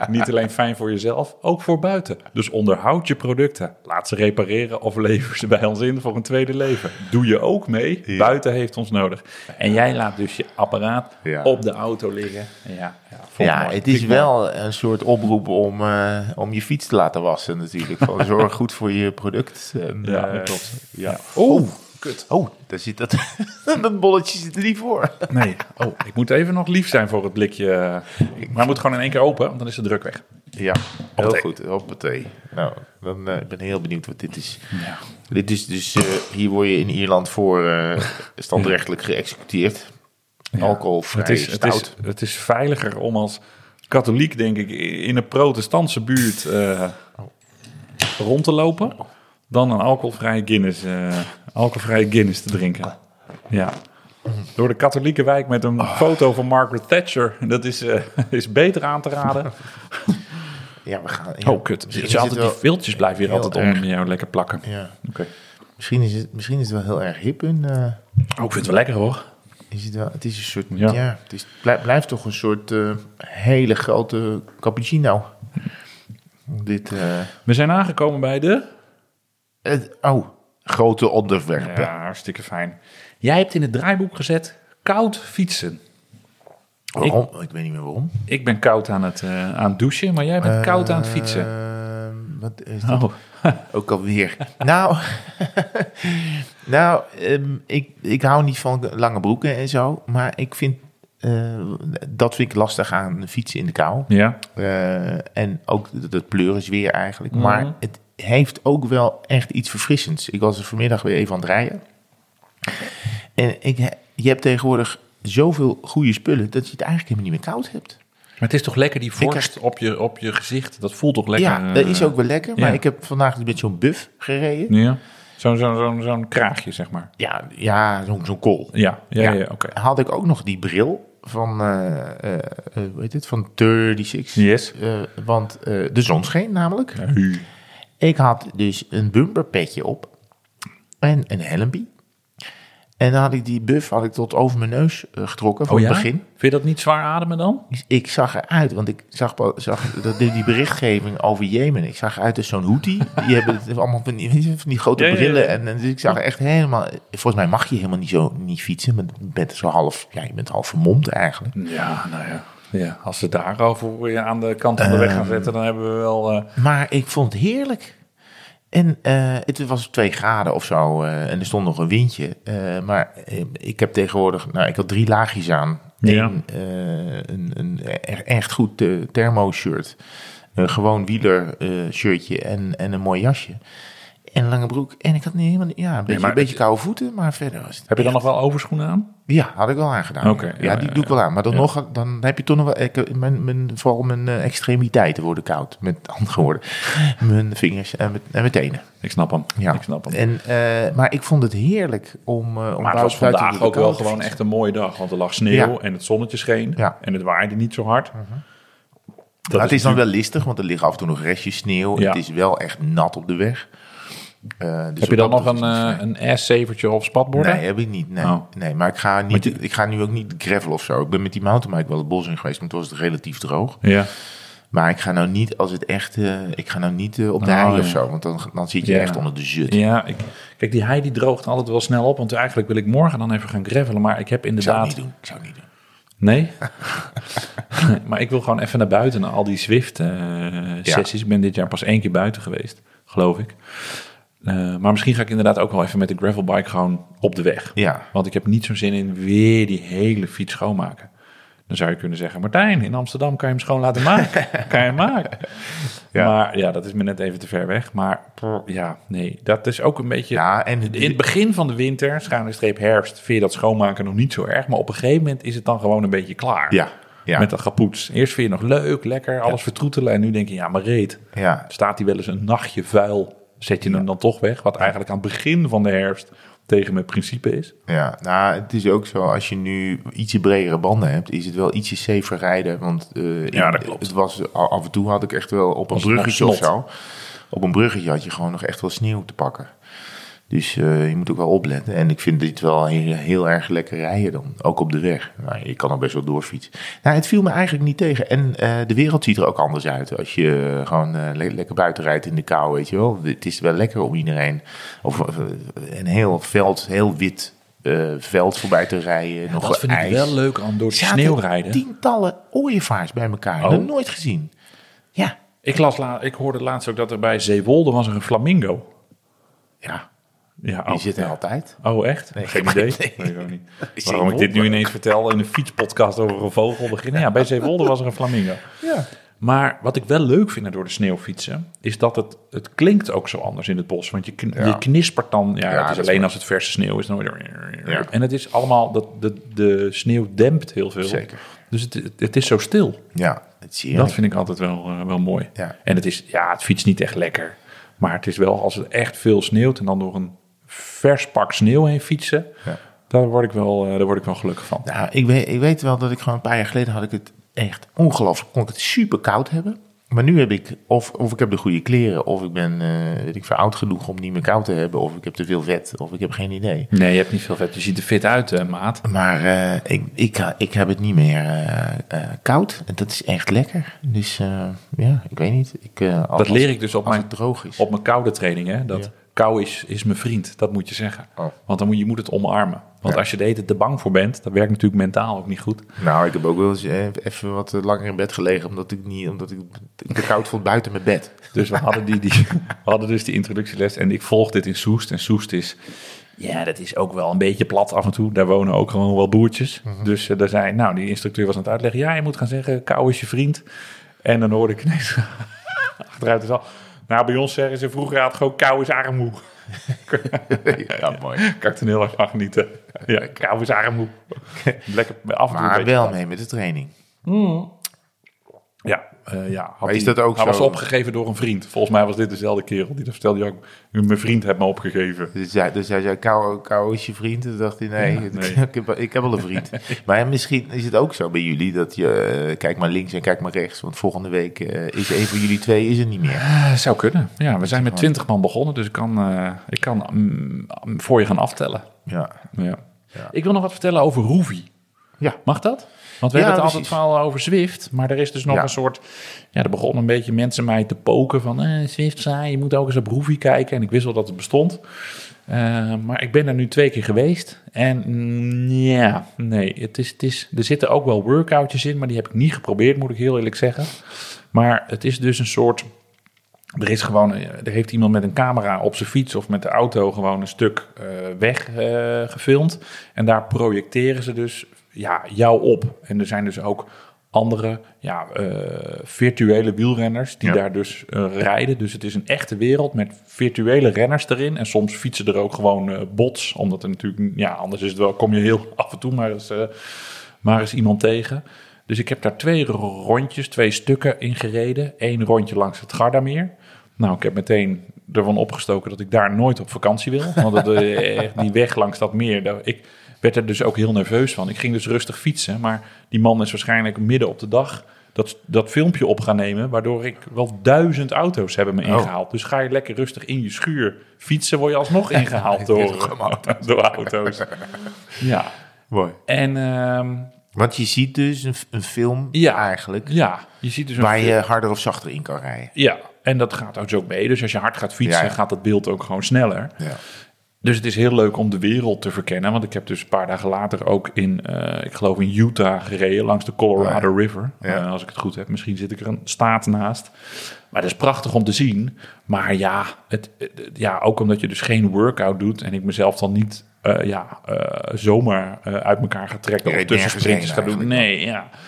Speaker 1: Niet alleen fijn voor jezelf, ook voor buiten. Dus onderhoud je producten. Laat ze repareren of lever ze bij ons in voor een tweede leven. Doe je ook mee. Buiten heeft ons nodig. En jij laat dus je apparaat
Speaker 2: Ja.
Speaker 1: op de auto liggen. Ja, ja, vond ik
Speaker 2: Ja,
Speaker 1: mooi.
Speaker 2: het is
Speaker 1: Vind ik mooi.
Speaker 2: wel een soort oproep om, eh, om je fiets te laten wassen natuurlijk. Van, zorg goed voor je product. En,
Speaker 1: Ja,
Speaker 2: eh,
Speaker 1: dat klopt.
Speaker 2: Ja.
Speaker 1: Oh, kut.
Speaker 2: Oh, daar zit dat, dat bolletje zit er niet voor.
Speaker 1: Nee. Oh, ik moet even nog lief zijn voor het blikje. Maar het moet gewoon in één keer open, want dan is de druk weg.
Speaker 2: Ja, heel
Speaker 1: Hoppatee.
Speaker 2: goed. Hoppatee. Nou, dan, eh, ik ben heel benieuwd wat dit is. Dit is dus, eh, hier word je in Ierland voor eh, standrechtelijk geëxecuteerd. Alcoholvrij
Speaker 1: Het is, het,
Speaker 2: stout.
Speaker 1: is, het is veiliger om als katholiek, denk ik, in een protestantse buurt eh,
Speaker 2: Oh.
Speaker 1: rond te lopen. Dan een alcoholvrije Guinness, eh, alcoholvrije Guinness te
Speaker 2: Oh.
Speaker 1: drinken. Ja. Door de katholieke wijk met
Speaker 2: Oh.
Speaker 1: een foto van Margaret Thatcher. Dat is, eh, is beter aan te raden.
Speaker 2: Ja, we gaan... ja.
Speaker 1: Oh, kut.
Speaker 2: Misschien
Speaker 1: Je
Speaker 2: is het
Speaker 1: altijd die
Speaker 2: Dus wel-
Speaker 1: viltjes blijven hier
Speaker 2: heel
Speaker 1: altijd onder jou lekker plakken.
Speaker 2: Ja.
Speaker 1: Oké.
Speaker 2: Misschien, is het, misschien is het wel heel erg hip en... eh,
Speaker 1: Oh, ik vind het wel lekker hoor.
Speaker 2: Is het, wel, het is een soort,
Speaker 1: Ja.
Speaker 2: ja, het is, blij- blijft toch een soort eh, hele grote cappuccino. Dit, eh,
Speaker 1: We zijn aangekomen bij de...
Speaker 2: het, oh, grote onderwerpen.
Speaker 1: Ja, hartstikke fijn. Jij hebt in het draaiboek gezet koud fietsen.
Speaker 2: Waarom? Ik, weet niet meer waarom.
Speaker 1: Ik ben koud aan het, eh, aan het douchen, maar jij bent koud aan het fietsen.
Speaker 2: Eh, wat is dat
Speaker 1: Oh,
Speaker 2: ook alweer? nou, nou ehm, ik, ik hou niet van lange broeken en zo, maar ik vind, eh, dat vind ik lastig aan fietsen in de kou.
Speaker 1: ja.
Speaker 2: Eh, en ook dat- dat pleuris weer eigenlijk.
Speaker 1: Mhm.
Speaker 2: Maar het heeft ook wel echt iets verfrissends. Ik was er vanmiddag weer even aan het rijden. En ik, he- je hebt tegenwoordig zoveel goede spullen dat je het eigenlijk helemaal niet meer koud hebt.
Speaker 1: Maar het is toch lekker die
Speaker 2: krijg-
Speaker 1: vorst op je, op je gezicht. Dat voelt toch lekker? eh,
Speaker 2: ja, dat is ook wel lekker. Maar
Speaker 1: ja.
Speaker 2: ik heb vandaag dus met zo'n buff gereden.
Speaker 1: eh, Ja. Zo'n zo, zo, zo'n kraagje, zeg maar.
Speaker 2: Ja, ja zo'n zo'n kool.
Speaker 1: Ja, ja, ja.
Speaker 2: Ja.
Speaker 1: oké.
Speaker 2: Haalde ik ook nog die bril van, eh eh eh, hoe heet het, van 36.
Speaker 1: Yes.
Speaker 2: Eh, want eh, de zon scheen namelijk.
Speaker 1: Hu.
Speaker 2: Ik had dus een bumperpetje op en een helmpje. En dan had ik die buff had ik tot over mijn neus eh, getrokken van
Speaker 1: Oh ja?
Speaker 2: het begin. Dus
Speaker 1: Vind je dat niet zwaar ademen dan?
Speaker 2: Ik zag eruit, want ik zag, pas- zag dat, die berichtgeving over Jemen. Ik zag eruit als zo'n Houthi. Die hebben het allemaal van die, van die grote
Speaker 1: Ja, ja, ja.
Speaker 2: brillen. En, en dus ik zag er echt helemaal... Volgens mij mag je helemaal niet zo niet fietsen. Maar je bent zo half... Ja, je bent half vermomd eigenlijk.
Speaker 1: Ja, nou ja. ja. Als ze daar al voor je aan de kant van de weg gaan zetten, dan hebben we wel... eh,
Speaker 2: Maar ik vond het heerlijk. En eh, het was twee graden of zo. eh, en er stond nog een windje. Eh, maar eh, ik heb tegenwoordig... Nou, ik had drie laagjes aan.
Speaker 1: Ja.
Speaker 2: Eén, eh, een, een e- echt goed eh, thermo-shirt. Een gewoon wieler-shirtje en, en een mooi jasje. En een lange broek. En ik had niet helemaal... Ja, een beetje,
Speaker 1: maar
Speaker 2: een beetje koude voeten, maar verder was het...
Speaker 1: Heb je dan nog wel overschoenen aan?
Speaker 2: Ja, had ik wel aangedaan.
Speaker 1: Oké,
Speaker 2: ja,
Speaker 1: ja,
Speaker 2: die
Speaker 1: ja,
Speaker 2: doe ik
Speaker 1: ja.
Speaker 2: wel aan. Maar dan
Speaker 1: Ja.
Speaker 2: nog, dan heb je toch nog wel... Ik, eh, mijn, mijn, vooral mijn eh, extremiteiten worden koud. Met andere woorden. Mijn vingers en mijn, en mijn tenen.
Speaker 1: Ik snap hem.
Speaker 2: Ja.
Speaker 1: Ik snap hem.
Speaker 2: En, eh, maar ik vond het heerlijk om... eh, om
Speaker 1: maar het was
Speaker 2: buiten- buiten
Speaker 1: vandaag
Speaker 2: de
Speaker 1: ook wel
Speaker 2: kou te
Speaker 1: gewoon
Speaker 2: fietsen.
Speaker 1: echt een mooie dag. Want er lag sneeuw
Speaker 2: Ja.
Speaker 1: en het zonnetje scheen.
Speaker 2: Ja.
Speaker 1: En het waaide niet zo hard. Dat
Speaker 2: Maar het is dan wel listig, want er liggen af en toe nog restjes sneeuw.
Speaker 1: Ja.
Speaker 2: Het is wel echt nat op de weg. Eh, dus
Speaker 1: Heb je dan nog
Speaker 2: wat dat
Speaker 1: een,
Speaker 2: betreft is
Speaker 1: eh
Speaker 2: het
Speaker 1: een S-zevertje of spatborden?
Speaker 2: Nee, heb ik niet. Nee,
Speaker 1: Oh.
Speaker 2: nee maar ik ga,
Speaker 1: Maar
Speaker 2: niet,
Speaker 1: die-
Speaker 2: ik ga nu ook niet gravel of zo. Ik ben met die mountainbike wel het bos in geweest, want toen was het relatief droog.
Speaker 1: Ja.
Speaker 2: Maar ik ga nou niet, als het echt, eh, ik ga nou niet eh, op de
Speaker 1: Oh,
Speaker 2: hei
Speaker 1: ja.
Speaker 2: of zo, want dan, dan zit je
Speaker 1: Ja.
Speaker 2: echt onder de zut.
Speaker 1: Ja, ik, kijk, die hei die droogt altijd wel snel op. Want eigenlijk wil ik morgen dan even gaan gravelen. Maar ik heb
Speaker 2: Ik zou
Speaker 1: inderdaad...
Speaker 2: het niet doen. Ik zou het niet doen.
Speaker 1: Nee? maar ik wil gewoon even naar buiten, naar al die Zwift-sessies. Ik ben dit jaar pas één keer buiten geweest, geloof ik. Eh, maar misschien ga ik inderdaad ook wel even met de gravelbike gewoon op de weg.
Speaker 2: Ja.
Speaker 1: Want ik heb niet zo'n zin in weer die hele fiets schoonmaken. Dan zou je kunnen zeggen, Martijn, in Amsterdam kan je hem schoon laten maken. kan je hem maken.
Speaker 2: Ja.
Speaker 1: Maar ja, dat is me net even te ver weg. Maar ja, nee, dat is ook een beetje...
Speaker 2: Ja, en het-
Speaker 1: In het begin van de winter, schuine streep herfst, vind je dat schoonmaken nog niet zo erg. Maar op een gegeven moment is het dan gewoon een beetje klaar.
Speaker 2: Ja, ja.
Speaker 1: Met dat gepoets. Eerst vind je nog leuk, lekker, alles vertroetelen. En nu denk je, ja, maar reet.
Speaker 2: ja,
Speaker 1: Staat hij wel eens een nachtje vuil, zet je hem dan toch weg. Wat eigenlijk aan het begin van de herfst tegen mijn principe is.
Speaker 2: Ja, nou, het is ook zo, als je nu ietsje bredere banden hebt, is het wel ietsje safer rijden. Want eh, ik-
Speaker 1: Ja, dat klopt.
Speaker 2: het was, a- af en toe had ik echt wel op een
Speaker 1: Was het nog
Speaker 2: bruggetje of
Speaker 1: snot?
Speaker 2: zo. Op een bruggetje had je gewoon nog echt wel sneeuw te pakken. Dus eh, je moet ook wel opletten. En ik vind dit wel heel, heel erg lekker rijden dan. Ook op de weg. Nou, je kan ook best wel doorfietsen. Nou, het viel me eigenlijk niet tegen. En eh, de wereld ziet er ook anders uit. Als je eh, gewoon eh, le- lekker buiten rijdt in de kou, weet je wel. Het is wel lekker om iedereen... Of eh, een heel veld, heel wit eh, veld voorbij te rijden. nog
Speaker 1: dat vind
Speaker 2: ijs.
Speaker 1: ik wel leuk aan door de
Speaker 2: Zaten
Speaker 1: sneeuw rijden.
Speaker 2: tientallen ooievaars bij elkaar.
Speaker 1: Oh.
Speaker 2: Nog nooit gezien. Ja.
Speaker 1: Ik, las la- ik hoorde laatst ook dat er bij Zeewolde was er een flamingo.
Speaker 2: Ja,
Speaker 1: Ja,
Speaker 2: die
Speaker 1: oh,
Speaker 2: zit er
Speaker 1: ja.
Speaker 2: altijd.
Speaker 1: Oh, echt?
Speaker 2: Nee,
Speaker 1: Geen
Speaker 2: maar-
Speaker 1: idee.
Speaker 2: nee.
Speaker 1: Weet ik ook niet. Waarom ik
Speaker 2: Zeewolde.
Speaker 1: dit nu ineens vertel in een fietspodcast over een vogel beginnen. Ja, bij Zeewolde was er een flamingo.
Speaker 2: Ja.
Speaker 1: Maar wat ik wel leuk vind aan door de sneeuw fietsen, is dat het, het klinkt ook zo anders in het bos. Want je, kn-
Speaker 2: Ja.
Speaker 1: je knispert dan, ja,
Speaker 2: Ja,
Speaker 1: het is
Speaker 2: dat is
Speaker 1: alleen
Speaker 2: waar.
Speaker 1: als het verse sneeuw is. Dan hoor je-
Speaker 2: Ja.
Speaker 1: En het is allemaal, dat, de, de sneeuw dempt heel veel.
Speaker 2: Zeker.
Speaker 1: Dus het, het, het is zo stil.
Speaker 2: Ja, het zie je.
Speaker 1: Dat vind ik altijd wel, eh, wel mooi.
Speaker 2: Ja.
Speaker 1: En het is, ja, het fietst niet echt lekker. Maar het is wel, als het echt veel sneeuwt en dan door een vers pak sneeuw heen fietsen,
Speaker 2: Ja.
Speaker 1: daar, word ik wel, eh, daar word ik wel gelukkig van.
Speaker 2: Nou, ik weet, ik weet wel dat ik gewoon een paar jaar geleden had ik het echt ongelooflijk. Kon ik het super koud hebben. Maar nu heb ik, of, of ik heb de goede kleren, of ik ben, eh, weet ik veel, oud genoeg om niet meer koud te hebben. Of ik heb te veel vet, of ik heb geen idee.
Speaker 1: Nee, je hebt niet veel vet. Je ziet er fit uit, eh, maat.
Speaker 2: Maar eh, ik, ik, ik heb het niet meer eh, eh, koud. En dat is echt lekker. Dus eh, ja, ik weet niet. Ik, eh, als-
Speaker 1: Dat leer ik dus op
Speaker 2: als
Speaker 1: mijn-
Speaker 2: het droog is.
Speaker 1: Op mijn koude training, hè. Dat
Speaker 2: Ja.
Speaker 1: kou is, is mijn vriend. Dat moet je zeggen.
Speaker 2: Oh.
Speaker 1: Want dan moet je moet het omarmen. Want
Speaker 2: Ja.
Speaker 1: als je de hele tijd te bang voor bent, dat werkt natuurlijk mentaal ook niet goed.
Speaker 2: Nou, ik heb ook wel eens eh, even wat eh, langer in bed gelegen. Omdat ik niet, omdat ik te koud vond buiten mijn bed.
Speaker 1: Dus we hadden, die, die, we hadden dus die introductieles en ik volg dit in Soest. En Soest is, ja, dat is ook wel een beetje plat af en toe. Daar wonen ook gewoon wel boertjes.
Speaker 2: Mhm.
Speaker 1: Dus eh, daar zei, nou, die instructeur was aan het uitleggen. Ja, je moet gaan zeggen, kou is je vriend. En dan hoorde ik ineens achteruit de al. Nou, bij ons zeggen ze vroeger had gewoon kou is armoe.
Speaker 2: ja, mooi.
Speaker 1: Kan ik er heel erg van genieten. Ja, kou is armoe. Lekker af en toe. een
Speaker 2: Maar
Speaker 1: beetje
Speaker 2: wel
Speaker 1: plat.
Speaker 2: mee met de training.
Speaker 1: Ja, eh, ja. Had
Speaker 2: Maar is
Speaker 1: hij-
Speaker 2: dat ook
Speaker 1: hij
Speaker 2: zo?
Speaker 1: was opgegeven door een vriend. Volgens mij was dit dezelfde kerel. Die dat vertelde hij ook, mijn vriend heeft me opgegeven.
Speaker 2: Dus hij, dus hij zei, kou, kou is je vriend. En toen dacht hij, nee,
Speaker 1: Ja, nee.
Speaker 2: ik, heb, ik heb wel een vriend. maar misschien is het ook zo bij jullie dat je... eh, kijk maar links en kijk maar rechts. Want volgende week eh, is een van jullie twee is er niet meer.
Speaker 1: Eh, zou kunnen. Ja, we zijn met 20 man begonnen, dus ik kan, eh, ik kan mm, voor je gaan aftellen.
Speaker 2: Ja,
Speaker 1: Ja.
Speaker 2: Ja.
Speaker 1: Ik wil nog wat vertellen over Hoovy.
Speaker 2: Ja.
Speaker 1: Mag dat? Want we
Speaker 2: Ja,
Speaker 1: hebben het
Speaker 2: precies.
Speaker 1: altijd verhaal over Zwift, maar er is dus nog
Speaker 2: Ja.
Speaker 1: een soort... Ja, er begonnen een beetje mensen mij te poken van... eh Zwift, saai, je moet ook eens op Hoovy kijken. En ik wist al dat het bestond. Eh, maar ik ben er nu twee keer geweest. En mm, ja, nee, het is, het is, er zitten ook wel workoutjes in, maar die heb ik niet geprobeerd, moet ik heel eerlijk zeggen. Maar het is dus een soort... Er is gewoon, eh, er heeft iemand met een camera op zijn fiets of met de auto gewoon een stuk eh, weg eh, gefilmd. En daar projecteren ze dus ja, jou op. En er zijn dus ook andere ja, eh, virtuele wielrenners die
Speaker 2: Ja.
Speaker 1: daar dus eh, rijden. Dus het is een echte wereld met virtuele renners erin. En soms fietsen er ook gewoon eh, bots. Omdat er natuurlijk, ja, anders is het wel, kom je heel af en toe maar eens, eh, maar eens iemand tegen. Dus ik heb daar twee rondjes, twee stukken in gereden. Eén rondje langs het Gardameer. Nou, ik heb meteen ervan opgestoken dat ik daar nooit op vakantie wil. Want dat, eh, echt die weg langs dat meer, daar, ik werd er dus ook heel nerveus van. Ik ging dus rustig fietsen, maar die man is waarschijnlijk midden op de dag dat, dat filmpje op gaan nemen, waardoor ik wel duizend auto's hebben me ingehaald. Dus ga je lekker rustig in je schuur fietsen, word je alsnog ingehaald door, door auto's. Ja,
Speaker 2: Mooi.
Speaker 1: en ehm,
Speaker 2: Want je ziet dus een, een film
Speaker 1: Ja.
Speaker 2: eigenlijk
Speaker 1: ja, je ziet dus een
Speaker 2: waar je harder of zachter in kan rijden.
Speaker 1: Ja, en dat gaat dus ook mee. Dus als je hard gaat fietsen,
Speaker 2: Ja, ja.
Speaker 1: gaat dat beeld ook gewoon sneller.
Speaker 2: Ja.
Speaker 1: Dus het is heel leuk om de wereld te verkennen. Want ik heb dus een paar dagen later ook in, eh, ik geloof in Utah gereden, langs de Colorado River.
Speaker 2: Ah, Ja.
Speaker 1: Eh, als ik het goed heb, misschien zit ik er een staat naast. Maar dat is prachtig om te zien. Maar ja, het, het- het- ja ook omdat je dus geen workout doet en ik mezelf dan niet eh, ja, eh, zomaar eh, uit elkaar ga trekken
Speaker 2: Je
Speaker 1: of
Speaker 2: reed
Speaker 1: tussen
Speaker 2: nergens
Speaker 1: sprintjes
Speaker 2: heen
Speaker 1: ga doen.
Speaker 2: eigenlijk.
Speaker 1: Nee, ja. Eh,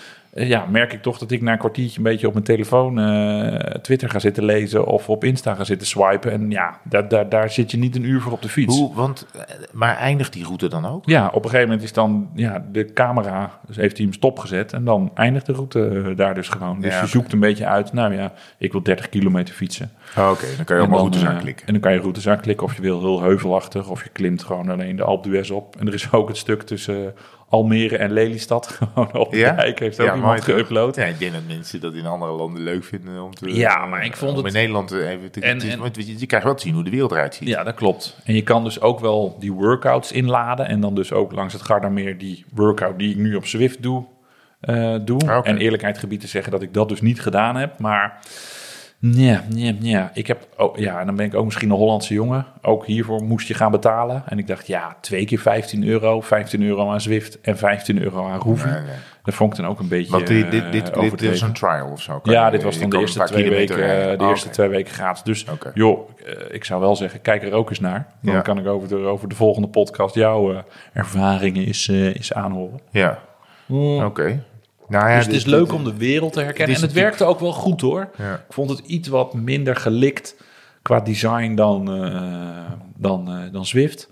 Speaker 1: Ja, merk ik toch dat ik na een kwartiertje een beetje op mijn telefoon eh, Twitter ga zitten lezen of op Insta ga zitten swipen. En ja, daar, daar, daar zit je niet een uur voor op de fiets.
Speaker 2: Hoe, want, eh, maar eindigt die route dan ook?
Speaker 1: Ja, op een gegeven moment is dan ja, de camera, dus heeft hij hem stopgezet en dan eindigt de route eh, daar dus gewoon. Dus
Speaker 2: Ja,
Speaker 1: je
Speaker 2: oké.
Speaker 1: zoekt een beetje uit, nou ja, ik wil 30 kilometer fietsen.
Speaker 2: Oh, Oké, dan kan je
Speaker 1: En
Speaker 2: allemaal
Speaker 1: dan,
Speaker 2: routes
Speaker 1: eh,
Speaker 2: aanklikken.
Speaker 1: En dan kan je routes aanklikken of je wil heel heuvelachtig of je klimt gewoon alleen de Alpe d'Huez op. En er is ook het stuk tussen eh, Almere en Lelystad, gewoon op de
Speaker 2: Ja?
Speaker 1: dijk, heeft ook
Speaker 2: Ja, mooi
Speaker 1: iemand
Speaker 2: toch?
Speaker 1: geüpload.
Speaker 2: Ja, ik denk dat mensen dat in andere landen leuk vinden om te...
Speaker 1: Ja, maar ik vond
Speaker 2: om
Speaker 1: het-
Speaker 2: In Nederland eh, even te...
Speaker 1: En-
Speaker 2: het is-
Speaker 1: en-
Speaker 2: want je, je krijgt wel te zien hoe de wereld eruit ziet.
Speaker 1: Ja, dat klopt. En je kan dus ook wel die workouts inladen. En dan dus ook langs het Gardameer die workout die ik nu op Zwift doe. eh, doen.
Speaker 2: Ah, oké.
Speaker 1: En eerlijkheid gebied te zeggen dat ik dat dus niet gedaan heb. Maar nee, nee, nee. Ik heb, oh, ja, en dan ben ik ook misschien een Hollandse jongen. Ook hiervoor moest je gaan betalen. En ik dacht, ja, twee keer 15 euro. 15 euro aan Zwift en 15 euro aan Roevi.
Speaker 2: Nee, nee.
Speaker 1: Dat vond ik dan ook een beetje
Speaker 2: Want dit, dit,
Speaker 1: eh,
Speaker 2: dit, dit,
Speaker 1: overdreven.
Speaker 2: is een trial of zo. Kan
Speaker 1: Ja,
Speaker 2: je-
Speaker 1: dit was
Speaker 2: je
Speaker 1: dan de
Speaker 2: kan
Speaker 1: eerste,
Speaker 2: een paar
Speaker 1: twee weken,
Speaker 2: kilometer rijden.
Speaker 1: eh, de
Speaker 2: Ah,
Speaker 1: eerste
Speaker 2: oké.
Speaker 1: twee weken gratis. Dus
Speaker 2: Oké.
Speaker 1: joh, eh, ik zou wel zeggen, kijk er ook eens naar. Dan
Speaker 2: Ja.
Speaker 1: kan ik over de, over de volgende podcast jouw eh, ervaringen eens, eh, eens aanhoren.
Speaker 2: Mm. Ja, oké. Nou ja,
Speaker 1: Dus het
Speaker 2: dit-
Speaker 1: is leuk
Speaker 2: dit-
Speaker 1: om de wereld te herkennen.
Speaker 2: is
Speaker 1: en het werkte ook wel goed hoor.
Speaker 2: Ja.
Speaker 1: Ik vond het iets wat minder gelikt qua design dan, eh, dan, eh, dan Zwift.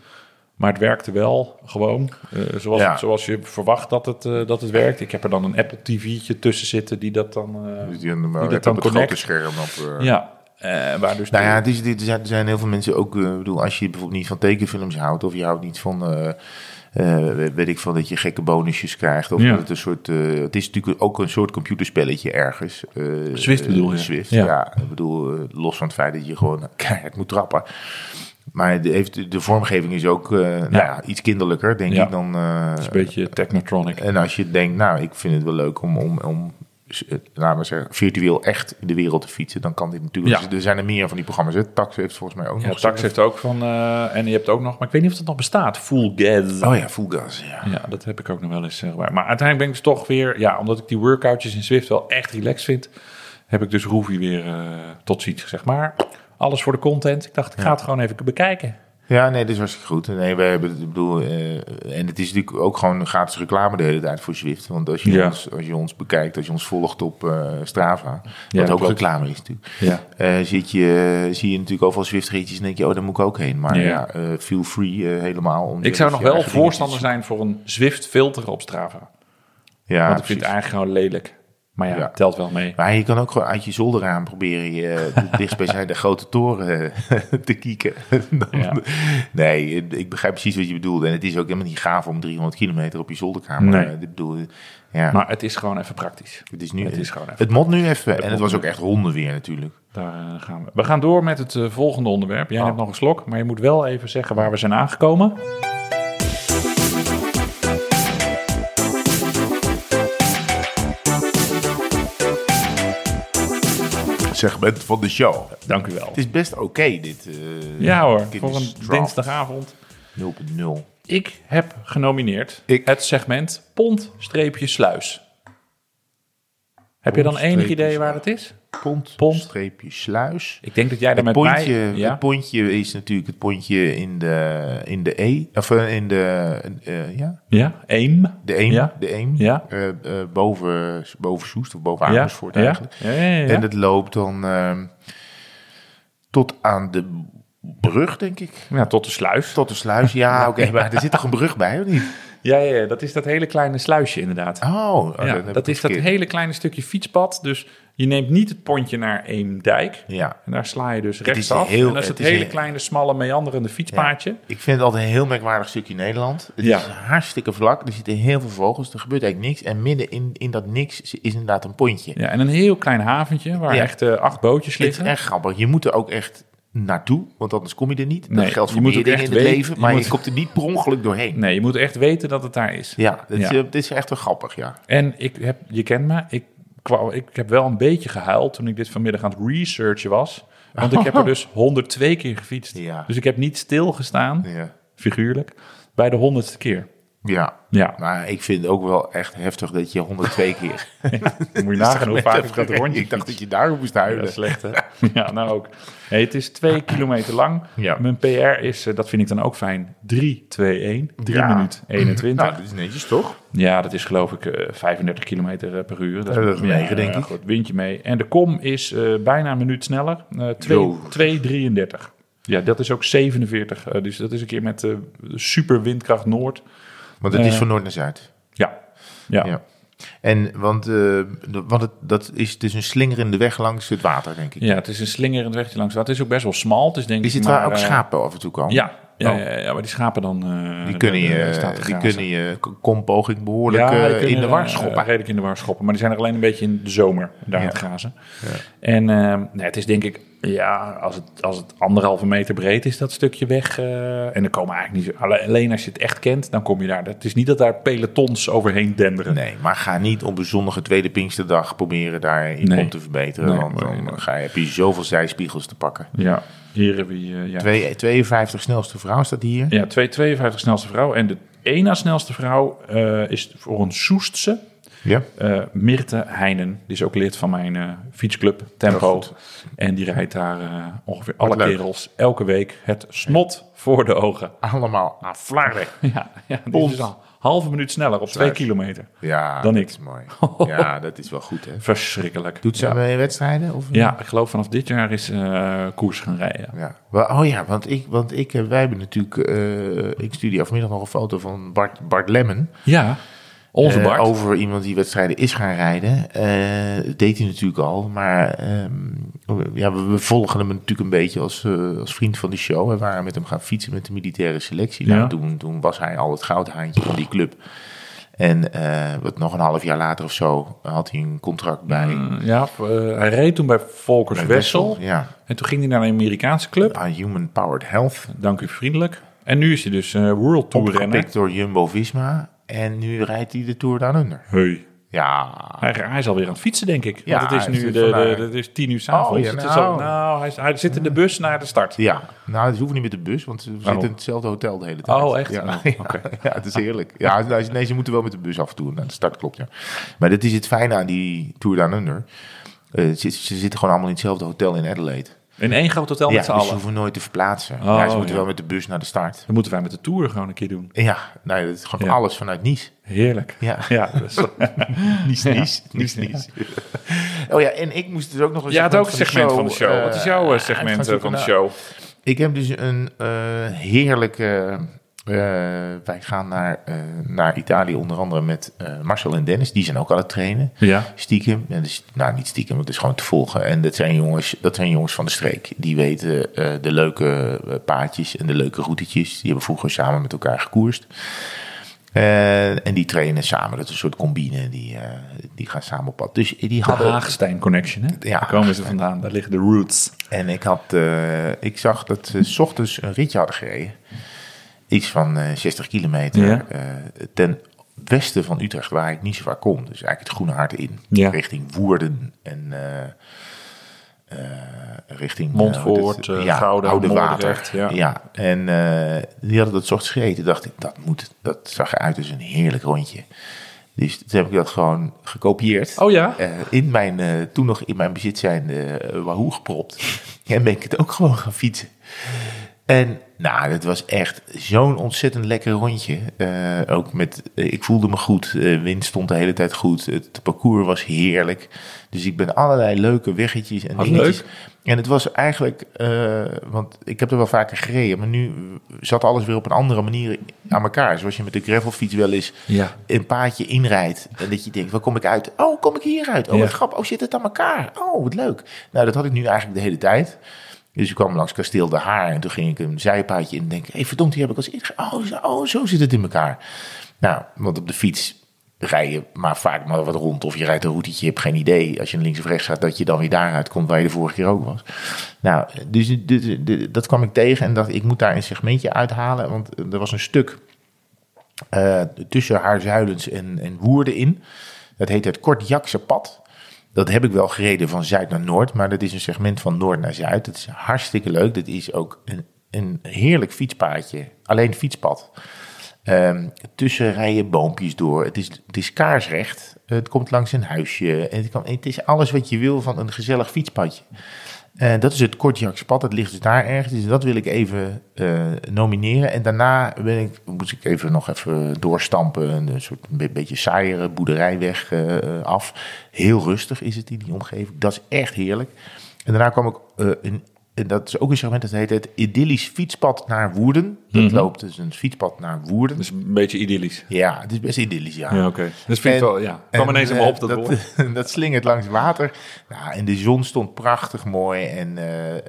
Speaker 1: Maar het werkte wel gewoon. eh, zoals,
Speaker 2: Ja.
Speaker 1: zoals je verwacht dat het, eh, dat het werkt. Ik heb er dan een Apple TV'tje tussen zitten die dat dan. eh,
Speaker 2: Dus die hebben
Speaker 1: dat
Speaker 2: hem net
Speaker 1: dan
Speaker 2: op het grote
Speaker 1: connect.
Speaker 2: scherm op... eh,
Speaker 1: ja, eh, waar dus.
Speaker 2: Nou
Speaker 1: de-
Speaker 2: ja, het is, dit- er zijn- er zijn heel veel mensen ook. eh, Ik bedoel, als je bijvoorbeeld niet van tekenfilms houdt, of je houdt niet van. eh, eh, weet ik van dat je gekke bonusjes krijgt. Of
Speaker 1: Ja.
Speaker 2: dat het een soort. eh, het is natuurlijk ook een soort computerspelletje ergens. eh,
Speaker 1: Zwift bedoel je?
Speaker 2: Zwift, ja.
Speaker 1: Ja.
Speaker 2: Ik bedoel, eh, los van het feit dat je gewoon eh, keihard moet trappen. Maar de, heeft, de vormgeving is ook eh, Nou ja, iets kinderlijker, denk
Speaker 1: Ja.
Speaker 2: ik, dan. eh,
Speaker 1: Een beetje Technotronic.
Speaker 2: en als je denkt, nou, ik vind het wel leuk om, om, om eh, laten we zeggen, virtueel echt in de wereld te fietsen, dan kan dit natuurlijk. Dus
Speaker 1: Ja.
Speaker 2: Er zijn er meer van die programma's. Hè? Tax heeft volgens mij ook
Speaker 1: Ja,
Speaker 2: nog.
Speaker 1: Tax heeft ook van. eh, en je hebt ook nog. Maar ik weet niet of dat nog bestaat. Full Gas.
Speaker 2: Oh ja, full gas. Ja.
Speaker 1: Ja, dat heb ik ook nog wel eens eh, waar. Maar uiteindelijk ben ik dus toch weer. Ja, omdat ik die workoutjes in Zwift wel echt relaxed vind. Heb ik dus Roofy weer eh, tot ziens zeg Maar alles voor de content. Ik dacht, ik ga het gewoon even bekijken.
Speaker 2: ja, nee, dat is hartstikke goed. Nee, we hebben, ik bedoel, eh, en het is natuurlijk ook gewoon gratis reclame de hele tijd voor Zwift. Want als je,
Speaker 1: Ja.
Speaker 2: ons, als je ons bekijkt, als je ons volgt op eh, Strava,
Speaker 1: Ja,
Speaker 2: wat ook
Speaker 1: klopt.
Speaker 2: reclame is natuurlijk.
Speaker 1: Ja.
Speaker 2: eh, zit je, zie je natuurlijk overal Zwift-ritjes en denk je, oh, daar moet ik ook heen. Maar ja,
Speaker 1: Ja.
Speaker 2: eh, feel free eh, helemaal. Om
Speaker 1: Ik zou
Speaker 2: zelf
Speaker 1: nog
Speaker 2: je
Speaker 1: wel
Speaker 2: eigen dingetjes-
Speaker 1: voorstander zijn voor een Zwift filter op Strava.
Speaker 2: Ja,
Speaker 1: Want ik vind
Speaker 2: precies.
Speaker 1: het eigenlijk gewoon lelijk. Maar ja,
Speaker 2: Ja.
Speaker 1: telt wel mee.
Speaker 2: Maar je kan ook gewoon uit je zolderraam proberen je eh, dichtstbijzijnde grote toren eh, te kieken. Dan-
Speaker 1: Ja.
Speaker 2: Nee, ik begrijp precies wat je bedoelt. En het is ook helemaal niet gaaf om 300 kilometer op je zolderkamer.
Speaker 1: Nee.
Speaker 2: eh, Ik bedoel, ja,
Speaker 1: Maar het is gewoon even praktisch.
Speaker 2: het is nu.
Speaker 1: het is gewoon even-
Speaker 2: het mot nu even. en het
Speaker 1: mot
Speaker 2: was
Speaker 1: nu.
Speaker 2: ook echt hondenweer natuurlijk.
Speaker 1: Daar eh, gaan we. We gaan door met het eh, volgende onderwerp. Jij
Speaker 2: Oh.
Speaker 1: hebt nog een slok, maar je moet wel even zeggen waar we zijn aangekomen.
Speaker 2: Segment van de show.
Speaker 1: Dank u wel.
Speaker 2: Het is best oké dit. eh,
Speaker 1: Ja hoor,
Speaker 2: dit
Speaker 1: voor
Speaker 2: is
Speaker 1: een
Speaker 2: draft
Speaker 1: dinsdagavond.
Speaker 2: 0.0.
Speaker 1: Ik heb genomineerd
Speaker 2: Ik-
Speaker 1: het segment pond-sluis. Heb je dan
Speaker 2: Pond,
Speaker 1: enig
Speaker 2: streepje,
Speaker 1: idee waar het is?
Speaker 2: Pond,
Speaker 1: Pond.
Speaker 2: streepje, sluis.
Speaker 1: Ik denk dat jij daar
Speaker 2: Het
Speaker 1: met
Speaker 2: pontje,
Speaker 1: mij... Ja?
Speaker 2: het pontje is natuurlijk het pontje in de, in de E. Of eh, in de, eh, ja,
Speaker 1: ja, Eem.
Speaker 2: de Eem.
Speaker 1: Ja.
Speaker 2: De Eem.
Speaker 1: Ja.
Speaker 2: Eh, eh, boven, boven Soest of boven
Speaker 1: Ja,
Speaker 2: Amersfoort
Speaker 1: ja.
Speaker 2: eigenlijk.
Speaker 1: ja, ja, ja.
Speaker 2: En het loopt dan ehm, tot aan de brug, denk ik.
Speaker 1: Ja, tot de sluis.
Speaker 2: Tot de sluis. Ja, oké, maar er zit toch een brug bij, of niet?
Speaker 1: Ja, ja, ja, dat is dat hele kleine sluisje inderdaad.
Speaker 2: Oh, oh, dan
Speaker 1: ja,
Speaker 2: heb ik
Speaker 1: dat
Speaker 2: het
Speaker 1: is dat
Speaker 2: verkeerd.
Speaker 1: hele kleine stukje fietspad. Dus je neemt niet het pontje naar Eemdijk.
Speaker 2: Ja.
Speaker 1: En daar sla je dus
Speaker 2: is
Speaker 1: rechtsaf.
Speaker 2: heel-
Speaker 1: en dat is
Speaker 2: het
Speaker 1: het,
Speaker 2: is
Speaker 1: hele
Speaker 2: heel-
Speaker 1: kleine, smalle, meanderende fietspaadje.
Speaker 2: Ik vind het altijd een heel merkwaardig stukje Nederland. Het
Speaker 1: Ja.
Speaker 2: is hartstikke vlak. Er zitten heel veel vogels. Er gebeurt eigenlijk niks. En midden in, in dat niks is inderdaad een pontje.
Speaker 1: Ja, en een heel klein haventje waar
Speaker 2: Ja.
Speaker 1: echt eh, acht bootjes
Speaker 2: Het is
Speaker 1: liggen.
Speaker 2: echt grappig. Je moet er ook echt naartoe, want anders kom je er niet. Dat
Speaker 1: Nee,
Speaker 2: geldt voor
Speaker 1: je moet
Speaker 2: meer
Speaker 1: ook
Speaker 2: dingen in
Speaker 1: echt
Speaker 2: het
Speaker 1: weten-
Speaker 2: leven,
Speaker 1: je
Speaker 2: maar je
Speaker 1: moet-
Speaker 2: komt er niet per ongeluk doorheen.
Speaker 1: Nee, je moet echt weten dat het daar is.
Speaker 2: Ja, dat Is,
Speaker 1: Ja.
Speaker 2: eh, dit is echt wel grappig, ja.
Speaker 1: En ik heb, je kent me, ik, kwam, ik heb wel een beetje gehuild toen ik dit vanmiddag aan het researchen was. Want ik heb er dus 102 keer gefietst.
Speaker 2: Ja.
Speaker 1: Dus ik heb niet stilgestaan,
Speaker 2: Ja.
Speaker 1: figuurlijk, bij de honderdste keer.
Speaker 2: ja.
Speaker 1: Ja,
Speaker 2: Maar ik vind het ook wel echt heftig dat je 102 keer...
Speaker 1: Dan moet je nagaan hoe vaak ik dat rondje
Speaker 2: Ik dacht
Speaker 1: fiets.
Speaker 2: dat je daarom moest huilen.
Speaker 1: Ja, slecht hè? ja, nou ook. Hey, het is twee kilometer lang.
Speaker 2: Ja.
Speaker 1: Mijn PR is, eh, dat vind ik dan ook fijn, 3, 2, 1. 3
Speaker 2: Ja.
Speaker 1: minuut 21.
Speaker 2: Nou, dat is netjes, toch?
Speaker 1: Ja, dat is geloof ik eh, 35 kilometer eh, per uur.
Speaker 2: Ja, dat is
Speaker 1: ja,
Speaker 2: negen, denk
Speaker 1: ja,
Speaker 2: ik.
Speaker 1: Goed, windje mee. En de kom is eh, bijna een minuut sneller. eh, twee-
Speaker 2: Zo.
Speaker 1: 2,33. ja, dat is ook 47. eh, dus dat is een keer met eh, super windkracht Noord.
Speaker 2: Want het is
Speaker 1: Eh.
Speaker 2: van noord naar zuid.
Speaker 1: Ja. Ja.
Speaker 2: Ja. En want, eh, de- want het, dat is dus een slingerende weg langs het water, denk ik.
Speaker 1: ja, het is een slingerend wegje langs. Het is ook best wel smal. Het is denk
Speaker 2: Is
Speaker 1: ik
Speaker 2: het
Speaker 1: maar,
Speaker 2: waar ook
Speaker 1: eh,
Speaker 2: schapen af en toe komen?
Speaker 1: Ja, ja,
Speaker 2: Oh.
Speaker 1: ja, ja, maar die schapen dan... eh,
Speaker 2: Die kunnen
Speaker 1: eh,
Speaker 2: je,
Speaker 1: staan te
Speaker 2: die
Speaker 1: grazen.
Speaker 2: kunnen je k- kompoging behoorlijk eh,
Speaker 1: die kunnen,
Speaker 2: in de war
Speaker 1: eh,
Speaker 2: schoppen.
Speaker 1: redelijk in de war schoppen. Maar die zijn er alleen een beetje in de zomer daar
Speaker 2: Ja.
Speaker 1: aan het grazen. En eh, nee, het is denk ik, ja, als het, als het anderhalve meter breed is, dat stukje weg. eh, en dan komen eigenlijk niet zo. alle- Alleen als je het echt kent, dan kom je daar. Het is niet dat daar pelotons overheen denderen.
Speaker 2: Nee, maar ga niet op een zondige tweede Pinksterdag proberen daar je
Speaker 1: Nee.
Speaker 2: kom te verbeteren.
Speaker 1: Nee,
Speaker 2: want
Speaker 1: nee,
Speaker 2: dan
Speaker 1: nee.
Speaker 2: Ga je, heb je zoveel zijspiegels te pakken.
Speaker 1: Ja, hier hebben we. eh, ja.
Speaker 2: Twee- 52 snelste vrouw staat hier.
Speaker 1: Ja, 252 snelste vrouw. En de één na snelste vrouw eh, is voor een Soestse.
Speaker 2: Ja.
Speaker 1: eh Mirte Heinen, die is ook lid van mijn eh, fietsclub Tempo.
Speaker 2: Heel goed.
Speaker 1: En die rijdt daar eh, ongeveer alle
Speaker 2: leuk.
Speaker 1: kerels elke week het snot voor de ogen.
Speaker 2: Allemaal aan Vlaarderen.
Speaker 1: Ja, ja die
Speaker 2: Ons.
Speaker 1: is dus al halve minuut sneller op twee kilometer.
Speaker 2: Ja,
Speaker 1: Dan
Speaker 2: dat
Speaker 1: ik.
Speaker 2: is mooi. Ja, dat is wel goed, hè?
Speaker 1: Verschrikkelijk.
Speaker 2: Doet ze
Speaker 1: ja.
Speaker 2: aan mee wedstrijden? Of?
Speaker 1: ja, ik geloof vanaf dit jaar is eh, koers gaan rijden.
Speaker 2: Ja. Wel, Oh ja, want ik, want ik, eh, wij hebben natuurlijk, eh, ik stuurde vanmiddag nog een foto van Bart, Bart Lemmen.
Speaker 1: Ja, onze
Speaker 2: Eh,
Speaker 1: Bart.
Speaker 2: over iemand die wedstrijden is gaan rijden. Eh, dat deed hij natuurlijk al. Maar ehm, ja, we, we volgen hem natuurlijk een beetje als, eh, als vriend van de show. We waren met hem gaan fietsen met de militaire selectie. Nou,
Speaker 1: Ja.
Speaker 2: toen, toen was hij al het goudhaantje van die club. En eh, wat nog een half jaar later of zo had hij een contract bij
Speaker 1: Eh, ja, eh, hij reed toen bij Volkers Wessel.
Speaker 2: Ja,
Speaker 1: En toen ging hij naar een Amerikaanse club.
Speaker 2: aan Human Powered Health.
Speaker 1: Dank u vriendelijk. En nu is hij dus eh, World Tour renner.
Speaker 2: Opgepikt door Jumbo-Visma. En nu rijdt hij de Tour Down Under.
Speaker 1: Hey.
Speaker 2: Ja,
Speaker 1: Hij, hij is alweer aan het fietsen, denk ik.
Speaker 2: Ja,
Speaker 1: Want het is
Speaker 2: hij
Speaker 1: nu
Speaker 2: zit
Speaker 1: de, de,
Speaker 2: vandaag.
Speaker 1: het is tien uur s'avonds.
Speaker 2: Oh, ja,
Speaker 1: nou,
Speaker 2: nou.
Speaker 1: nou hij, is- hij zit in de bus naar de start.
Speaker 2: Ja, nou, ze hoeven niet met de bus, want ze zitten in hetzelfde hotel de hele tijd.
Speaker 1: Oh, echt?
Speaker 2: Ja,
Speaker 1: Oh,
Speaker 2: ja,
Speaker 1: oké.
Speaker 2: ja, het is heerlijk. Ja, nou, ze- nee, ze moeten wel met de bus af en toe. Nou, de start klopt, ja. Maar dat is het fijne aan die Tour Down Under. Eh, ze, ze zitten gewoon allemaal in hetzelfde hotel in Adelaide.
Speaker 1: In één groot hotel
Speaker 2: ja,
Speaker 1: met
Speaker 2: dus
Speaker 1: z'n
Speaker 2: ze
Speaker 1: allen.
Speaker 2: hoeven nooit te verplaatsen.
Speaker 1: Oh,
Speaker 2: ja, ze moeten
Speaker 1: ja.
Speaker 2: wel met de bus naar de start.
Speaker 1: Dat moeten wij met de tour gewoon een keer doen.
Speaker 2: En Ja, nou, ja, dat is gewoon
Speaker 1: Ja.
Speaker 2: alles vanuit Nice.
Speaker 1: Heerlijk.
Speaker 2: Ja.
Speaker 1: ja, dus,
Speaker 2: Nice, Nice, Nice,
Speaker 1: Ja.
Speaker 2: Nice. Oh ja, en ik moest dus ook nog een
Speaker 1: je had ook een
Speaker 2: van de
Speaker 1: segment van de show.
Speaker 2: eh,
Speaker 1: Wat is jouw eh,
Speaker 2: ik ga
Speaker 1: segment eh,
Speaker 2: zoeken
Speaker 1: van de
Speaker 2: naar-
Speaker 1: show?
Speaker 2: Ik heb dus een eh, heerlijke. eh, wij gaan naar, eh, naar Italië onder andere met eh, Marcel en Dennis. Die zijn ook aan het trainen.
Speaker 1: Ja.
Speaker 2: Stiekem. En dus, nou, niet stiekem, want het is gewoon te volgen. En dat zijn jongens, dat zijn jongens van de streek. Die weten eh, de leuke eh, paadjes en de leuke routetjes. Die hebben vroeger samen met elkaar gekoerst. Eh, en die trainen samen. Dat is een soort combine. Die, eh, die gaan samen op pad. Dus die
Speaker 1: De
Speaker 2: hadden.
Speaker 1: Haagstein Connection, hè?
Speaker 2: Ja.
Speaker 1: Daar komen ze vandaan. Daar liggen de roots.
Speaker 2: En ik, had, eh, ik zag dat ze 's ochtends een ritje hadden gereden. Iets van eh, 60 kilometer.
Speaker 1: Ja.
Speaker 2: eh, ten westen van Utrecht, waar ik niet zo vaak kom. Dus eigenlijk het Groene Hart in.
Speaker 1: Ja.
Speaker 2: Richting Woerden en eh, eh, richting... eh,
Speaker 1: Montfoort,
Speaker 2: hoe heet het?
Speaker 1: eh, Gouda,
Speaker 2: Oude Water.
Speaker 1: Moordrecht, ja.
Speaker 2: En eh, die hadden dat 's ochtends gereden. dacht ik, dat, moet, dat zag eruit als een heerlijk rondje. Dus toen heb ik dat gewoon gekopieerd.
Speaker 1: Oh ja?
Speaker 2: eh, in mijn, eh, toen nog in mijn bezit zijnde eh, Wahoo gepropt. en ben ik het ook gewoon gaan fietsen. En nou, dat was echt zo'n ontzettend lekker rondje. Eh, ook met, eh, ik voelde me goed. Eh wind stond de hele tijd goed. Het parcours was heerlijk. Dus ik ben allerlei leuke weggetjes en
Speaker 1: Wat
Speaker 2: dingetjes.
Speaker 1: leuk.
Speaker 2: En het was eigenlijk, eh, want ik heb er wel vaker gereden, maar nu zat alles weer op een andere manier aan elkaar. Zoals je met de gravelfiets wel eens
Speaker 1: Ja.
Speaker 2: een paadje inrijdt en dat je denkt, waar kom ik uit? Oh, kom ik hieruit? Oh,
Speaker 1: Ja.
Speaker 2: wat grappig. Oh, zit het aan elkaar? Oh, wat leuk. Nou, dat had ik nu eigenlijk de hele tijd. Dus ik kwam langs Kasteel de Haar en toen ging ik een zijpaadje in en denk, hé, hey, verdomd, hier heb ik als eerder. ge- Oh, zo, oh, zo zit het in elkaar. Nou, want op de fiets rij je maar vaak maar wat rond of je rijdt een routetje, je hebt geen idee als je naar links of rechts gaat dat je dan weer daaruit komt waar je de vorige keer ook was. Nou, dus dit- dit- dit- dat kwam ik tegen en dacht ik moet daar een segmentje uithalen, want er was een stuk eh, tussen Haarzuilens en, en Woerden in. Dat heet het Kortjakse pad. Dat heb ik wel gereden van zuid naar noord, maar dat is een segment van noord naar zuid. Dat is hartstikke leuk. Dat is ook een, een heerlijk fietspaadje, alleen fietspad. Ehm, tussen rijen boompjes door. Het is, het is kaarsrecht. Het komt langs een huisje. En Het, kan, het is alles wat je wil van een gezellig fietspadje. Eh, dat is het Kortjakspad. Het ligt dus daar ergens. Dus dat wil ik even eh, nomineren. En daarna ben ik, moet ik even nog even doorstampen. Een soort be- beetje saaiere boerderijweg eh, af. Heel rustig is het in die omgeving. Dat is echt heerlijk. En daarna kwam ik eh, een. En dat is ook een segment dat heet het idyllisch fietspad naar Woerden. Dat loopt dus een fietspad naar Woerden.
Speaker 1: Mhm. Dus een beetje idyllisch.
Speaker 2: Ja, het is best idyllisch, ja.
Speaker 1: Ja, oké. Dus vind ik
Speaker 2: En-
Speaker 1: wel, ja. Kwam
Speaker 2: en,
Speaker 1: ineens in me
Speaker 2: eh,
Speaker 1: op, dat, woord.
Speaker 2: dat, dat slingert langs het water. Nou, en de zon stond prachtig mooi. En eh, eh,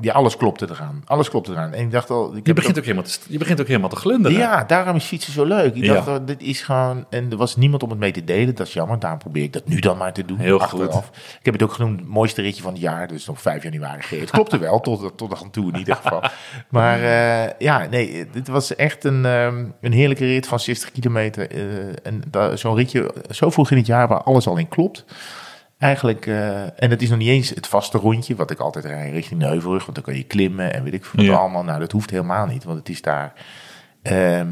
Speaker 2: ja, alles klopte eraan. Alles klopte eraan. En ik dacht al... Ik
Speaker 1: Je
Speaker 2: heb
Speaker 1: begint,
Speaker 2: het
Speaker 1: ook helemaal te, st- je begint ook helemaal te glunderen.
Speaker 2: Ja, daarom is fietsen zo leuk. Ik
Speaker 1: Ja.
Speaker 2: dacht, al, dit is gewoon... En er was niemand om het mee te delen. Dat is jammer. Daarom probeer ik dat nu dan maar te doen.
Speaker 1: Heel
Speaker 2: achteraf. Ik heb het ook genoemd het mooiste ritje van het jaar. Dus nog 5 januari gereden. Het klopte wel, tot, tot aan toe in ieder geval. Maar eh, ja, nee, dit was echt een, ehm, een heerlijke rit van 60 kilometer. eh, en da- zo'n ritje, zo vroeg in het jaar waar alles al in klopt. Eigenlijk, eh, en het is nog niet eens het vaste rondje, wat ik altijd rijd richting de Heuvelrug. Want dan kan je klimmen en weet ik veel wat
Speaker 1: Ja.
Speaker 2: allemaal. Nou, dat hoeft helemaal niet, want het is daar ehm,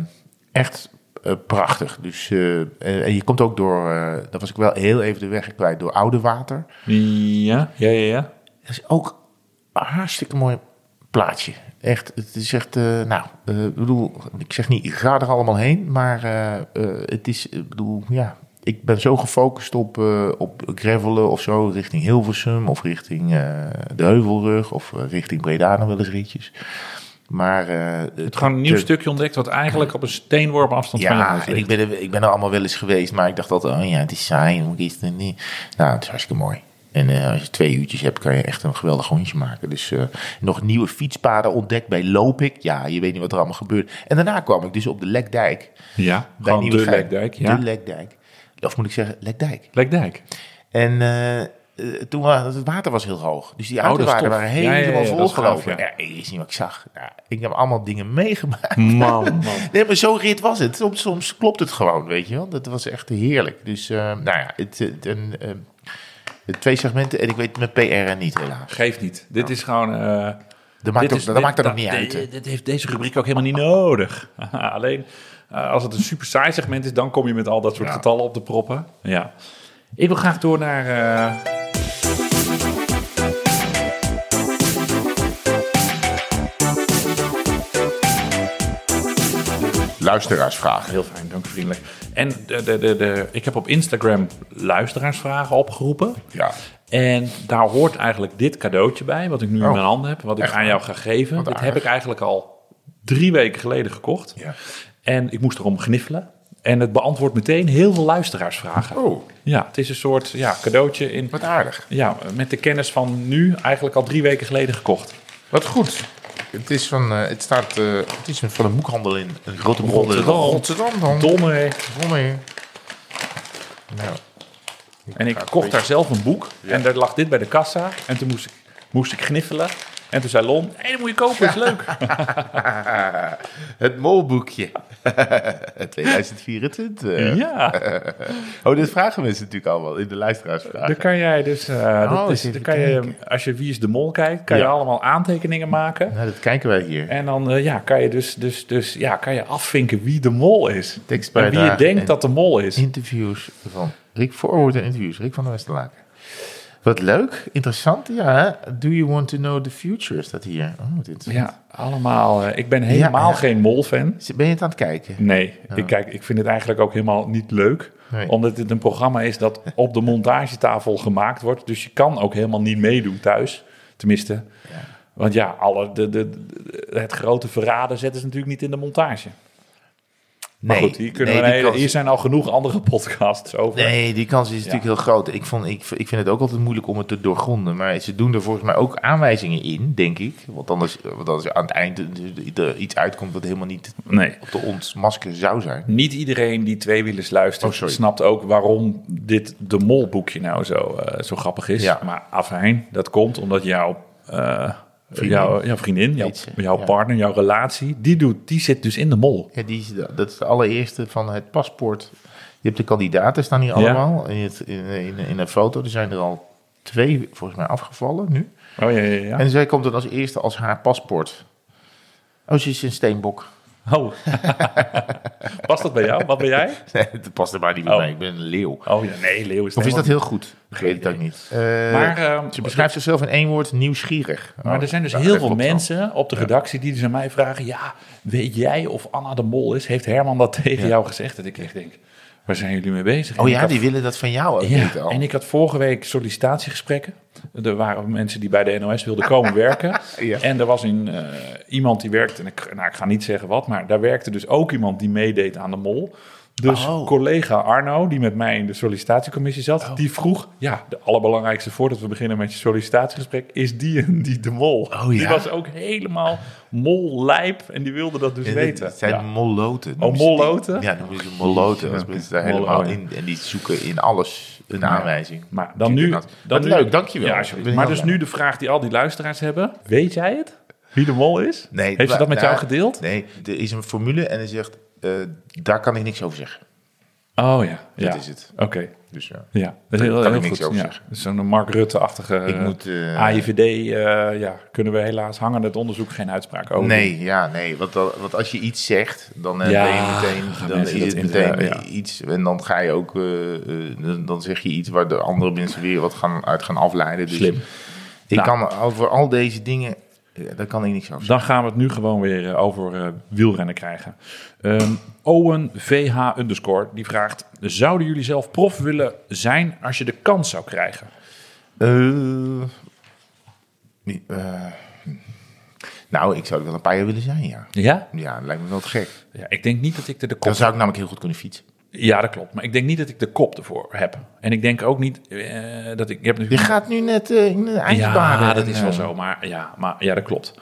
Speaker 2: echt eh, prachtig. Dus, eh, eh, en je komt ook door, eh daar was ik wel heel even de weg kwijt, door Oude Water.
Speaker 1: Ja, ja, ja. ja.
Speaker 2: Dat is ook een hartstikke mooi plaatje. Echt, het is echt, eh, nou, eh, ik bedoel, ik zeg niet, ga er allemaal heen, maar eh, eh, het is, ik bedoel, ja, ik ben zo gefocust op, eh, op gravelen of zo, richting Hilversum of richting eh, de Heuvelrug of eh, richting Breda nog wel eens ritjes. Maar eh, het
Speaker 1: Het gewoon een nieuw stukje ontdekt wat eigenlijk op een steenworp afstand van je
Speaker 2: ja,
Speaker 1: huis
Speaker 2: en ik
Speaker 1: ligt.
Speaker 2: ben, er, ik ben er allemaal wel eens geweest, maar ik dacht altijd, oh ja, het is saai, dan moet ik iets doen. Nee. Nou, het is hartstikke mooi. En eh, als je twee uurtjes hebt, kan je echt een geweldig rondje maken. Dus eh, nog nieuwe fietspaden ontdekt bij Lopik. Ja, je weet niet wat er allemaal gebeurt. En daarna kwam ik dus op de Lekdijk.
Speaker 1: Ja,
Speaker 2: bij
Speaker 1: gewoon de
Speaker 2: Nieuwegein.
Speaker 1: Lekdijk. Ja.
Speaker 2: De Lekdijk. Of moet ik zeggen, Lekdijk.
Speaker 1: Lekdijk.
Speaker 2: En eh, eh, toen wa- het water was heel hoog. Dus die
Speaker 1: Oh, dat is
Speaker 2: auto's waren
Speaker 1: tof.
Speaker 2: waren
Speaker 1: Ja, ja, ja,
Speaker 2: helemaal
Speaker 1: dat is
Speaker 2: volgelopen.
Speaker 1: gaaf,
Speaker 2: Ja,
Speaker 1: ja.
Speaker 2: ik wist niet wat ik zag. Nou, ik heb allemaal dingen meegemaakt.
Speaker 1: Man, man.
Speaker 2: Nee, maar zo'n rit was het. Soms, soms klopt het gewoon, weet je wel. Dat was echt heerlijk. Dus, eh, nou ja, het, het- en, eh, de twee segmenten. En ik weet met PRN niet, helaas.
Speaker 1: Geeft niet. Dit is gewoon... eh,
Speaker 2: Dat maakt,
Speaker 1: dit
Speaker 2: ook,
Speaker 1: is-
Speaker 2: dat
Speaker 1: dit-
Speaker 2: maakt er nog niet
Speaker 1: dat-
Speaker 2: uit. hè.
Speaker 1: dit- dit heeft deze rubriek ook helemaal niet nodig. Alleen eh, als het een super saai segment is, dan kom je met al dat soort
Speaker 2: Ja.
Speaker 1: getallen op de proppen. Ja. Ik wil graag door naar. eh,
Speaker 2: Luisteraarsvragen.
Speaker 1: Heel fijn, dank u vriendelijk. En de, de, de, de, ik heb op Instagram luisteraarsvragen opgeroepen.
Speaker 2: Ja.
Speaker 1: En daar hoort eigenlijk dit cadeautje bij, wat ik nu
Speaker 2: Oh.
Speaker 1: in mijn handen heb, wat ik
Speaker 2: Echt
Speaker 1: aan jou ga geven.
Speaker 2: Wat
Speaker 1: dit
Speaker 2: aardig.
Speaker 1: heb ik eigenlijk al drie weken geleden gekocht.
Speaker 2: Ja.
Speaker 1: En ik moest erom gniffelen. En het beantwoordt meteen heel veel luisteraarsvragen.
Speaker 2: Oh,
Speaker 1: Ja, het is een soort ja, cadeautje in,
Speaker 2: wat aardig.
Speaker 1: ja, met de kennis van nu, eigenlijk al drie weken geleden gekocht.
Speaker 2: Wat goed. Het is van, eh, het staat, eh, het is van een boekhandel in een grote boekhandel in
Speaker 1: Rotterdam.
Speaker 2: Rotterdam dan.
Speaker 1: Domme.
Speaker 2: Domme. Nou,
Speaker 1: En ik kocht daar zelf een boek. En daar lag dit bij de kassa. En toen moest ik, moest ik gniffelen. En toen zei Lon, hé, dat moet je kopen, is leuk.
Speaker 2: het molboekje. 2024.
Speaker 1: Ja,
Speaker 2: Oh, dit vragen mensen natuurlijk allemaal in de luisteraarsvragen.
Speaker 1: dan kan jij dus, eh,
Speaker 2: Oh,
Speaker 1: dat is,
Speaker 2: eens
Speaker 1: dan
Speaker 2: even
Speaker 1: kan je, als je Wie is de Mol kijkt, kan
Speaker 2: Ja.
Speaker 1: je allemaal aantekeningen maken.
Speaker 2: Nou, dat kijken wij hier.
Speaker 1: En dan eh, ja, kan je dus, dus, dus ja, kan je afvinken wie de mol is. En wie
Speaker 2: Tekstbijdragen
Speaker 1: je denkt
Speaker 2: en-
Speaker 1: dat de mol is.
Speaker 2: Interviews van Rick Voorwoord en interviews. Rick van der Westerlaken. Wat leuk, interessant. Ja, hè? Do you want to know the future? Is dat hier? Oh, wat interessant.
Speaker 1: Ja, allemaal. eh, ik ben helemaal
Speaker 2: ja.
Speaker 1: geen mol-fan.
Speaker 2: Ben je het aan het kijken?
Speaker 1: Nee, ik, kijk, ik vind het eigenlijk ook helemaal niet leuk.
Speaker 2: Nee.
Speaker 1: Omdat dit een programma is dat op de montagetafel gemaakt wordt. Dus je kan ook helemaal niet meedoen thuis. Tenminste. Want ja, alle, de, de, de- het grote verraden zetten ze natuurlijk niet in de montage. Maar goed, hier, kunnen we
Speaker 2: nee,
Speaker 1: een
Speaker 2: die
Speaker 1: hele-
Speaker 2: kans-
Speaker 1: hier zijn al genoeg andere podcasts over.
Speaker 2: Nee, die kans is natuurlijk heel groot. Ik, vond, ik, ik vind het ook altijd moeilijk om het te doorgronden. Maar ze doen er volgens mij ook aanwijzingen in, denk ik. Want anders, want anders aan het eind er iets uitkomt wat helemaal niet
Speaker 1: nee.
Speaker 2: op de ontmasker zou zijn.
Speaker 1: Niet iedereen die tweewielers luistert
Speaker 2: Oh, sorry.
Speaker 1: snapt ook waarom dit de molboekje nou zo, eh, zo grappig is.
Speaker 2: Ja.
Speaker 1: Maar afijn, dat komt omdat jouw eh,
Speaker 2: Vriendin.
Speaker 1: jouw, jouw vriendin, jouw,
Speaker 2: Iets,
Speaker 1: jouw
Speaker 2: ja.
Speaker 1: partner, jouw relatie, die, doet, die zit dus in de mol.
Speaker 2: Ja, die, is de- dat is de allereerste van het paspoort. Je hebt de kandidaten staan hier allemaal in, het, in, in, in een foto. Er zijn er al twee volgens mij afgevallen nu.
Speaker 1: Oh ja, ja, ja.
Speaker 2: En zij komt dan als eerste als haar paspoort. Oh, ze is een steenbok.
Speaker 1: Oh. Past dat bij jou? Wat ben jij?
Speaker 2: Nee, dat past er maar niet bij
Speaker 1: Oh.
Speaker 2: mij. Ik ben een leeuw.
Speaker 1: Oh ja, nee, Leeuw is
Speaker 2: Of is
Speaker 1: helemaal-
Speaker 2: dat heel goed? Ik weet het ook niet. Eh,
Speaker 1: Maar, eh,
Speaker 2: ze beschrijft zichzelf in één woord nieuwsgierig.
Speaker 1: Maar
Speaker 2: Oh,
Speaker 1: er zijn dus
Speaker 2: nou,
Speaker 1: heel
Speaker 2: dat
Speaker 1: veel
Speaker 2: klopt wel.
Speaker 1: mensen op de redactie die dus aan mij vragen: Ja, weet jij of Anna de Mol is? Heeft Herman dat tegen jou gezegd? Dat ik echt denk: Waar zijn jullie mee bezig?
Speaker 2: Oh
Speaker 1: En ik
Speaker 2: ja,
Speaker 1: had-
Speaker 2: die willen dat van jou ook niet
Speaker 1: Ja,
Speaker 2: al.
Speaker 1: en ik had vorige week sollicitatiegesprekken. Er waren mensen die bij de NOS wilden komen werken.
Speaker 2: Ja.
Speaker 1: En er was een, eh, iemand die werkte, en ik, nou, ik ga niet zeggen wat, maar daar werkte dus ook iemand die meedeed aan de mol. Dus
Speaker 2: Oh.
Speaker 1: collega Arno, die met mij in de sollicitatiecommissie zat, die vroeg, ja, de allerbelangrijkste voordat we beginnen met je sollicitatiegesprek, is die en die de mol.
Speaker 2: Oh,
Speaker 1: Die
Speaker 2: ja.
Speaker 1: was ook helemaal mol-lijp en die wilde dat dus
Speaker 2: Ja, dit
Speaker 1: weten.
Speaker 2: zijn
Speaker 1: Ja.
Speaker 2: molloten. Dus
Speaker 1: Oh, molloten?
Speaker 2: Ja, noemen ze molloten. Dat is daar helemaal
Speaker 1: Molloten.
Speaker 2: in. En die zoeken in alles een aanwijzing.
Speaker 1: Maar dan nu... Dan
Speaker 2: Wat
Speaker 1: nu-
Speaker 2: leuk, dankjewel.
Speaker 1: Ja, alsjeblieft.
Speaker 2: Ben ik
Speaker 1: maar
Speaker 2: heel
Speaker 1: dus
Speaker 2: blij.
Speaker 1: nu de vraag die al die luisteraars hebben. Weet jij het? Wie de mol is?
Speaker 2: Nee,
Speaker 1: Heeft ze dat met
Speaker 2: nou,
Speaker 1: jou gedeeld?
Speaker 2: Nee, er is een formule en hij zegt, eh, daar kan ik niks over zeggen.
Speaker 1: Oh ja. ja.
Speaker 2: Dat is het.
Speaker 1: Oké.
Speaker 2: Dus ja.
Speaker 1: Ja, dat is heel,
Speaker 2: kan ik
Speaker 1: heel
Speaker 2: niks
Speaker 1: goed.
Speaker 2: over
Speaker 1: ja.
Speaker 2: zeggen.
Speaker 1: Dat is Zo'n Mark Rutte-achtige
Speaker 2: Ik
Speaker 1: eh,
Speaker 2: moet, eh,
Speaker 1: AIVD, eh, ja, kunnen we helaas hangen het onderzoek geen uitspraak over.
Speaker 2: Nee, ja, nee. Want, dan- want als je iets zegt, dan eh,
Speaker 1: Ja,
Speaker 2: ben je meteen,
Speaker 1: gaan
Speaker 2: dan
Speaker 1: mensen
Speaker 2: is
Speaker 1: dat
Speaker 2: het meteen
Speaker 1: inderdaad, ja.
Speaker 2: iets. En dan ga je ook, eh, eh, dan- dan zeg je iets waar de andere mensen weer wat gaan, uit gaan afleiden. Dus
Speaker 1: Slim.
Speaker 2: Ik
Speaker 1: Nou.
Speaker 2: kan over al deze dingen, eh, daar kan ik niks over zeggen.
Speaker 1: Dan gaan we het nu gewoon weer eh, over eh, wielrennen krijgen. Ehm, Owen VH underscore, die vraagt... Zouden jullie zelf prof willen zijn als je de kans zou krijgen?
Speaker 2: Eh, niet, eh, nou, ik zou er wel een paar jaar willen zijn, ja.
Speaker 1: Ja?
Speaker 2: Ja, dat lijkt me wel te gek.
Speaker 1: ja ik denk niet dat ik er de kop
Speaker 2: Dan zou ik namelijk heel goed kunnen fietsen.
Speaker 1: Ja, dat klopt. Maar ik denk niet dat ik de kop ervoor heb. En ik denk ook niet eh, dat ik... Je hebt
Speaker 2: Je
Speaker 1: natuurlijk...
Speaker 2: gaat nu net eh, in de ijsbaden.
Speaker 1: Ja, dat
Speaker 2: en,
Speaker 1: is wel
Speaker 2: eh,
Speaker 1: zo. Maar ja, maar, ja dat klopt.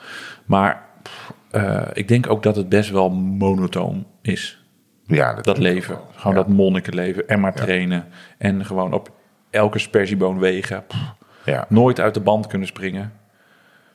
Speaker 1: Maar pff, eh, ik denk ook dat het best wel monotoon is.
Speaker 2: Ja, dat,
Speaker 1: Dat leven. Gewoon dat monnikenleven. En maar trainen. En gewoon op elke spersieboon wegen. Pff,
Speaker 2: Ja,
Speaker 1: nooit uit de band kunnen springen.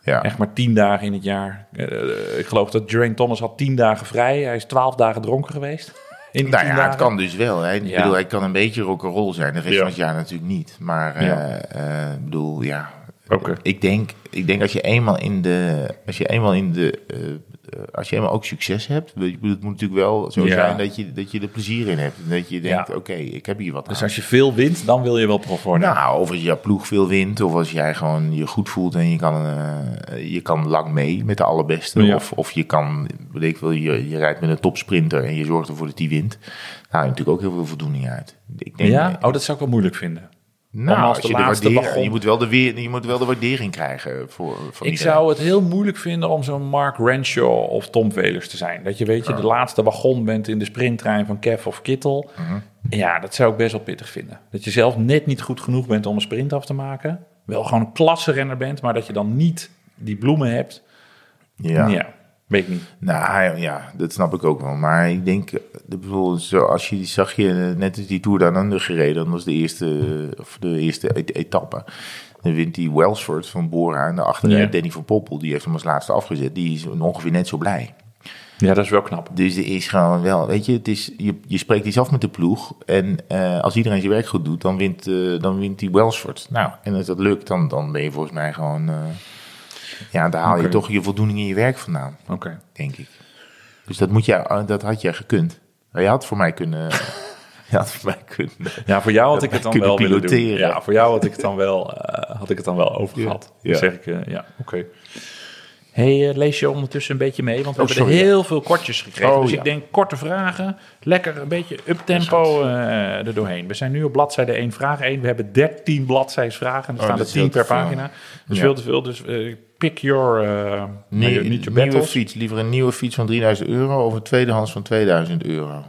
Speaker 2: ja.
Speaker 1: Echt maar tien dagen in het jaar. Eh, eh, ik geloof dat Geraint Thomas had tien dagen vrij. Hij is twaalf dagen dronken geweest. In die
Speaker 2: Nou
Speaker 1: tien
Speaker 2: ja, het
Speaker 1: dagen.
Speaker 2: kan dus wel. Hè. Ik
Speaker 1: Ja.
Speaker 2: bedoel, hij kan een beetje rock'n'roll zijn. De rest
Speaker 1: Ja.
Speaker 2: van het jaar natuurlijk niet. Maar eh,
Speaker 1: Ja.
Speaker 2: eh, ik bedoel, ja.
Speaker 1: Oké.
Speaker 2: Ik, denk, ik denk als je eenmaal in de... Als je eenmaal in de... eh, eh, als je eenmaal ook succes hebt. weet je, ik bedoel, Het moet natuurlijk wel zo
Speaker 1: Ja.
Speaker 2: zijn dat je, dat je er plezier in hebt. En dat je denkt,
Speaker 1: Ja.
Speaker 2: oké, ik heb hier wat aan.
Speaker 1: Dus als je veel wint, dan wil je wel prof worden.
Speaker 2: Nou, of als jouw ploeg veel wint, of als jij gewoon je goed voelt en je kan, eh, je kan lang mee met de allerbeste.
Speaker 1: Ja.
Speaker 2: Of, of je kan, weet ik wil, je, je rijdt met een topsprinter en je zorgt ervoor dat die wint. Nou, daar natuurlijk ook heel veel voldoening uit. Ik denk,
Speaker 1: ja?
Speaker 2: eh,
Speaker 1: Oh, dat zou ik wel moeilijk vinden.
Speaker 2: nou,
Speaker 1: als
Speaker 2: als
Speaker 1: de
Speaker 2: je, de
Speaker 1: laatste
Speaker 2: waardering-
Speaker 1: wagon-
Speaker 2: je, moet wel de weer, je moet wel de waardering krijgen voor, van
Speaker 1: Ik
Speaker 2: iedereen.
Speaker 1: zou het heel moeilijk vinden om zo'n Mark Renshaw of Tom Velers te zijn. Dat je weet je de laatste wagon bent in de sprinttrein van Kev of Kittel. Ja, dat zou ik best wel pittig vinden. Dat je zelf net niet goed genoeg bent om een sprint af te maken. Wel gewoon een klassenrenner bent, maar dat je dan niet die bloemen hebt.
Speaker 2: Ja.
Speaker 1: Ja. Weet ik niet.
Speaker 2: Nou ja, ja, dat snap ik ook wel. Maar ik denk, eh, ik bedoel, zo als je die zag je eh, net is die Tour daar aan gereden, dat was de eerste, eh, of de eerste et- etappe. Dan wint die Welsford van Bora en daarachter
Speaker 1: Ja.
Speaker 2: eh, Danny van Poppel, die heeft hem als laatste afgezet. Die is ongeveer net zo blij.
Speaker 1: Ja, dat is wel knap.
Speaker 2: Dus er is gewoon wel, weet je, het is, je, je spreekt iets af met de ploeg. En eh, als iedereen zijn werk goed doet, dan wint, eh, dan wint die Welsford. Nou, en als dat lukt, dan, dan ben je volgens mij gewoon, eh, ja, daar haal je
Speaker 1: Oké.
Speaker 2: toch je voldoening in je werk vandaan
Speaker 1: Oké.
Speaker 2: denk ik. Dus dat, moet jij, eh, dat had jij gekund. Nou, Je had voor mij kunnen. je had voor mij kunnen.
Speaker 1: Ja, voor jou had ik het dan
Speaker 2: Kunnen
Speaker 1: wel willen doen.
Speaker 2: piloteren.
Speaker 1: Ja, voor jou had ik het dan wel, eh, had ik het dan wel over
Speaker 2: Ja,
Speaker 1: gehad.
Speaker 2: ja.
Speaker 1: Dan zeg ik, eh, ja, oké. hey, eh, lees je ondertussen een beetje mee? Want we
Speaker 2: Oh,
Speaker 1: hebben er
Speaker 2: sorry.
Speaker 1: heel veel kortjes gekregen.
Speaker 2: Oh,
Speaker 1: dus
Speaker 2: ja.
Speaker 1: ik denk, korte vragen. Lekker een beetje uptempo eh er doorheen. We zijn nu op bladzijde 1, vraag 1. We hebben 13 bladzijden vragen. En er
Speaker 2: Oh,
Speaker 1: staan
Speaker 2: dat
Speaker 1: er
Speaker 2: is
Speaker 1: 10 per
Speaker 2: heel veel.
Speaker 1: pagina. Dat is
Speaker 2: Ja.
Speaker 1: veel te veel. Dus eh, pick your... eh
Speaker 2: Nee,
Speaker 1: your- niet your
Speaker 2: nieuwe
Speaker 1: battles.
Speaker 2: fiets. Liever een nieuwe fiets van 3000 euro of een tweedehands van 2000 euro.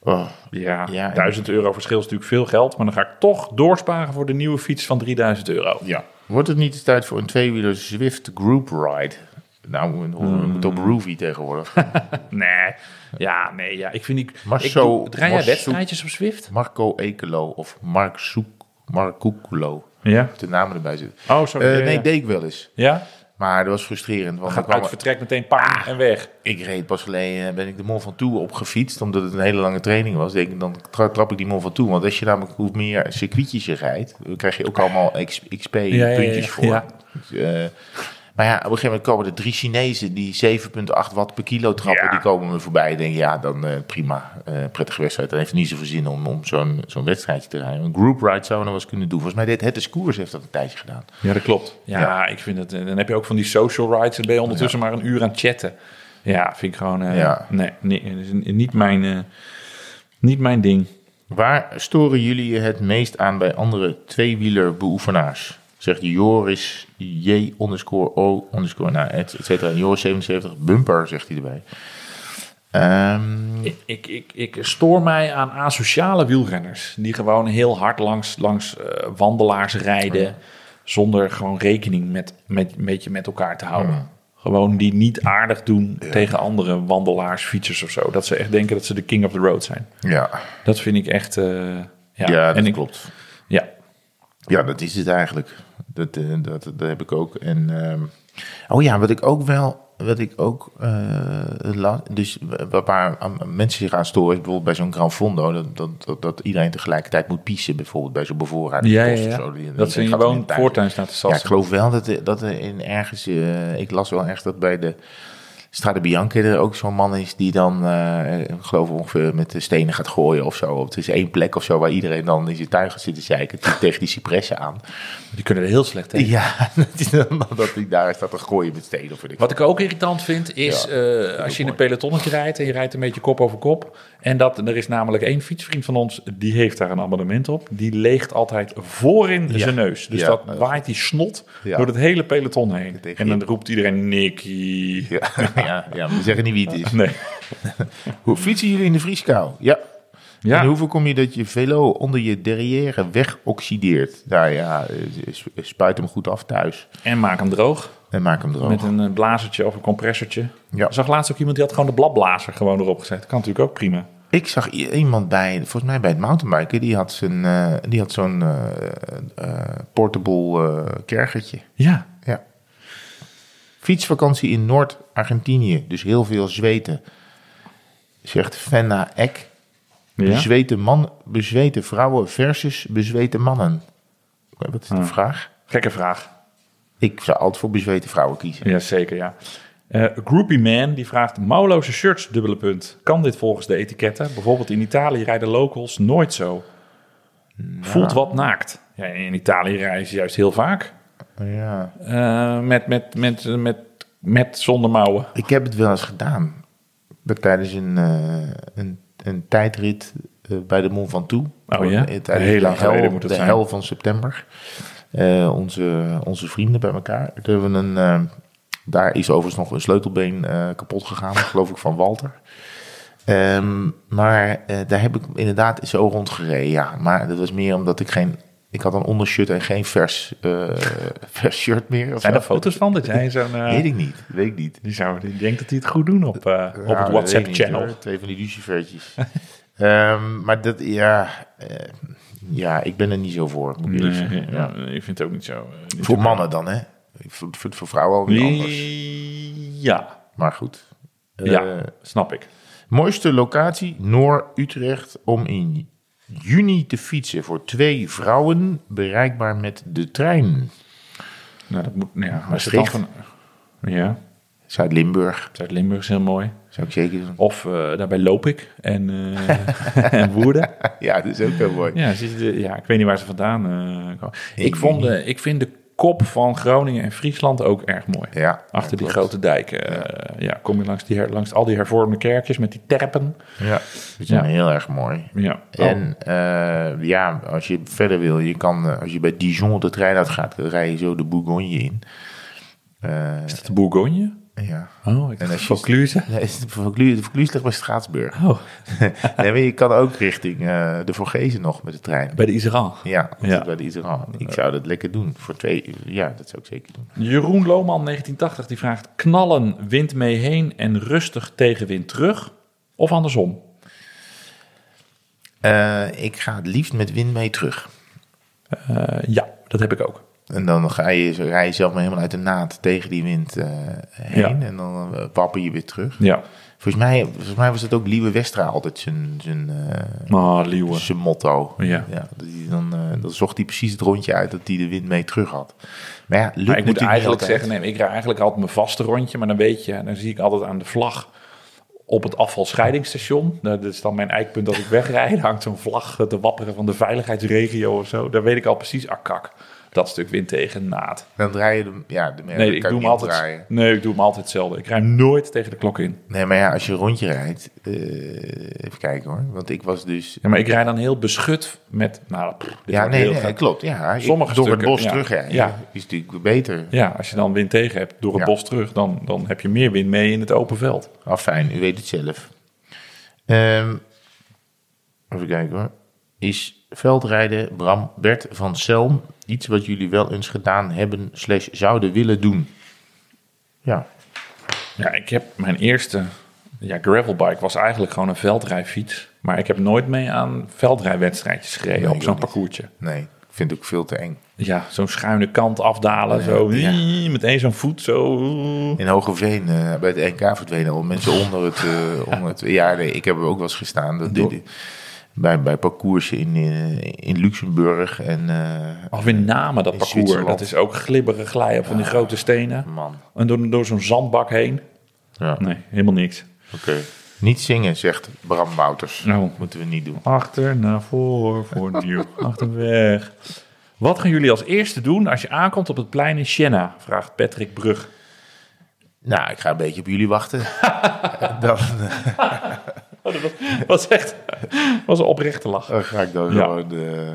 Speaker 2: Oh,
Speaker 1: Ja,
Speaker 2: Ja, en-
Speaker 1: 1000 euro verschil is natuurlijk veel geld. Maar dan ga ik toch doorsparen voor de nieuwe fiets van 3000 euro.
Speaker 2: ja. Wordt het niet eens tijd voor een tweewieler Zwift Group Ride? Nou, we- we moeten
Speaker 1: Hmm.
Speaker 2: op Roovy tegenwoordig.
Speaker 1: Nee. Ja, nee, ja. Ik vind die...
Speaker 2: Marceau-
Speaker 1: ik doe, draai jij
Speaker 2: Marceau-
Speaker 1: wedstrijdjes op Zwift?
Speaker 2: Marco Ekelo of Mark Soek, Mark Koekelo.
Speaker 1: Ja.
Speaker 2: De namen erbij zitten.
Speaker 1: Oh, sorry.
Speaker 2: Eh,
Speaker 1: ja,
Speaker 2: nee,
Speaker 1: ja.
Speaker 2: deed ik wel eens.
Speaker 1: ja?
Speaker 2: Maar dat was frustrerend. Want dan
Speaker 1: Gaat Ah.
Speaker 2: kwam-
Speaker 1: uit het vertrek meteen pang en weg.
Speaker 2: Ik reed pas geleden, eh, ben ik de Mont Ventoux opgefietst, omdat het een hele lange training was. Denk, ik, dan tra- trap ik die Mont Ventoux. Want als je namelijk hoe meer circuitjes je rijdt, dan krijg je ook allemaal XP-puntjes
Speaker 1: Ja, ja, ja, ja.
Speaker 2: voor.
Speaker 1: Ja.
Speaker 2: Dus, eh, maar ja, op een gegeven moment komen er drie Chinezen die 7,8 watt per kilo trappen.
Speaker 1: Ja.
Speaker 2: Die komen me voorbij. Ik denk, ja, dan eh, prima. Eh, prettige wedstrijd. Dan heeft het niet zoveel zin om, om zo'n zo'n wedstrijdje te rijden. Een group ride zouden we nog wel eens kunnen doen. Volgens mij deed Het de Scoers heeft dat een tijdje gedaan.
Speaker 1: Ja, dat klopt. Ja,
Speaker 2: Ja.
Speaker 1: ik vind het... en Dan heb je ook van die social rights. Dan ben je ondertussen maar een uur aan het chatten. Ja, vind ik gewoon... eh,
Speaker 2: Ja.
Speaker 1: Nee, nee, is n- niet mijn... eh, niet mijn ding.
Speaker 2: Waar storen jullie je het meest aan bij andere tweewielerbeoefenaars? Zegt Joris J underscore O underscore nou, et, et cetera. Joris 77 bumper zegt hij erbij. Ehm,
Speaker 1: Ik, ik, ik, ik stoor mij aan asociale wielrenners. Die gewoon heel hard langs, langs eh, wandelaars rijden.
Speaker 2: Oh
Speaker 1: Zonder gewoon rekening met, met, met, je met elkaar te houden.
Speaker 2: Oh.
Speaker 1: Gewoon die niet aardig doen tegen andere wandelaars, fietsers of zo. Dat ze echt denken dat ze de king of the road zijn.
Speaker 2: ja,
Speaker 1: Dat vind ik echt... eh, ja,
Speaker 2: ja, dat
Speaker 1: ik-
Speaker 2: klopt.
Speaker 1: Ja.
Speaker 2: Ja, dat is het eigenlijk. Dat, eh, dat, dat heb ik ook. En, ehm, oh ja, wat ik ook wel. Wat ik ook. eh, la- dus wa- waar, aan- aan mensen zich aan storen. is bijvoorbeeld bij zo'n Gran Fondo. Dat, dat, dat, dat iedereen tegelijkertijd moet pissen. Bijvoorbeeld bij zo'n bevoorrading.
Speaker 1: Ja, ja, ja. Dat ze in je woon voortuin staat te
Speaker 2: Ja, ik
Speaker 1: sassen.
Speaker 2: geloof wel dat, er- dat er in ergens. eh, ik las wel ergens dat bij de. Strade Bianca er ook zo'n man is die dan, eh, ik geloof ongeveer met de stenen gaat gooien of zo. Het is één plek of zo waar iedereen dan in zijn tuin gaat zitten zeiken tegen die cipressen aan.
Speaker 1: Die kunnen er heel slecht tegen.
Speaker 2: Ja, dat is dan dat hij daar staat te gooien met stenen of weet ik.
Speaker 1: Wat ik ook irritant vind, is
Speaker 2: Ja,
Speaker 1: eh, als je in
Speaker 2: mooi.
Speaker 1: een pelotonnetje rijdt en je rijdt een beetje kop over kop. En dat, er is namelijk één fietsvriend van ons, die heeft daar een abonnement op. Die leegt altijd voorin
Speaker 2: Ja.
Speaker 1: zijn neus. Dus
Speaker 2: Ja.
Speaker 1: dat waait die snot
Speaker 2: Ja.
Speaker 1: door het hele peloton heen.
Speaker 2: Tegen
Speaker 1: En dan roept iedereen Nicky.
Speaker 2: Ja, ja, ja, we zeggen niet wie het is.
Speaker 1: Nee.
Speaker 2: Hoe fietsen jullie in de vrieskou? Ja.
Speaker 1: Ja.
Speaker 2: En hoeveel kom je dat je velo onder je derrière wegoxideert? Nou ja, eh, s- spuit hem goed af thuis
Speaker 1: En maak hem droog
Speaker 2: en maak hem droog.
Speaker 1: met een eh, blazertje of een compressortje.
Speaker 2: Ja.
Speaker 1: Ik zag laatst ook iemand die had gewoon de bladblazer gewoon erop gezet. Kan natuurlijk ook prima.
Speaker 2: Ik zag i- iemand bij, volgens mij bij het mountainbiken, die had, zijn, eh, die had zo'n eh, eh, portable eh, kergertje.
Speaker 1: Ja.
Speaker 2: Ja. Fietsvakantie in Noord-Argentinië, dus heel veel zweten. Zegt Fenna Eck.
Speaker 1: ja.
Speaker 2: Bezweten, man, bezweten vrouwen versus bezweten mannen. Wat is de vraag?
Speaker 1: Gekke vraag.
Speaker 2: Ik zou altijd voor bezweten vrouwen kiezen.
Speaker 1: Ja, zeker, ja. Eh groupie Man die vraagt mouwloze shirts, dubbele punt. Kan dit volgens de etiketten? Bijvoorbeeld in Italië rijden locals nooit zo. Voelt wat naakt. Ja, in Italië rijden ze juist heel vaak.
Speaker 2: Ja.
Speaker 1: eh, met, met, met, met, met zonder mouwen.
Speaker 2: Ik heb het wel eens gedaan. Ik ben tijdens een, eh, een, een tijdrit eh, bij de Mont Ventoux.
Speaker 1: Oh ja?
Speaker 2: Tijdens
Speaker 1: Heel lang
Speaker 2: de hel-
Speaker 1: geleden moet het
Speaker 2: De
Speaker 1: zijn.
Speaker 2: hel van september. Eh, onze, onze vrienden bij elkaar. Toen hebben we een, eh, daar is overigens nog een sleutelbeen eh, kapot gegaan, geloof ik, van Walter. Ehm, maar eh, daar heb ik inderdaad zo rondgereden, ja. Maar dat was meer omdat ik geen... Ik had een ondershirt en geen vers, eh, vers shirt meer. of
Speaker 1: Zijn
Speaker 2: zo.
Speaker 1: er foto's van dat jij zo'n... eh,
Speaker 2: Weet ik niet, weet ik niet.
Speaker 1: die, zou, die denkt dat die het goed doen op, eh, op het
Speaker 2: Nou, dat weet ik niet,
Speaker 1: WhatsApp-channel.
Speaker 2: hoor. Twee van die lucifertjes. Ehm, maar dat, ja, eh, ja, ik ben er niet zo voor, moet ik eerlijk
Speaker 1: Nee,
Speaker 2: zeggen.
Speaker 1: Dus, ja,
Speaker 2: Ja.
Speaker 1: ik vind het ook niet zo... eh, niet
Speaker 2: Voor
Speaker 1: zo-
Speaker 2: mannen dan, hè? Ik vind vind het voor vrouwen alweer anders.
Speaker 1: Ja,
Speaker 2: Maar goed.
Speaker 1: ja,
Speaker 2: Eh,
Speaker 1: snap ik.
Speaker 2: Mooiste locatie, Noor-Utrecht, om in juni te fietsen voor twee vrouwen, bereikbaar met de trein.
Speaker 1: Nou, dat moet... nou Ja, maar is het dan
Speaker 2: Maastricht.
Speaker 1: van... Ja,
Speaker 2: Zuid-Limburg,
Speaker 1: Zuid-Limburg is heel mooi.
Speaker 2: zou ik zeker doen.
Speaker 1: Of eh, daarbij loop ik en, eh, en Woerden.
Speaker 2: Ja, dat is ook heel mooi.
Speaker 1: Ja, zie je de- ja, ik weet niet waar ze vandaan eh, komen.
Speaker 2: Ik
Speaker 1: Ik, vond
Speaker 2: weet
Speaker 1: de, ik vind de kop van Groningen en Friesland ook erg mooi.
Speaker 2: Ja,
Speaker 1: Achter die
Speaker 2: klopt.
Speaker 1: grote dijken. eh, ja, kom je langs, die, her- langs al die hervormde kerkjes met die terpen.
Speaker 2: Ja, dat is
Speaker 1: Ja.
Speaker 2: heel erg mooi.
Speaker 1: Ja. Oh,
Speaker 2: En eh, ja, als je verder wil, je kan, eh, als je bij Dijon op de trein uitgaat, dan rij je zo de Bourgogne in. Eh,
Speaker 1: is dat de Bourgogne?
Speaker 2: ja.
Speaker 1: Oh, ik
Speaker 2: En
Speaker 1: dacht
Speaker 2: als je-
Speaker 1: Vaucluse.
Speaker 2: Nee, is het- Vaucluse de Vaucluse ligt bij Straatsburg.
Speaker 1: Oh,
Speaker 2: nee, maar je kan ook richting eh, de Vorgezen nog met de trein.
Speaker 1: bij de Iseran.
Speaker 2: Ja, dat
Speaker 1: Ja.
Speaker 2: is bij de Iseran. Ik zou dat lekker doen. Voor twee, ja, dat zou ik zeker doen.
Speaker 1: Jeroen Lohman, 1980, die vraagt... Knallen, wind mee heen en rustig tegenwind terug? Of andersom?
Speaker 2: Eh, ik ga het liefst met wind mee terug.
Speaker 1: Eh, ja, dat heb ik ook.
Speaker 2: En dan ga je, zo- rij je zelf maar helemaal uit de naad tegen die wind eh, heen. En dan eh, wapper je weer terug.
Speaker 1: Ja.
Speaker 2: Volgens mij, volgens mij was dat ook Liewe Westra altijd zijn, zijn, eh,
Speaker 1: Maar Leeuwen.
Speaker 2: zijn motto.
Speaker 1: Ja.
Speaker 2: dat hij dan, eh, dan zocht hij precies het rondje uit dat hij de wind mee terug had. Maar ja, lukt
Speaker 1: Maar ik moet
Speaker 2: natuurlijk niet
Speaker 1: eigenlijk
Speaker 2: altijd.
Speaker 1: zeggen, nee, ik rij eigenlijk altijd mijn vaste rondje, maar dan weet je, dan zie ik altijd aan de vlag op het afvalscheidingsstation. Nou, Dat is dan mijn eikpunt dat ik wegrijd. Daar hangt zo'n vlag eh, te wapperen van de veiligheidsregio of zo. Daar weet ik al precies, akkak, dat stuk wind tegen naad.
Speaker 2: Dan draai je de, ja, de merk
Speaker 1: Nee,
Speaker 2: kan
Speaker 1: ik
Speaker 2: je
Speaker 1: doe, hem
Speaker 2: niet
Speaker 1: altijd,
Speaker 2: omdraaien.
Speaker 1: nee ik doe hem altijd hetzelfde. Ik rij nooit tegen de klok in.
Speaker 2: Nee, maar ja, als je een rondje rijdt... eh, even kijken hoor, want ik was dus...
Speaker 1: Ja, maar ik rij dan heel beschut met, nou, pff, dit
Speaker 2: Ja,
Speaker 1: wordt
Speaker 2: nee,
Speaker 1: heel
Speaker 2: nee
Speaker 1: gek.
Speaker 2: klopt. Ja,
Speaker 1: Sommige
Speaker 2: Sommige door
Speaker 1: stukken,
Speaker 2: het bos
Speaker 1: ja.
Speaker 2: terugrijden
Speaker 1: Ja.
Speaker 2: is natuurlijk beter.
Speaker 1: Ja, als je dan wind tegen hebt door het
Speaker 2: Ja.
Speaker 1: bos terug, dan, dan heb je meer wind mee in het open veld.
Speaker 2: Ah, fijn, u weet het zelf. Ehm, even kijken hoor. Is veldrijden Bram Bert van Selm iets wat jullie wel eens gedaan hebben, slash zouden willen doen? Ja,
Speaker 1: Ja, ik heb mijn eerste ja, gravelbike was eigenlijk gewoon een veldrijfiets. Maar ik heb nooit mee aan veldrijwedstrijdjes gereden
Speaker 2: Nee,
Speaker 1: op
Speaker 2: ik
Speaker 1: zo'n
Speaker 2: ook niet.
Speaker 1: parcoursje.
Speaker 2: nee, ik vind het ook veel te eng.
Speaker 1: Ja, zo'n schuine kant afdalen, zo
Speaker 2: ja.
Speaker 1: Ii, meteen zo'n voet, zo.
Speaker 2: In Hogeveen, eh, bij het NK verdwenen al mensen onder het... eh, onder het ja, nee, ik heb er ook wel eens gestaan. Dat dit, bij, bij parcoursen in, eh, in Luxemburg en... eh,
Speaker 1: Of in Namen dat
Speaker 2: In
Speaker 1: parcours,
Speaker 2: Zwitserland.
Speaker 1: dat is ook glibberig glijden op van die grote stenen.
Speaker 2: man,
Speaker 1: En door, door zo'n zandbak heen.
Speaker 2: ja,
Speaker 1: Nee, helemaal niks.
Speaker 2: oké. Niet zingen, zegt Bram Wouters.
Speaker 1: Nou,
Speaker 2: Moeten we niet doen.
Speaker 1: achter, naar voor, voor duw, achterweg. Wat gaan jullie als eerste doen als je aankomt op het plein in Siena? Vraagt Patrick Brug.
Speaker 2: Nou, ik ga een beetje op jullie wachten. dan eh,
Speaker 1: Oh, dat was, was echt was een oprechte lach.
Speaker 2: ga ik dan
Speaker 1: Ja.
Speaker 2: gewoon. eh,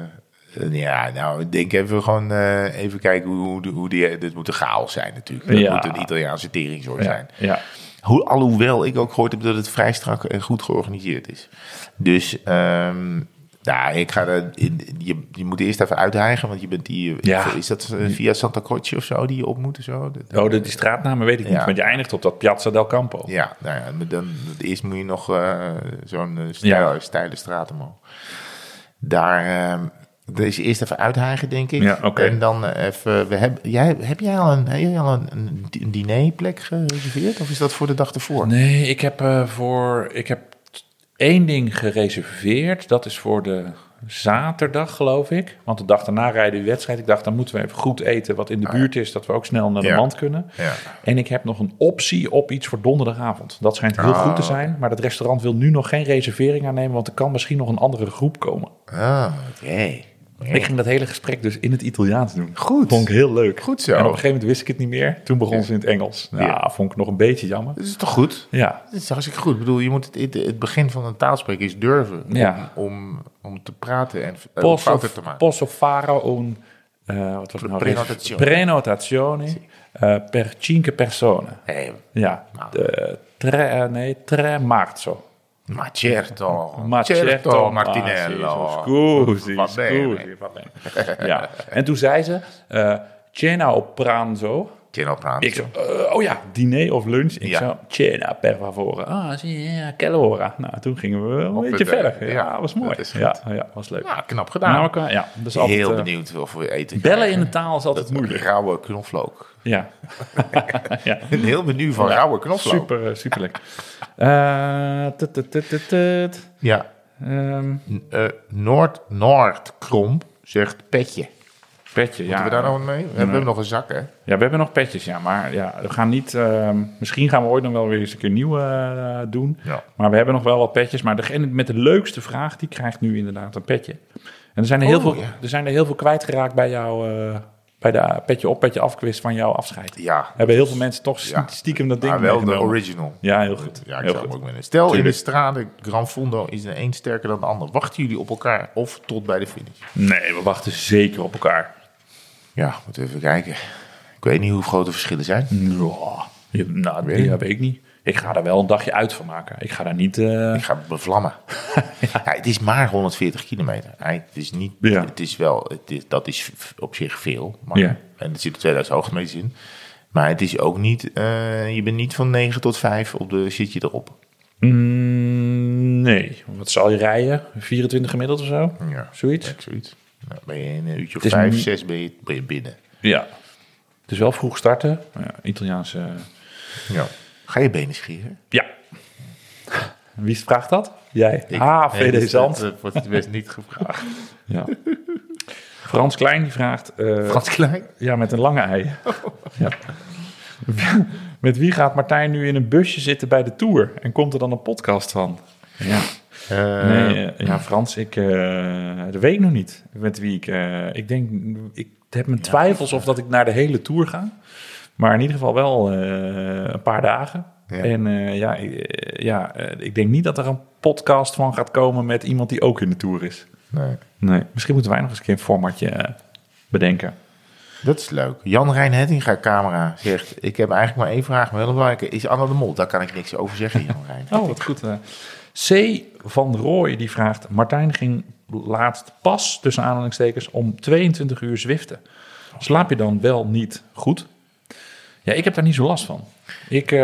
Speaker 2: eh, ja, nou, ik denk even gewoon eh, even kijken hoe, hoe die. Dit moet een chaos zijn, natuurlijk. Dat
Speaker 1: Ja.
Speaker 2: moet een Italiaanse teringsoor zijn.
Speaker 1: Ja.
Speaker 2: Hoe, alhoewel ik ook gehoord heb dat het vrij strak en goed georganiseerd is. Dus. ehm nou, ik ga er, in- je, je moet eerst even uithijgen, want je bent die...
Speaker 1: Ja.
Speaker 2: Is dat eh, via Santa Croce of zo die je op moet? en Zo? Dat-
Speaker 1: Oh, de, die straatnamen weet ik niet,
Speaker 2: Ja.
Speaker 1: want je eindigt op dat Piazza del Campo.
Speaker 2: Ja, nou ja, maar dan, eerst moet je nog eh, zo'n eh,
Speaker 1: Ja.
Speaker 2: steile, steile straat omhoog. Daar, ehm, er is eerst even uithijgen, denk ik.
Speaker 1: Ja, oké.
Speaker 2: En dan eh, even, we hebben, jij, heb jij al een, heb jij al een, een di- een dinerplek gereserveerd? Of is dat voor de dag ervoor?
Speaker 1: Nee, ik heb eh, voor ik heb t- één ding gereserveerd. Dat is voor de zaterdag, geloof ik. Want de dag daarna rijden we wedstrijd. Ik dacht, dan moeten we even goed eten wat in de buurt is, dat we ook snel naar de
Speaker 2: Ah, Ja.
Speaker 1: mand kunnen.
Speaker 2: Ja.
Speaker 1: En ik heb nog een optie op iets voor donderdagavond. Dat schijnt heel
Speaker 2: Ah,
Speaker 1: goed te zijn, maar dat restaurant wil nu nog geen reservering aannemen, want er kan misschien nog een andere groep komen.
Speaker 2: Ah, oké.
Speaker 1: Ik ging dat hele gesprek dus in het Italiaans doen.
Speaker 2: Goed.
Speaker 1: Vond ik heel leuk.
Speaker 2: Goed zo.
Speaker 1: En op een gegeven moment wist ik het niet meer. Toen begon ze in het Engels. Ja,
Speaker 2: Ja.
Speaker 1: vond ik nog een beetje jammer.
Speaker 2: Dat is toch goed?
Speaker 1: Ja.
Speaker 2: Dat is hartstikke goed. Ik bedoel, je moet het, het, het begin van een taalspreker is durven
Speaker 1: Ja.
Speaker 2: om, om, om te praten en eh, om
Speaker 1: Posso,
Speaker 2: fouten te maken.
Speaker 1: posso fare un... eh, wat was het nou?
Speaker 2: Prenotazione.
Speaker 1: Prenotazione eh, per cinque persone.
Speaker 2: Nee,
Speaker 1: Ja.
Speaker 2: Nou.
Speaker 1: De, tre, eh, nee, tre marzo.
Speaker 2: Ma certo,
Speaker 1: Ma certo,
Speaker 2: certo,
Speaker 1: ma
Speaker 2: Martinello.
Speaker 1: sì, Scusi,
Speaker 2: Va bene.
Speaker 1: scusi, va bene. Ja. En toen zei ze, eh cena o pranzo.
Speaker 2: Gino Pranzo.
Speaker 1: Ik zo, eh, oh ja, diner of lunch. Ik
Speaker 2: Ja.
Speaker 1: zo, cena per favore. Ah, sì, eh, che l'ora. Nou, toen gingen we een beetje
Speaker 2: het,
Speaker 1: verder.
Speaker 2: eh,
Speaker 1: Ja,
Speaker 2: ja,
Speaker 1: was mooi.
Speaker 2: dat is
Speaker 1: Ja, ja, was leuk.
Speaker 2: Nou, knap gedaan.
Speaker 1: Nou, elkaar- ja, dus altijd,
Speaker 2: Heel
Speaker 1: eh,
Speaker 2: benieuwd of we eten
Speaker 1: Bellen in de taal is altijd
Speaker 2: krijgen.
Speaker 1: moeilijk.
Speaker 2: Rauwe knoflook.
Speaker 1: Ja. ja.
Speaker 2: Een heel menu van rauwe knoflook.
Speaker 1: Super, eh, super lekker. Eh, tut, tut, tut, tut, tut.
Speaker 2: Ja.
Speaker 1: Ehm,
Speaker 2: N- eh, Noord, Noordkrom zegt petje.
Speaker 1: petje, ja.
Speaker 2: Moeten we daar nou wat mee? We hebben nog een zak, hè?
Speaker 1: Ja, we hebben nog petjes, ja. Maar ja, we gaan niet... ehm, misschien gaan we ooit nog wel weer eens een keer nieuw eh, doen.
Speaker 2: Ja.
Speaker 1: Maar we hebben nog wel wat petjes. Maar degene met de leukste vraag, die krijgt nu inderdaad een petje. En er zijn er heel,
Speaker 2: Oh,
Speaker 1: veel,
Speaker 2: ja.
Speaker 1: er zijn er heel veel kwijtgeraakt bij jou... eh, bij de petje op, petje af quiz van jouw afscheid.
Speaker 2: Ja.
Speaker 1: Hebben heel veel mensen toch
Speaker 2: Ja.
Speaker 1: stiekem dat ding
Speaker 2: Maar wel de
Speaker 1: meegenomen.
Speaker 2: original.
Speaker 1: Ja, heel goed.
Speaker 2: Ja, ik
Speaker 1: heel
Speaker 2: zou hem
Speaker 1: goed.
Speaker 2: ook willen. Stel in
Speaker 1: Tuurlijk.
Speaker 2: de straten, Gran Fondo is de een sterker dan de ander. Wachten jullie op elkaar of tot bij de finish?
Speaker 1: Nee, we wachten zeker op elkaar.
Speaker 2: Ja, moeten we even kijken. Ik weet niet hoe groot de verschillen zijn.
Speaker 1: Ja, je- nou,
Speaker 2: je?
Speaker 1: weet, ja, weet ik niet. Ik ga daar wel een dagje uit van maken. Ik ga daar niet... eh,
Speaker 2: Ik ga bevlammen. ja. het is maar 140 kilometer. Hij- het is niet,
Speaker 1: Ja.
Speaker 2: het is wel, het is, dat is v- op zich veel. Maar,
Speaker 1: Ja.
Speaker 2: En er zitten 2000 hoogtemeters in. Maar het is ook niet, eh, je bent niet van 9 tot 5 op de, zit je erop.
Speaker 1: Mm, nee. Wat zal je rijden? 24 gemiddeld of zo?
Speaker 2: Ja.
Speaker 1: Zoiets?
Speaker 2: Zoiets. Nou, ben je in een uurtje of
Speaker 1: Het is
Speaker 2: 5,
Speaker 1: niet-
Speaker 2: 6 ben je, ben je binnen.
Speaker 1: Ja. Het is wel vroeg starten. Ja, Italiaanse...
Speaker 2: Ja. Ga je benen scheren?
Speaker 1: ja. Wie vraagt dat? Jij.
Speaker 2: Ik-
Speaker 1: ah,
Speaker 2: nee,
Speaker 1: VD
Speaker 2: dat is-
Speaker 1: Zand.
Speaker 2: Dat eh, wordt best niet gevraagd.
Speaker 1: Ja. Frans Klein die vraagt... eh,
Speaker 2: Frans Klein?
Speaker 1: Ja, met een lange ei. Ja. Met wie gaat Martijn nu in een busje zitten bij de Tour? En komt er dan een podcast van? Ja.
Speaker 2: Eh,
Speaker 1: Nee, eh, ja, Frans, ik eh, dat weet ik nog niet met wie ik... eh, ik denk, ik heb mijn twijfels of dat ik naar de hele Tour ga. Maar in ieder geval wel eh, een paar dagen.
Speaker 2: Ja.
Speaker 1: En eh, ja, eh, ja, eh, ik denk niet dat er een podcast van gaat komen met iemand die ook in de Tour is.
Speaker 2: nee.
Speaker 1: Nee. Misschien moeten wij nog eens een keer een formatje eh, bedenken.
Speaker 2: Dat is leuk. Jan Rijn Hettinga camera zegt... Ik heb eigenlijk maar één vraag, maar heel belangrijke. Is Anna de Mol? Daar kan ik niks over zeggen, Jan Rijn.
Speaker 1: Oh, wat goed. eh. C. van Rooij die vraagt... Martijn ging laatst pas, tussen aanhalingstekens, om 22 uur zwiften. Slaap je dan wel niet goed? Ja, ik heb daar niet zo last van. Ik eh,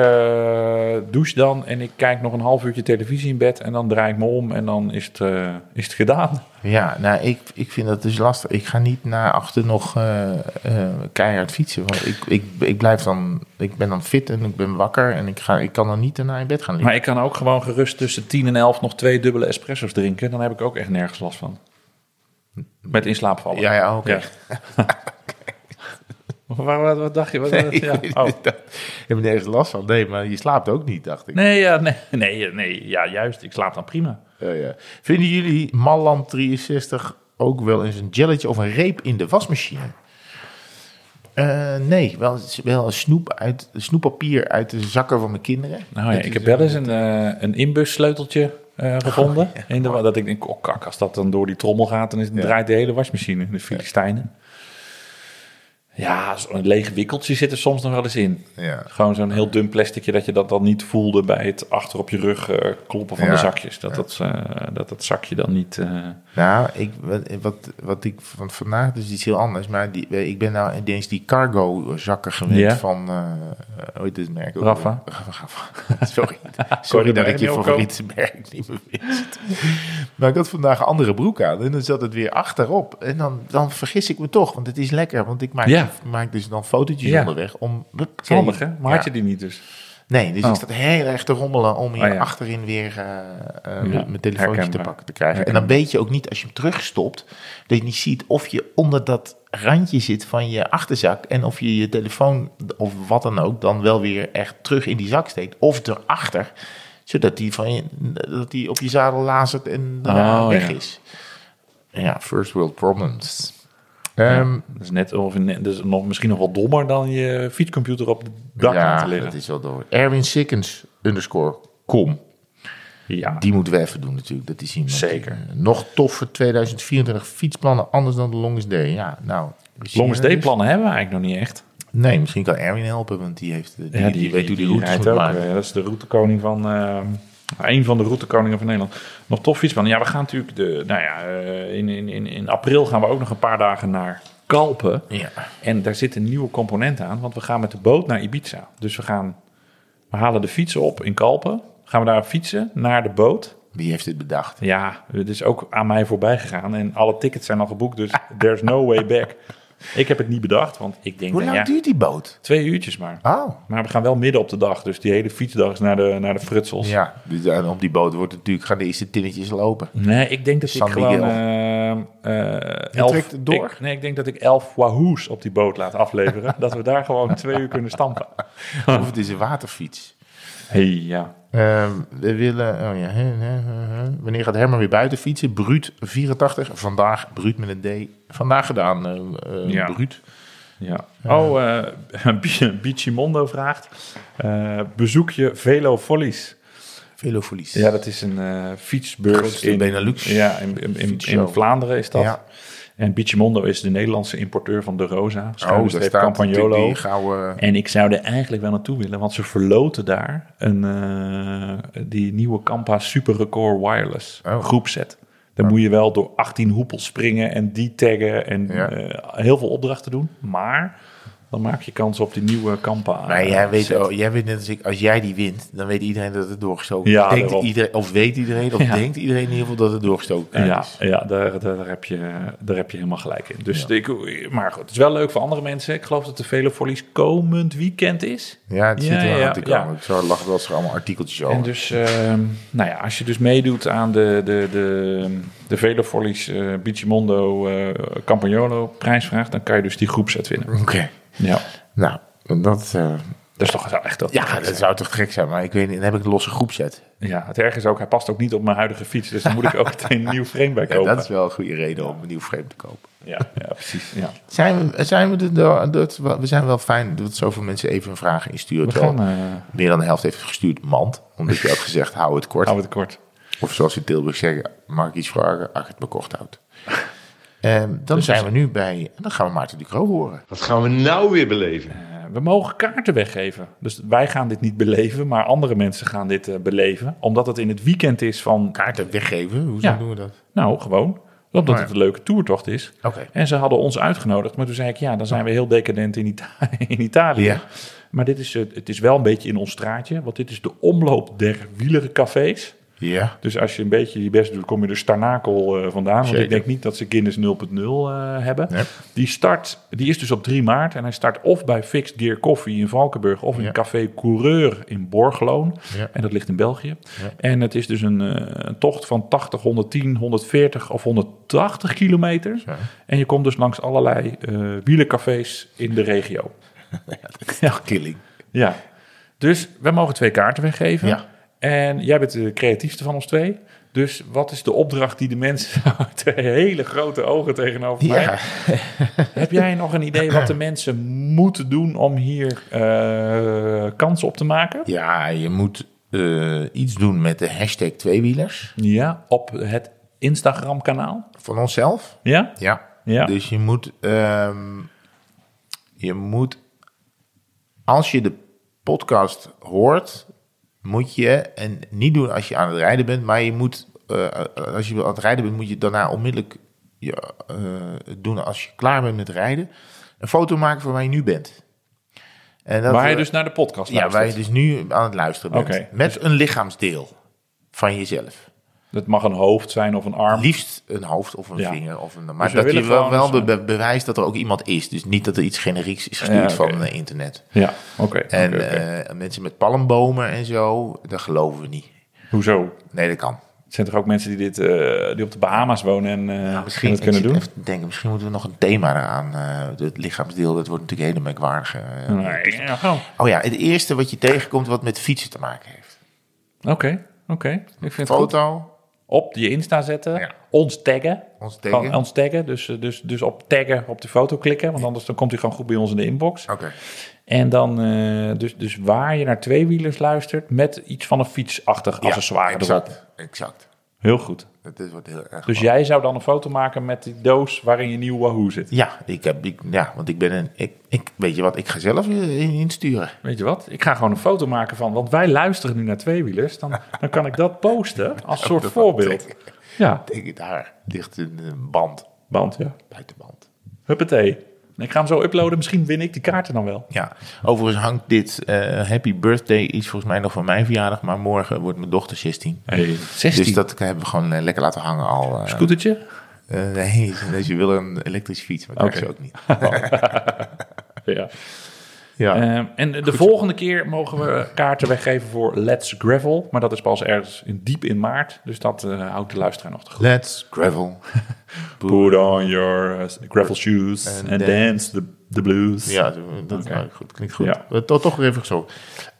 Speaker 1: douche dan en ik kijk nog een half uurtje televisie in bed... en dan draai ik me om en dan is het, eh, is het gedaan.
Speaker 2: Ja, nou, ik, ik vind dat dus lastig. Ik ga niet naar achter nog eh, eh, keihard fietsen. Want ik, ik, ik blijf dan... Ik ben dan fit en ik ben wakker. En ik, ga, ik kan dan niet daarna in bed gaan liggen.
Speaker 1: Maar ik kan ook gewoon gerust tussen 10 en 11 nog twee dubbele espressos drinken. Dan heb ik ook echt nergens last van. Met in slaap vallen.
Speaker 2: Ja, ja, oké.
Speaker 1: Wat, wat, wat dacht je? Wat, wat-
Speaker 2: Ik
Speaker 1: ja.
Speaker 2: weet
Speaker 1: Oh.
Speaker 2: niet, dat- Ik heb nergens last van. Nee, maar je slaapt ook niet, dacht ik.
Speaker 1: Nee, ja, nee, nee, nee, ja, juist. Ik slaap dan prima.
Speaker 2: Eh, ja. Vinden jullie Malland 63 ook wel eens een jelletje of een reep in de wasmachine? Eh, nee, wel, wel snoep uit, snoeppapier uit de zakken van mijn kinderen.
Speaker 1: Nou ja,
Speaker 2: Dat
Speaker 1: ik
Speaker 2: is
Speaker 1: heb wel eens een, eh een inbussleuteltje eh, gevonden. in de, wa- dat ik denk, oh kak, als dat dan door die trommel gaat, dan is, draait de hele wasmachine in de Filistijnen. Ja, zo'n leeg wikkeltje zit er soms nog wel eens in.
Speaker 2: Ja.
Speaker 1: Gewoon zo'n heel dun plasticje dat je dat dan niet voelde bij het achter op je rug eh, kloppen van
Speaker 2: Ja.
Speaker 1: de zakjes. Dat, dat, eh, dat dat zakje dan niet... eh,
Speaker 2: Nou, ik, wat- wat, wat ik van vandaag dus iets heel anders. Maar die, ik ben nou ineens die cargo zakken gewend
Speaker 1: Ja.
Speaker 2: van. eh hoe heet dit merk? ook
Speaker 1: Rafa.
Speaker 2: weer? Rafa. Sorry. Sorry dat ik je
Speaker 1: Milko.
Speaker 2: favoriete merk niet meer wist. maar ik had vandaag een andere broek aan. En dan zat het weer achterop. En dan, dan vergis ik me toch. Want het is lekker. Want ik maak,
Speaker 1: Ja.
Speaker 2: maak dus dan fotootjes
Speaker 1: Ja.
Speaker 2: onderweg. Om,
Speaker 1: is handig, hè? Maar
Speaker 2: Ja.
Speaker 1: had je die niet dus?
Speaker 2: Nee, dus
Speaker 1: Oh.
Speaker 2: ik zat heel erg te rommelen om hier
Speaker 1: Oh, ja.
Speaker 2: achterin weer eh, eh,
Speaker 1: Ja,
Speaker 2: mijn telefoontje te
Speaker 1: herkenbaar.
Speaker 2: pakken te krijgen. En dan weet je ook niet als je hem terugstopt, dat je niet ziet of je onder dat randje zit van je achterzak en of je je telefoon of wat dan ook dan wel weer echt terug in die zak steekt of erachter, zodat die, van je, dat die op je zadel lazert en daarna
Speaker 1: Oh,
Speaker 2: weg
Speaker 1: ja.
Speaker 2: is. Ja, first world problems. Ehm,
Speaker 1: Dat is net, of net, dus nog, misschien nog wel dommer dan je fietscomputer op het dak
Speaker 2: ja,
Speaker 1: laten liggen.
Speaker 2: dat is wel door. Erwin Sikkens underscore com.
Speaker 1: Ja,
Speaker 2: Die moeten we even doen natuurlijk, dat is iemand.
Speaker 1: Zeker.
Speaker 2: Eh, nog toffer 2024 fietsplannen, anders dan de Longest Day. Ja, nou. we zien
Speaker 1: Longest
Speaker 2: er
Speaker 1: Day
Speaker 2: dus.
Speaker 1: plannen hebben we eigenlijk nog niet echt.
Speaker 2: Nee, misschien kan Erwin helpen, want die, heeft, eh, die, die, weet hoe die routes
Speaker 1: rijdt
Speaker 2: moet
Speaker 1: ook.
Speaker 2: maken.
Speaker 1: eh, dat is de routekoning van, eh, een van de routekoningen van Nederland, nog tof iets van. Ja, we gaan natuurlijk, de, nou ja, eh, in, in, in, in april gaan we ook nog een paar dagen naar Kalpen.
Speaker 2: Ja.
Speaker 1: En daar zit een nieuwe component aan, want we gaan met de boot naar Ibiza. Dus we gaan, we halen de fietsen op in Kalpen, gaan we daar fietsen naar de boot.
Speaker 2: Wie heeft dit bedacht?
Speaker 1: Ja, het is ook aan mij voorbij gegaan en alle tickets zijn al geboekt, dus there's no way back. Ik heb het niet bedacht, want ik denk,
Speaker 2: Hoe
Speaker 1: nou
Speaker 2: lang
Speaker 1: ja,
Speaker 2: duurt die boot?
Speaker 1: twee uurtjes maar.
Speaker 2: Oh.
Speaker 1: Maar we gaan wel midden op de dag, dus die hele fietsdag is naar de, naar de frutsels.
Speaker 2: Ja, dus, en op die boot wordt natuurlijk, gaan de eerste tinnetjes lopen.
Speaker 1: Nee, ik denk dat
Speaker 2: San
Speaker 1: ik gewoon
Speaker 2: Miguel.
Speaker 1: ehm, eh, elf...
Speaker 2: trekt het door?
Speaker 1: Ik, nee, ik denk dat ik elf wahoes op die boot laat afleveren. dat we daar gewoon twee uur kunnen stampen.
Speaker 2: Of het is een waterfiets.
Speaker 1: Hey, ja.
Speaker 2: Ehm, we willen. Oh ja, hè, hè, hè, hè. Wanneer gaat Herman weer buiten fietsen? Bruut 84. Vandaag, Bruut met een D. Vandaag gedaan, eh eh,
Speaker 1: Ja.
Speaker 2: Bruut.
Speaker 1: ja. Oh, eh Bichimondo vraagt, eh, bezoek je Velo Follies?
Speaker 2: Velofolies.
Speaker 1: Ja, dat is een eh fietsbeurs
Speaker 2: Grootste
Speaker 1: in
Speaker 2: Benelux
Speaker 1: Ja, in, in, in,
Speaker 2: fietsshow.
Speaker 1: in Vlaanderen is dat.
Speaker 2: Ja.
Speaker 1: En Bichimondo is de Nederlandse importeur van de Rosa.
Speaker 2: Oh, daar
Speaker 1: heeft
Speaker 2: staat natuurlijk
Speaker 1: Campagnolo.
Speaker 2: die gouden...
Speaker 1: En ik zou er eigenlijk wel naartoe willen, want ze verloten daar een, eh, die nieuwe Kampa Super Record Wireless
Speaker 2: Oh.
Speaker 1: groepset. Dan moet je wel door 18 hoepels springen en die taggen en
Speaker 2: Ja.
Speaker 1: eh, heel veel opdrachten doen. Maar dan maak je kans op die nieuwe Kampa.
Speaker 2: Maar
Speaker 1: eh,
Speaker 2: jij weet,
Speaker 1: set.
Speaker 2: oh, jij weet net als ik, als jij die wint, dan weet iedereen dat het doorgestoken
Speaker 1: Ja,
Speaker 2: is. Denkt
Speaker 1: daarom.
Speaker 2: iedereen, of weet iedereen, of
Speaker 1: Ja.
Speaker 2: denkt iedereen in ieder geval dat het doorgestoken
Speaker 1: Ja,
Speaker 2: is.
Speaker 1: ja daar, daar, daar heb je, daar heb je helemaal gelijk in. Dus ik, maar goed, het is wel leuk voor andere mensen. Ik geloof dat de Velofollies komend weekend is.
Speaker 2: Ja, het zit
Speaker 1: Ja,
Speaker 2: er aan
Speaker 1: ja,
Speaker 2: te
Speaker 1: ja.
Speaker 2: komen. Ik zou lachen als er allemaal artikeltjes over.
Speaker 1: En dus, ehm, nou ja, als je dus meedoet aan de, de, de, de Velofollies eh Bichimondo eh, Campagnolo prijsvraag, dan kan je dus die groepset winnen.
Speaker 2: Oké.
Speaker 1: Ja,
Speaker 2: Nou, dat, eh,
Speaker 1: dat is toch wel echt dat.
Speaker 2: ja, dat zou toch gek zijn, maar ik weet niet, dan heb ik een losse groepset.
Speaker 1: ja, het erg is ook, hij past ook niet op mijn huidige fiets, dus dan moet ik ook meteen een nieuw frame bij
Speaker 2: Ja,
Speaker 1: kopen.
Speaker 2: dat is wel een goede reden om een nieuw frame te kopen.
Speaker 1: ja, ja, precies. Ja.
Speaker 2: Zijn we, zijn we, de, dat, we zijn wel fijn dat zoveel mensen even hun vragen insturen.
Speaker 1: We
Speaker 2: terwijl
Speaker 1: gaan, eh
Speaker 2: Meer dan de helft heeft gestuurd mand, omdat je hebt gezegd, hou het kort.
Speaker 1: houden we het kort.
Speaker 2: Of zoals ze in Tilburg zeggen, mag ik iets vragen? Ach, het me kort houdt. Ehm, dan zijn we nu bij, dan gaan we Maarten Ducro horen.
Speaker 3: Wat gaan we nou weer beleven?
Speaker 1: Eh, We mogen kaarten weggeven. Dus wij gaan dit niet beleven, maar andere mensen gaan dit eh, beleven. Omdat het in het weekend is van,
Speaker 2: Kaarten weggeven, hoezo
Speaker 1: Ja.
Speaker 2: doen we dat?
Speaker 1: nou gewoon, omdat
Speaker 2: Oh ja.
Speaker 1: het een leuke toertocht is.
Speaker 2: Oké.
Speaker 1: En ze hadden ons uitgenodigd, maar toen zei ik, ja, dan zijn we heel decadent in, Ita- in Italië.
Speaker 2: Ja.
Speaker 1: Maar dit is, eh, het is wel een beetje in ons straatje, want dit is de omloop der wielerencafés.
Speaker 2: Ja,
Speaker 1: Dus als je een beetje je best doet, kom je dus Starnakel eh, vandaan. Want
Speaker 2: Zeker.
Speaker 1: ik denk niet dat ze Guinness 0.0 eh, hebben.
Speaker 2: Nee.
Speaker 1: Die start, die is dus op 3 maart. En hij start of bij Fix Deer Coffee in Valkenburg... of in
Speaker 2: Ja.
Speaker 1: Café Coureur in Borgloon.
Speaker 2: Ja.
Speaker 1: En dat ligt in België. En het is dus een, eh, een tocht van 80, 110, 140 of 180 kilometer. En je komt dus langs allerlei eh wielencafés in de regio.
Speaker 2: ja. killing.
Speaker 1: Ja. Dus wij mogen twee kaarten weggeven.
Speaker 2: Ja.
Speaker 1: En jij bent de creatiefste van ons twee. Dus wat is de opdracht die de mensen met de hele grote ogen tegenover
Speaker 2: Ja,
Speaker 1: mij... Heb jij nog een idee wat de mensen moeten doen om hier eh kansen op te maken?
Speaker 2: ja je moet eh, iets doen met de hashtag tweewielers
Speaker 1: Ja, op het Instagram kanaal.
Speaker 2: van onszelf.
Speaker 1: Ja?
Speaker 2: Ja.
Speaker 1: Ja.
Speaker 2: Dus je moet, ehm, je moet, als je de podcast hoort, moet je, en niet doen als je aan het rijden bent, maar je moet, eh, als je aan het rijden bent, moet je daarna onmiddellijk je, eh, het doen als je klaar bent met rijden. Een foto maken van waar je nu bent. En dat,
Speaker 1: Waar je
Speaker 2: eh,
Speaker 1: dus naar de podcast
Speaker 2: ja, waar
Speaker 1: luistert.
Speaker 2: je dus nu aan het luisteren bent.
Speaker 1: Oké. dus
Speaker 2: Met een lichaamsdeel van jezelf.
Speaker 1: Dat mag een hoofd zijn of een arm.
Speaker 2: Liefst een hoofd of een
Speaker 1: Ja. Dus
Speaker 2: vinger. Of een, maar
Speaker 1: we
Speaker 2: dat je
Speaker 1: willen
Speaker 2: wel,
Speaker 1: gewoon
Speaker 2: wel
Speaker 1: een-
Speaker 2: be- be- bewijst dat er ook iemand is. Dus niet dat er iets generieks is gestuurd
Speaker 1: Ja, oké.
Speaker 2: van eh, internet.
Speaker 1: Ja, oké.
Speaker 2: En
Speaker 1: oké, oké.
Speaker 2: eh, mensen met palmbomen en zo, dat geloven we niet.
Speaker 1: Hoezo?
Speaker 2: Nee, dat kan.
Speaker 1: Het zijn toch ook mensen die, dit, eh, die op de Bahama's wonen en, eh, en het
Speaker 2: Nou, ik
Speaker 1: kunnen
Speaker 2: zit
Speaker 1: doen?
Speaker 2: even te denken, misschien moeten we nog een thema eraan. eh het lichaamsdeel, dat wordt natuurlijk hele merkwaardig. eh.
Speaker 1: Nee. Oh.
Speaker 2: Oh ja, het eerste wat je tegenkomt wat met fietsen te maken heeft.
Speaker 1: Oké, oké. Ik vind het goed.
Speaker 2: Foto,
Speaker 1: Op je Insta zetten.
Speaker 2: Ja.
Speaker 1: Ons taggen.
Speaker 2: ons taggen.
Speaker 1: Gewoon ons taggen. Dus, eh, dus, dus op taggen op de foto klikken. Want anders dan komt hij gewoon goed bij ons in de inbox.
Speaker 2: Oké.
Speaker 1: En dan eh, dus, dus waar je naar tweewielers luistert met iets van een fietsachtig
Speaker 2: Ja,
Speaker 1: accessoire erop.
Speaker 2: exact, exact.
Speaker 1: Heel goed.
Speaker 2: Dat wordt heel erg.
Speaker 1: Dus jij zou dan een foto maken met die doos waarin je nieuwe Wahoo zit.
Speaker 2: Ja, ik heb, ik, ja, want ik ben een. Ik, ik, weet je wat, ik ga zelf eh, in- insturen.
Speaker 1: Weet je wat? Ik ga gewoon een foto maken van, want wij luisteren nu naar tweewielers. Dan, dan kan ik dat posten als soort voorbeeld. Ja,
Speaker 2: Denk, daar ligt een, een band,
Speaker 1: band, ja.
Speaker 2: buitenband.
Speaker 1: Huppatee. En Ik ga hem zo uploaden. Misschien win ik die kaarten dan wel.
Speaker 2: Ja, overigens hangt dit eh, Happy Birthday iets volgens mij nog van mijn verjaardag, maar morgen wordt mijn dochter 16.
Speaker 1: Hey, 16.
Speaker 2: Dus dat hebben we gewoon eh, lekker laten hangen al. eh.
Speaker 1: Scootertje?
Speaker 2: Eh, nee, dus je wil een elektrische fiets, maar dat
Speaker 1: Oké.
Speaker 2: is ook niet.
Speaker 1: Ja.
Speaker 2: Ja.
Speaker 1: Ehm, en de volgende keer mogen we kaarten weggeven voor Let's Gravel. Maar dat is pas ergens in, diep in maart. Dus dat eh, houdt de luisteraar nog te goed.
Speaker 2: Let's gravel.
Speaker 1: Put on your eh, gravel shoes and, dance the, the blues.
Speaker 2: Ja, dat
Speaker 1: Oké.
Speaker 2: nou, goed, klinkt goed.
Speaker 1: Ja.
Speaker 2: Eh, Toch, toch weer even zo.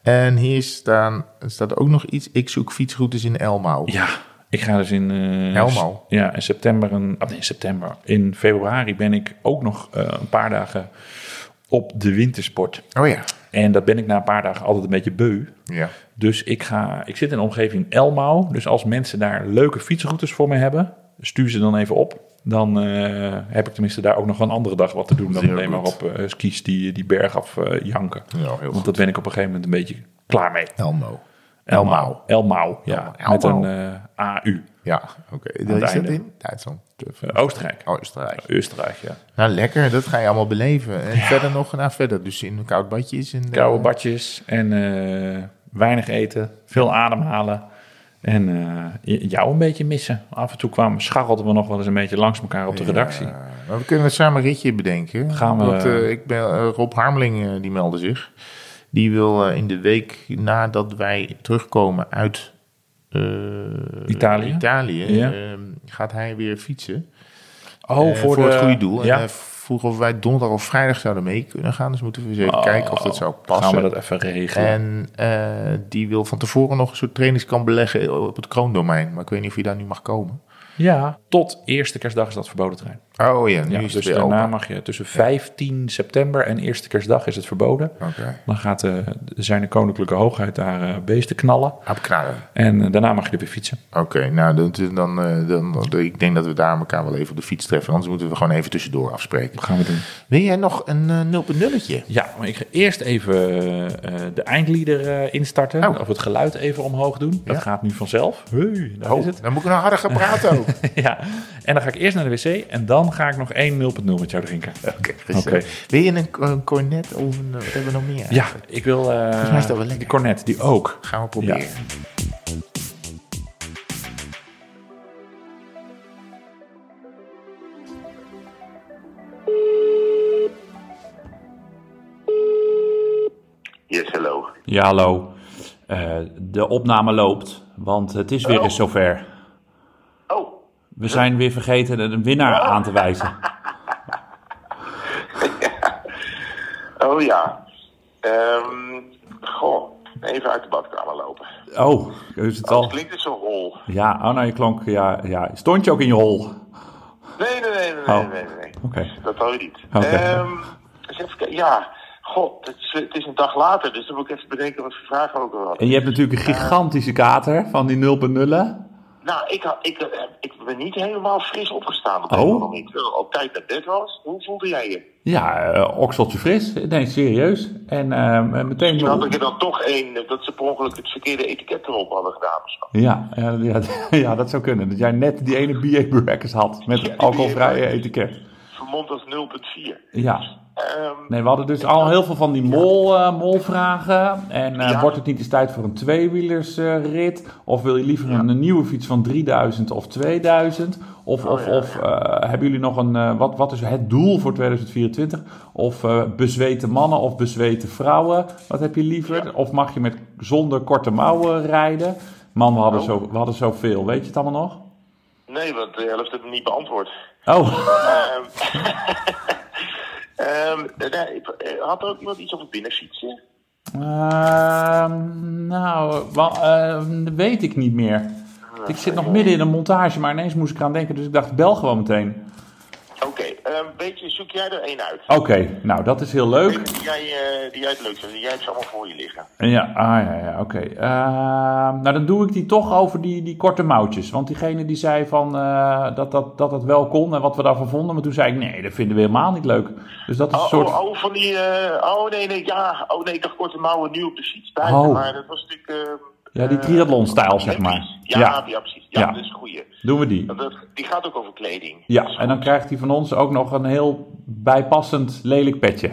Speaker 2: En hier staan, staat ook nog iets. Ik zoek fietsroutes in Elmau.
Speaker 1: Ja, ik ga dus in... eh,
Speaker 2: Helemaal.
Speaker 1: s- Ja, in september... Een, ah, nee, in september. In februari ben ik ook nog eh, een paar dagen op de wintersport.
Speaker 2: Oh ja.
Speaker 1: En dat ben ik na een paar dagen altijd een beetje beu.
Speaker 2: Ja.
Speaker 1: Dus ik, ga, ik zit in de omgeving Elmau. Dus als mensen daar leuke fietsroutes voor me hebben, stuur ze dan even op. Dan eh, heb ik tenminste daar ook nog een andere dag wat te doen dan
Speaker 2: Heel
Speaker 1: alleen
Speaker 2: goed.
Speaker 1: maar op eh, skis die, die berg af eh, janken.
Speaker 2: Ja, heel
Speaker 1: Want
Speaker 2: goed.
Speaker 1: dat ben ik op een gegeven moment een beetje klaar mee.
Speaker 2: Elmo. Elmau.
Speaker 1: Elmau, ja.
Speaker 2: Elmau.
Speaker 1: Met een eh, AU.
Speaker 2: Ja, oké.
Speaker 1: het
Speaker 2: Is dat
Speaker 1: einde.
Speaker 2: in Duitsland?
Speaker 1: Eh, Oostenrijk.
Speaker 2: Oostenrijk.
Speaker 1: Oostenrijk, ja.
Speaker 2: Nou, lekker. Dat ga je allemaal beleven. En verder nog, nou verder. Dus in een koud badje is een...
Speaker 1: Koude badjes en eh, weinig eten, veel ademhalen. En eh, j- jou een beetje missen. Af en toe kwamen, scharrelden we nog wel eens een beetje langs elkaar op de redactie.
Speaker 2: Maar we kunnen samen een ritje bedenken.
Speaker 1: Gaan we-
Speaker 2: Want, eh, ik ben, eh, Rob Harmeling, eh, die meldde zich. Die wil eh, in de week nadat wij terugkomen uit eh,
Speaker 1: Italië?
Speaker 2: Italië
Speaker 1: Ja.
Speaker 2: eh, gaat hij weer fietsen.
Speaker 1: Oh,
Speaker 2: Eh, voor het goede doel. eh, En
Speaker 1: Ja,
Speaker 2: hij vroeg of wij donderdag of vrijdag zouden mee kunnen gaan. Dus moeten we eens even
Speaker 1: Oh,
Speaker 2: kijken of dat zou
Speaker 1: gaan we
Speaker 2: passen.
Speaker 1: dat even regelen.
Speaker 2: En eh, die wil van tevoren nog een soort trainingskamp beleggen op het kroondomein. Maar ik weet niet of je daar nu mag komen.
Speaker 1: ja, tot eerste kerstdag is dat verboden terrein.
Speaker 2: Oh ja, nu
Speaker 1: Ja,
Speaker 2: is
Speaker 1: dus
Speaker 2: het weer
Speaker 1: daarna
Speaker 2: open.
Speaker 1: mag je tussen 15 september en eerste kerstdag is het verboden.
Speaker 2: Oké.
Speaker 1: Dan gaat eh, zijn koninklijke hoogheid daar eh, beesten knallen.
Speaker 2: Abknallen.
Speaker 1: En eh, daarna mag je er weer fietsen.
Speaker 2: Oké, nou dan, dan, eh, dan, dan- ik denk dat we daar elkaar wel even op de fiets treffen. Anders moeten we gewoon even tussendoor afspreken.
Speaker 1: Dat gaan we doen.
Speaker 2: Wil jij nog een eh, 0.0'tje?
Speaker 1: Ja, maar ik ga eerst even eh, de eindlieder eh, instarten.
Speaker 2: Oh.
Speaker 1: Of het geluid even omhoog doen. Dat
Speaker 2: Ja.
Speaker 1: gaat nu vanzelf. Hey, daar is het.
Speaker 2: Oh, dan moet ik nog harder gaan praten ook.
Speaker 1: ja. En dan ga ik eerst naar de wc. En dan ga ik nog één 0.0 met jou drinken.
Speaker 2: Oké, gezellig. Wil je een, een cornet of een, eh, wat hebben we nog meer?
Speaker 1: Ja, ik wil eh,
Speaker 2: mij is dat wel lekker.
Speaker 1: die cornet, die ook.
Speaker 2: Gaan we proberen.
Speaker 1: Ja.
Speaker 4: Yes, hello.
Speaker 5: Ja, hallo. Eh, de opname loopt, want het is weer eens zover.
Speaker 4: Oh,
Speaker 5: We zijn weer vergeten een winnaar aan te wijzen.
Speaker 4: oh ja. Ehm goh, even uit de badkamer lopen.
Speaker 5: Oh, is het al?
Speaker 4: Klinkt het zo hol?
Speaker 5: Ja, oh nou, je klonk, ja, ja. Stond je ook in je hol?
Speaker 4: Nee, nee, nee, nee, nee,
Speaker 5: Oh.
Speaker 4: nee, nee.
Speaker 5: Oké.
Speaker 4: Dat hou je niet.
Speaker 5: Oké.
Speaker 4: Ehm, eens even kijken. ja, god, het is, het is een dag later, dus dan moet ik even bedenken wat voor vragen we ook al hadden.
Speaker 5: En je hebt natuurlijk een gigantische kater van die 0.0.
Speaker 4: Nou, ik, had- ik, eh, ik ben niet helemaal fris opgestaan op de
Speaker 5: Oh.
Speaker 4: een of andere manier. Terwijl ik al tijd naar bed was. Hoe voelde jij je?
Speaker 5: Ja, eh, okseltje fris. Nee, serieus. En eh, meteen...
Speaker 4: Toen had ik er dan toch één, eh, dat ze per ongeluk het verkeerde etiket erop hadden gedaan of zo.
Speaker 5: Ja, ja, ja, ja, dat zou kunnen. Dat jij net die ene B.A. Brackers had
Speaker 4: Ja,
Speaker 5: met
Speaker 4: die
Speaker 5: alcoholvrije etiket.
Speaker 4: Vermomd als 0,4.
Speaker 5: Ja,
Speaker 4: Ehm
Speaker 5: Nee, we hadden dus al heel veel van die mol, eh, molvragen. En eh,
Speaker 4: Ja.
Speaker 5: wordt het niet eens tijd voor een tweewielersrit? rit? of wil je liever een, een nieuwe fiets van 3000 of 2000? Of, of,
Speaker 4: Oh, ja,
Speaker 5: of eh, hebben jullie nog een. eh, wat, wat is het doel voor 2024? Of eh, bezweten mannen of bezweten vrouwen? Wat heb je liever? Of mag je met, zonder korte mouwen rijden? Man, we
Speaker 4: Oh.
Speaker 5: hadden, zo, we hadden zoveel. Weet je het allemaal nog?
Speaker 4: Nee, want de helft heb ik niet beantwoord.
Speaker 5: Oh,
Speaker 4: Ehm Ehm, nee, ik- eh, had er ook iemand iets over binnenfietsen?
Speaker 5: Ehm, nou, wa- ehm, dat weet ik niet meer.
Speaker 4: Ah,
Speaker 5: Ik zit nog midden in een montage, maar ineens moest ik eraan denken, dus ik dacht, bel gewoon meteen.
Speaker 4: Oké, oké. Eh, weet je, zoek jij er één uit.
Speaker 1: Oké, nou dat is heel leuk.
Speaker 4: Die jij, eh, die jij het leuk vindt. Die jij hebt ze allemaal voor je liggen.
Speaker 1: Ja, ah, ja, ja oké. Ehm, nou, dan doe ik die toch over die, die korte mouwtjes. Want diegene die zei van, eh, dat, dat, dat dat wel kon en wat we daarvan vonden. Maar toen zei ik, nee, dat vinden we helemaal niet leuk. Dus dat is een
Speaker 4: Oh,
Speaker 1: soort...
Speaker 4: oh, oh, van die... eh, oh, nee, nee, ja. Oh, nee, ik dacht korte mouwen nu op de sheets buiten.
Speaker 1: Oh.
Speaker 4: Maar dat was natuurlijk... eh,
Speaker 1: ja, die
Speaker 4: eh,
Speaker 1: triathlon-stijl, zeg maar.
Speaker 4: Ja, ja. precies. Ja,
Speaker 1: Ja.
Speaker 4: dat is een goeie.
Speaker 1: doen we die.
Speaker 4: Dat- Die gaat ook over kleding. Dat is
Speaker 1: Ja, en dan
Speaker 4: goed.
Speaker 1: krijgt hij van ons ook nog een heel bijpassend lelijk petje.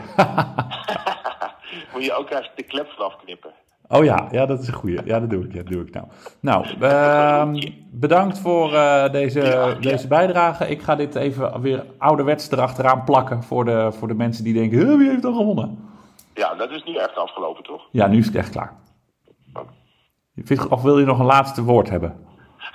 Speaker 4: Moet je ook even de klep vanaf knippen.
Speaker 1: Oh ja, ja, dat is een goeie. Ja, dat doe ik. Ja, dat doe ik nou. Nou, ehm, bedankt voor eh, deze, deze bijdrage. Ik ga dit even weer ouderwets erachteraan plakken voor de, voor de mensen die denken, "Huh, wie heeft dan gewonnen?
Speaker 4: Ja, dat is nu echt afgelopen, toch?
Speaker 1: Ja, nu is het echt klaar. Vind- Of wil je nog een laatste woord hebben?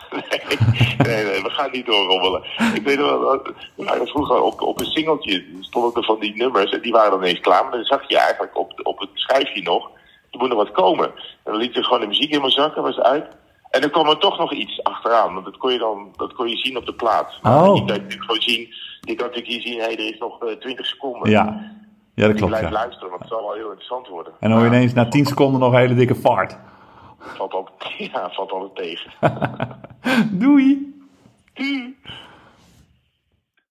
Speaker 4: nee, nee, we gaan niet doorrommelen. Ik weet nog wel, we waren vroeger op, op een singeltje, stonden er van die nummers en die waren dan ineens klaar. Maar dan zag je eigenlijk op, op het schijfje nog, er moet nog wat komen. En dan liet je gewoon de muziek helemaal zakken, was het uit. En dan kwam er toch nog iets achteraan, want dat kon je dan dat kon je zien op de plaat. Maar
Speaker 1: Oh.
Speaker 4: Je kan natuurlijk gewoon zien, je kan natuurlijk hier zien, hé, er is nog eh, 20 seconden.
Speaker 1: Ja, ja dat
Speaker 4: Ik
Speaker 1: klopt.
Speaker 4: blijf
Speaker 1: Ja.
Speaker 4: luisteren, want het zal wel heel interessant worden.
Speaker 1: En dan hoor je
Speaker 4: Ja,
Speaker 1: ineens na 10 seconden nog een hele dikke vaart.
Speaker 4: Valt al, ja, valt altijd tegen.
Speaker 1: Doei!